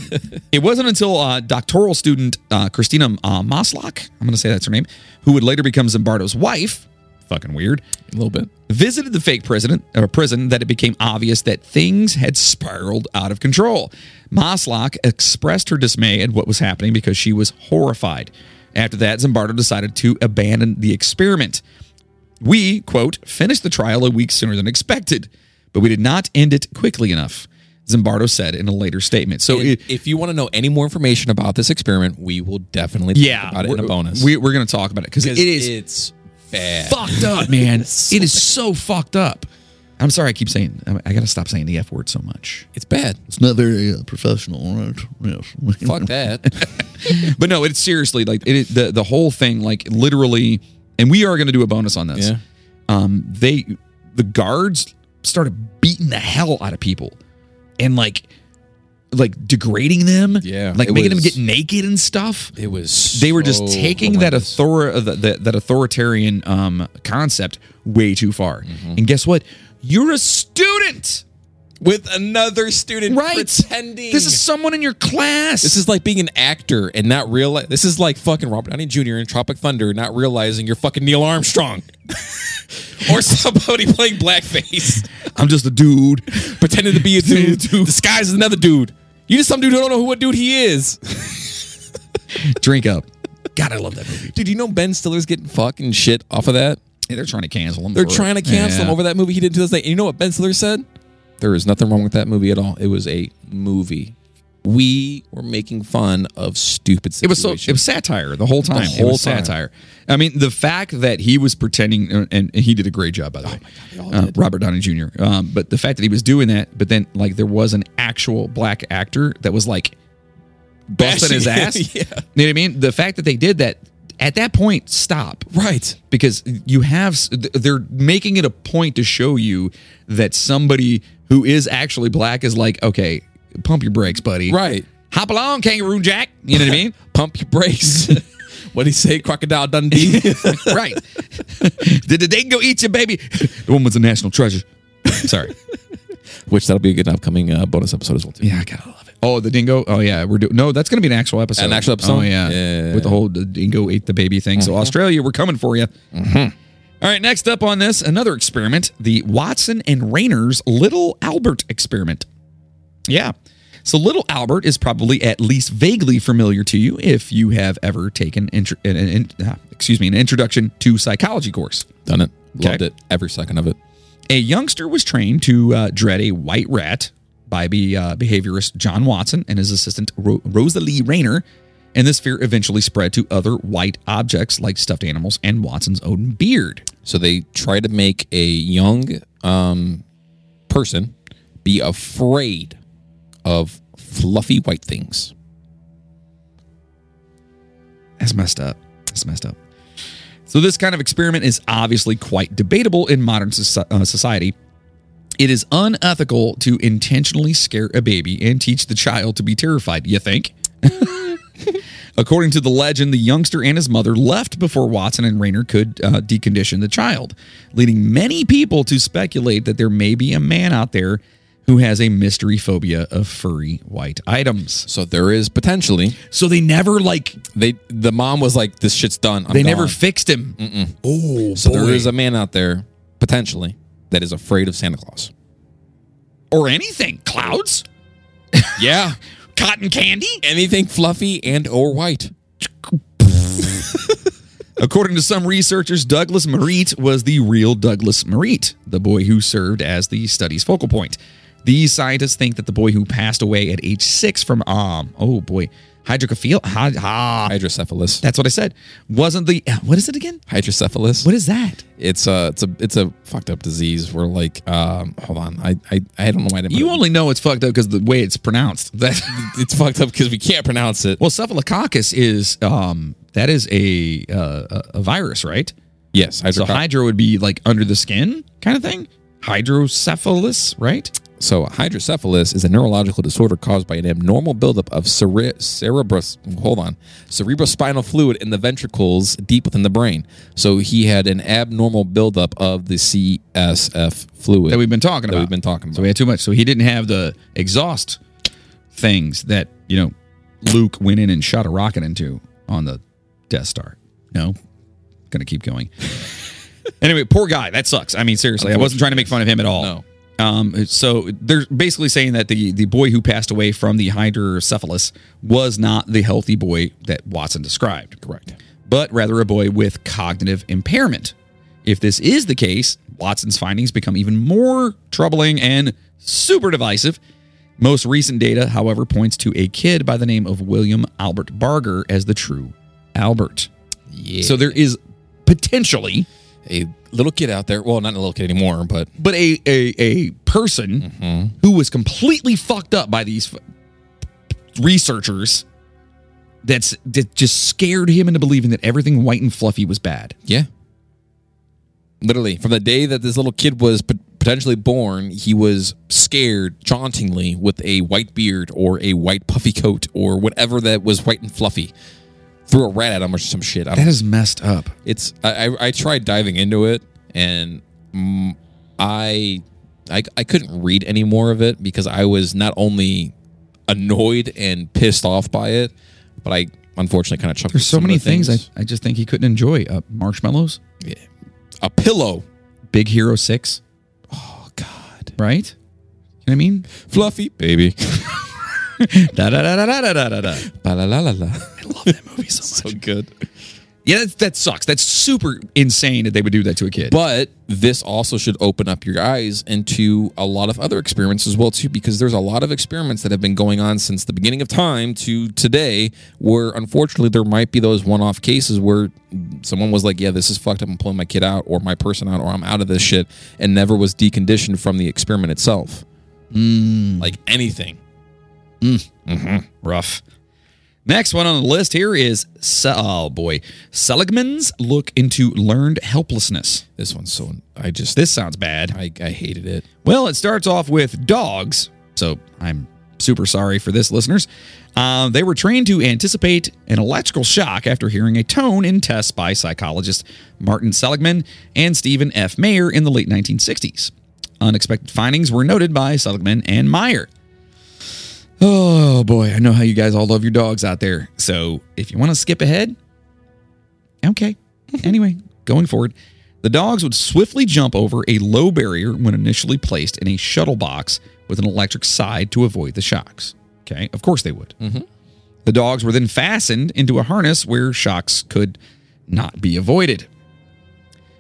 A: it wasn't until uh, doctoral student uh, Christina uh, Moslock, I'm going to say that's her name, who would later become Zimbardo's wife. Fucking weird.
B: a little bit.
A: Visited the fake prison or prison that it became obvious that things had spiraled out of control. Moslock expressed her dismay at what was happening because she was horrified. After that, Zimbardo decided to abandon the experiment. We, quote, finished the trial a week sooner than expected, but we did not end it quickly enough. Zimbardo said in a later statement. So
B: And
A: it,
B: if you want to know any more information about this experiment, we will definitely talk
A: yeah,
B: about it in
A: we're-
B: a bonus.
A: We, we're going to talk about it because it
B: 'Cause
A: is
B: it's bad.
A: fucked up, man. it is so fucked up. I'm sorry, I keep saying I- I got to stop saying the f word so much.
B: It's bad.
C: It's not very uh, professional, right? Yes.
B: Fuck that.
A: but no, it's seriously like it, the the whole thing, like literally, and we are going to do a bonus on this.
B: Yeah.
A: Um, they the guards started beating the hell out of people, and like like degrading them.
B: Yeah,
A: like
B: it
A: making
B: was-
A: them get naked and stuff.
B: It was.
A: They were just
B: so
A: taking that
B: horrendous.
A: author uh, that, that authoritarian um, concept way too far.
B: Mm-hmm.
A: And guess what? You're a student,
B: with another student
A: right?
B: pretending.
A: This is someone in your class.
B: This is like being an actor and not realize. This is like fucking Robert Downey Jr. in Tropic Thunder, not realizing you're fucking Neil Armstrong, or somebody playing blackface,
A: I'm just a dude.
B: pretending to be a dude, disguised as another dude. You just some dude who don't know who what dude he is.
A: Drink up. God, I love that movie.
B: Dude, you know Ben Stiller's getting fucking shit off of that.
A: Yeah, they're trying to cancel him.
B: They're trying to cancel him over that movie he did in 2008. And you know what Ben Stiller said? There is nothing wrong with that movie at all. It was a movie. We were making fun of stupid
A: It was
B: situations.
A: so. It was satire the whole time. it
B: whole
A: was
B: time.
A: satire. I mean, the fact that he was pretending, and, and he did a great job by the way, Uh, Robert Downey Jr. Um, but the fact that he was doing that, but then like there was an actual black actor that was like busting
B: Bashing
A: his
B: him,
A: ass.
B: yeah.
A: You know what I mean? The fact that they did that at that point, stop.
B: right.
A: because you have they're making it a point to show you that somebody who is actually black is like okay pump your brakes buddy
B: Right.
A: hop along kangaroo jack you know what i mean
B: Pump your brakes. what do you say, Crocodile Dundee?
A: right did the date go eat you baby the woman's a national treasure sorry
B: Which that'll be a good upcoming uh, bonus episode as well. Too.
A: yeah i gotta love it oh the dingo oh yeah we're doing no that's gonna be an actual episode
B: An actual episode?
A: oh yeah,
B: Yeah. Mm-hmm.
A: with the whole the dingo ate the baby thing so australia we're coming for you All right, next up on this, another experiment the Watson and Rayner's Little Albert experiment. Yeah. So, Little Albert is probably at least vaguely familiar to you if you have ever taken intro, an, an- uh, excuse me, an introduction to psychology course.
B: Done it. Loved
A: Okay.
B: it. Every second of it.
A: A youngster was trained to uh, dread a white rat by be, uh, behaviorist John Watson and his assistant Ro- Rosalie Rayner, and this fear eventually spread to other white objects like stuffed animals and Watson's own beard.
B: So they try to make a young um, person be afraid of fluffy white things.
A: That's messed up. That's messed up. So, this kind of experiment is obviously quite debatable in modern soci- uh, society. It is unethical to intentionally scare a baby and teach the child to be terrified, you think? According to the legend, the youngster and his mother left before Watson and Rayner could uh, decondition the child, leading many people to speculate that there may be a man out there who has a mystery phobia of furry white items.
B: So there is potentially
A: So they never like
B: they the mom was like, "This shit's done." I'm
A: they never
B: gone."
A: fixed him. Oh,
B: so there is a man out there potentially that is afraid of Santa Claus.
A: or anything. Clouds,
B: Yeah,
A: cotton candy.
B: anything fluffy and or white.
A: According to some researchers, Douglas Merritt was the real Douglas Merritt, the boy who served as the study's focal point. These scientists think that the boy who passed away at age six from um oh boy hydrocophil ha, ha
B: Hydrocephalus.
A: that's what I said wasn't the what is it again?
B: Hydrocephalus.
A: What is that?
B: It's a it's a it's a fucked up disease where like um hold on I I, I don't know why I didn't
A: You
B: put it-
A: only know it's fucked up because the way it's pronounced. That
B: it's fucked up because we can't pronounce it.
A: well, cephalococcus is um that is a uh, a- a virus, right?
B: Yes, hydro-
A: So hydro would be like under the skin kind of thing. Hydrocephalus, right?
B: So, hydrocephalus is a neurological disorder caused by an abnormal buildup of cere- cerebrus. Hold on, cerebrospinal fluid in the ventricles deep within the brain. So he had an abnormal buildup of the CSF fluid
A: That we've been talking
B: that
A: about.
B: we've been talking
A: so
B: about.
A: we had too much. So he didn't have the exhaust things that, you know, Luke went in and shot a rocket into on the Death Star. No. Gonna keep going. anyway, poor guy. That sucks. I mean, seriously, I wasn't trying to make fun of him at all.
B: No.
A: Um, so they're basically saying that the the boy who passed away from the hydrocephalus was not the healthy boy that Watson described.
B: Correct.
A: but rather a boy with cognitive impairment. If this is the case, Watson's findings become even more troubling and super divisive. Most recent data, however, points to a kid by the name of William Albert Barger as the true Albert.
B: Yeah.
A: So there is potentially,
B: a little kid out there. Well, not a little kid anymore, but
A: but a a, a person who was completely fucked up by these f- researchers that's that just scared him into believing that everything white and fluffy was bad.
B: yeah. Literally, from the day that this little kid was pot- potentially born, he was scared jauntingly with a white beard or a white puffy coat or whatever that was white and fluffy. Threw a rat at him or some shit. I don't
A: That is messed up.
B: it's I, I I tried diving into it and mm, I, I I couldn't read any more of it because I was not only annoyed and pissed off by it, but I unfortunately kind of chuckled.
A: There's so
B: some of
A: many
B: the
A: things, I, I just think he couldn't enjoy. Uh, marshmallows,
B: a pillow.
A: Big Hero Six,
B: Oh God,
A: right? You know what I mean?
B: fluffy baby.
A: da da da da da da da da.
B: la la la la la.
A: I love that movie so
B: So
A: much.
B: good.
A: yeah, that, that sucks. That's super insane that they would do that to a kid.
B: But this also should open up your eyes into a lot of other experiments as well too, because there's a lot of experiments that have been going on since the beginning of time to today, where unfortunately there might be those one-off cases where someone was like, "Yeah, this is fucked up. I'm pulling my kid out, or my person out, or I'm out of this shit," and never was deconditioned from the experiment itself,
A: Hmm.
B: like anything.
A: Rough. Next one on the list here is Se- oh boy, Seligman's look into learned helplessness.
B: This one's so I just
A: This sounds bad.
B: I, I hated it.
A: Well, it starts off with dogs. So I'm super sorry for this, listeners. Uh, they were trained to anticipate an electrical shock after hearing a tone in tests by psychologists Martin Seligman and Stephen F. Mayer in the late 1960s. Unexpected findings were noted by Seligman and Meyer. Oh boy, I know how you guys all love your dogs out there. So if you want to skip ahead, Okay. anyway, going forward, the dogs would swiftly jump over a low barrier when initially placed in a shuttle box with an electric side to avoid the shocks. Okay. Of course they would. The dogs were then fastened into a harness where shocks could not be avoided.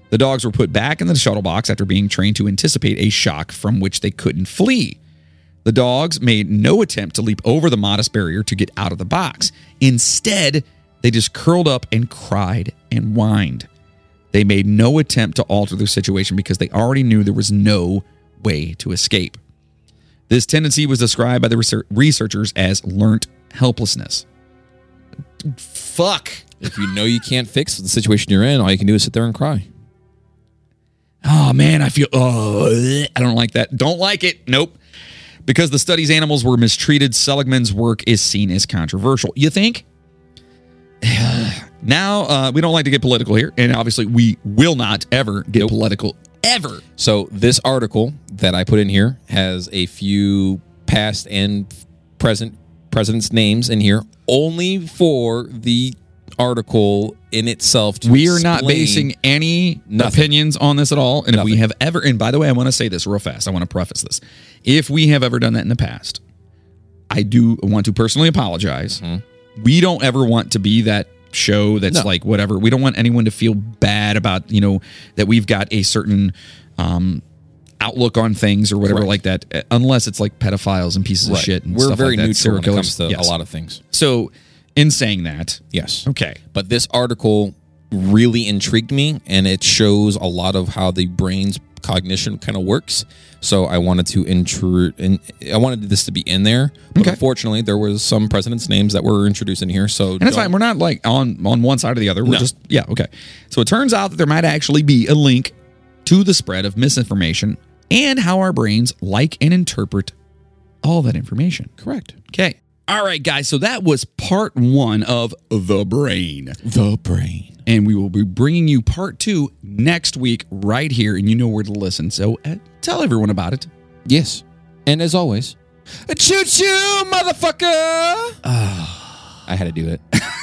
A: The dogs were put back in the shuttle box after being trained to anticipate a shock from which they couldn't flee. The dogs made no attempt to leap over the modest barrier to get out of the box. Instead, they just curled up and cried and whined. They made no attempt to alter their situation because they already knew there was no way to escape. This tendency was described by the research- researchers as learnt helplessness. Fuck.
B: If you know you can't fix the situation you're in, all you can do is sit there and cry.
A: Oh man, I feel oh bleh. I don't like that. Don't like it. Nope. Because the study's animals were mistreated, Seligman's work is seen as controversial. You think? now uh, we don't like to get political here, and obviously we will not ever get political ever.
B: So this article that I put in here has a few past and present presidents' names in here, only for the article in itself. To
A: We are not
B: explain-
A: basing any
B: Nothing.
A: opinions on this at all. And if we
B: Nothing.
A: have ever, and by the way, I want to say this real fast. I want to preface this. If we have ever done that in the past, I do want to personally apologize. We don't ever want to be that show that's
B: Mm-hmm. No.
A: like whatever. We don't want anyone to feel bad about, you know, that we've got a certain um outlook on things or whatever
B: Correct.
A: like that uh, unless it's like pedophiles and pieces
B: Right.
A: of shit and
B: We're
A: stuff
B: very
A: like that,
B: neutral when it
A: serial
B: comes to
A: killers. Yes.
B: a lot of things.
A: so in saying that
B: Yes,
A: okay
B: but this article really intrigued me, and it shows a lot of how the brain's cognition kind of works. So I wanted to intrude, and I wanted this to be in there. But
A: Okay.
B: unfortunately, there was some presidents' names that were introduced in here. So
A: And that's
B: don't-
A: fine. We're not like on on one side or the other. We're
B: No.
A: just yeah, okay. So it turns out that there might actually be a link to the spread of misinformation and how our brains like and interpret all that information.
B: correct.
A: Okay. All right, guys. So that was part one of the brain,
B: The brain.
A: and we will be bringing you part two next week right here, and you know where to listen. So uh, tell everyone about it.
B: Yes. And as
A: Ah.
B: always, choo choo, motherfucker. I had to do it.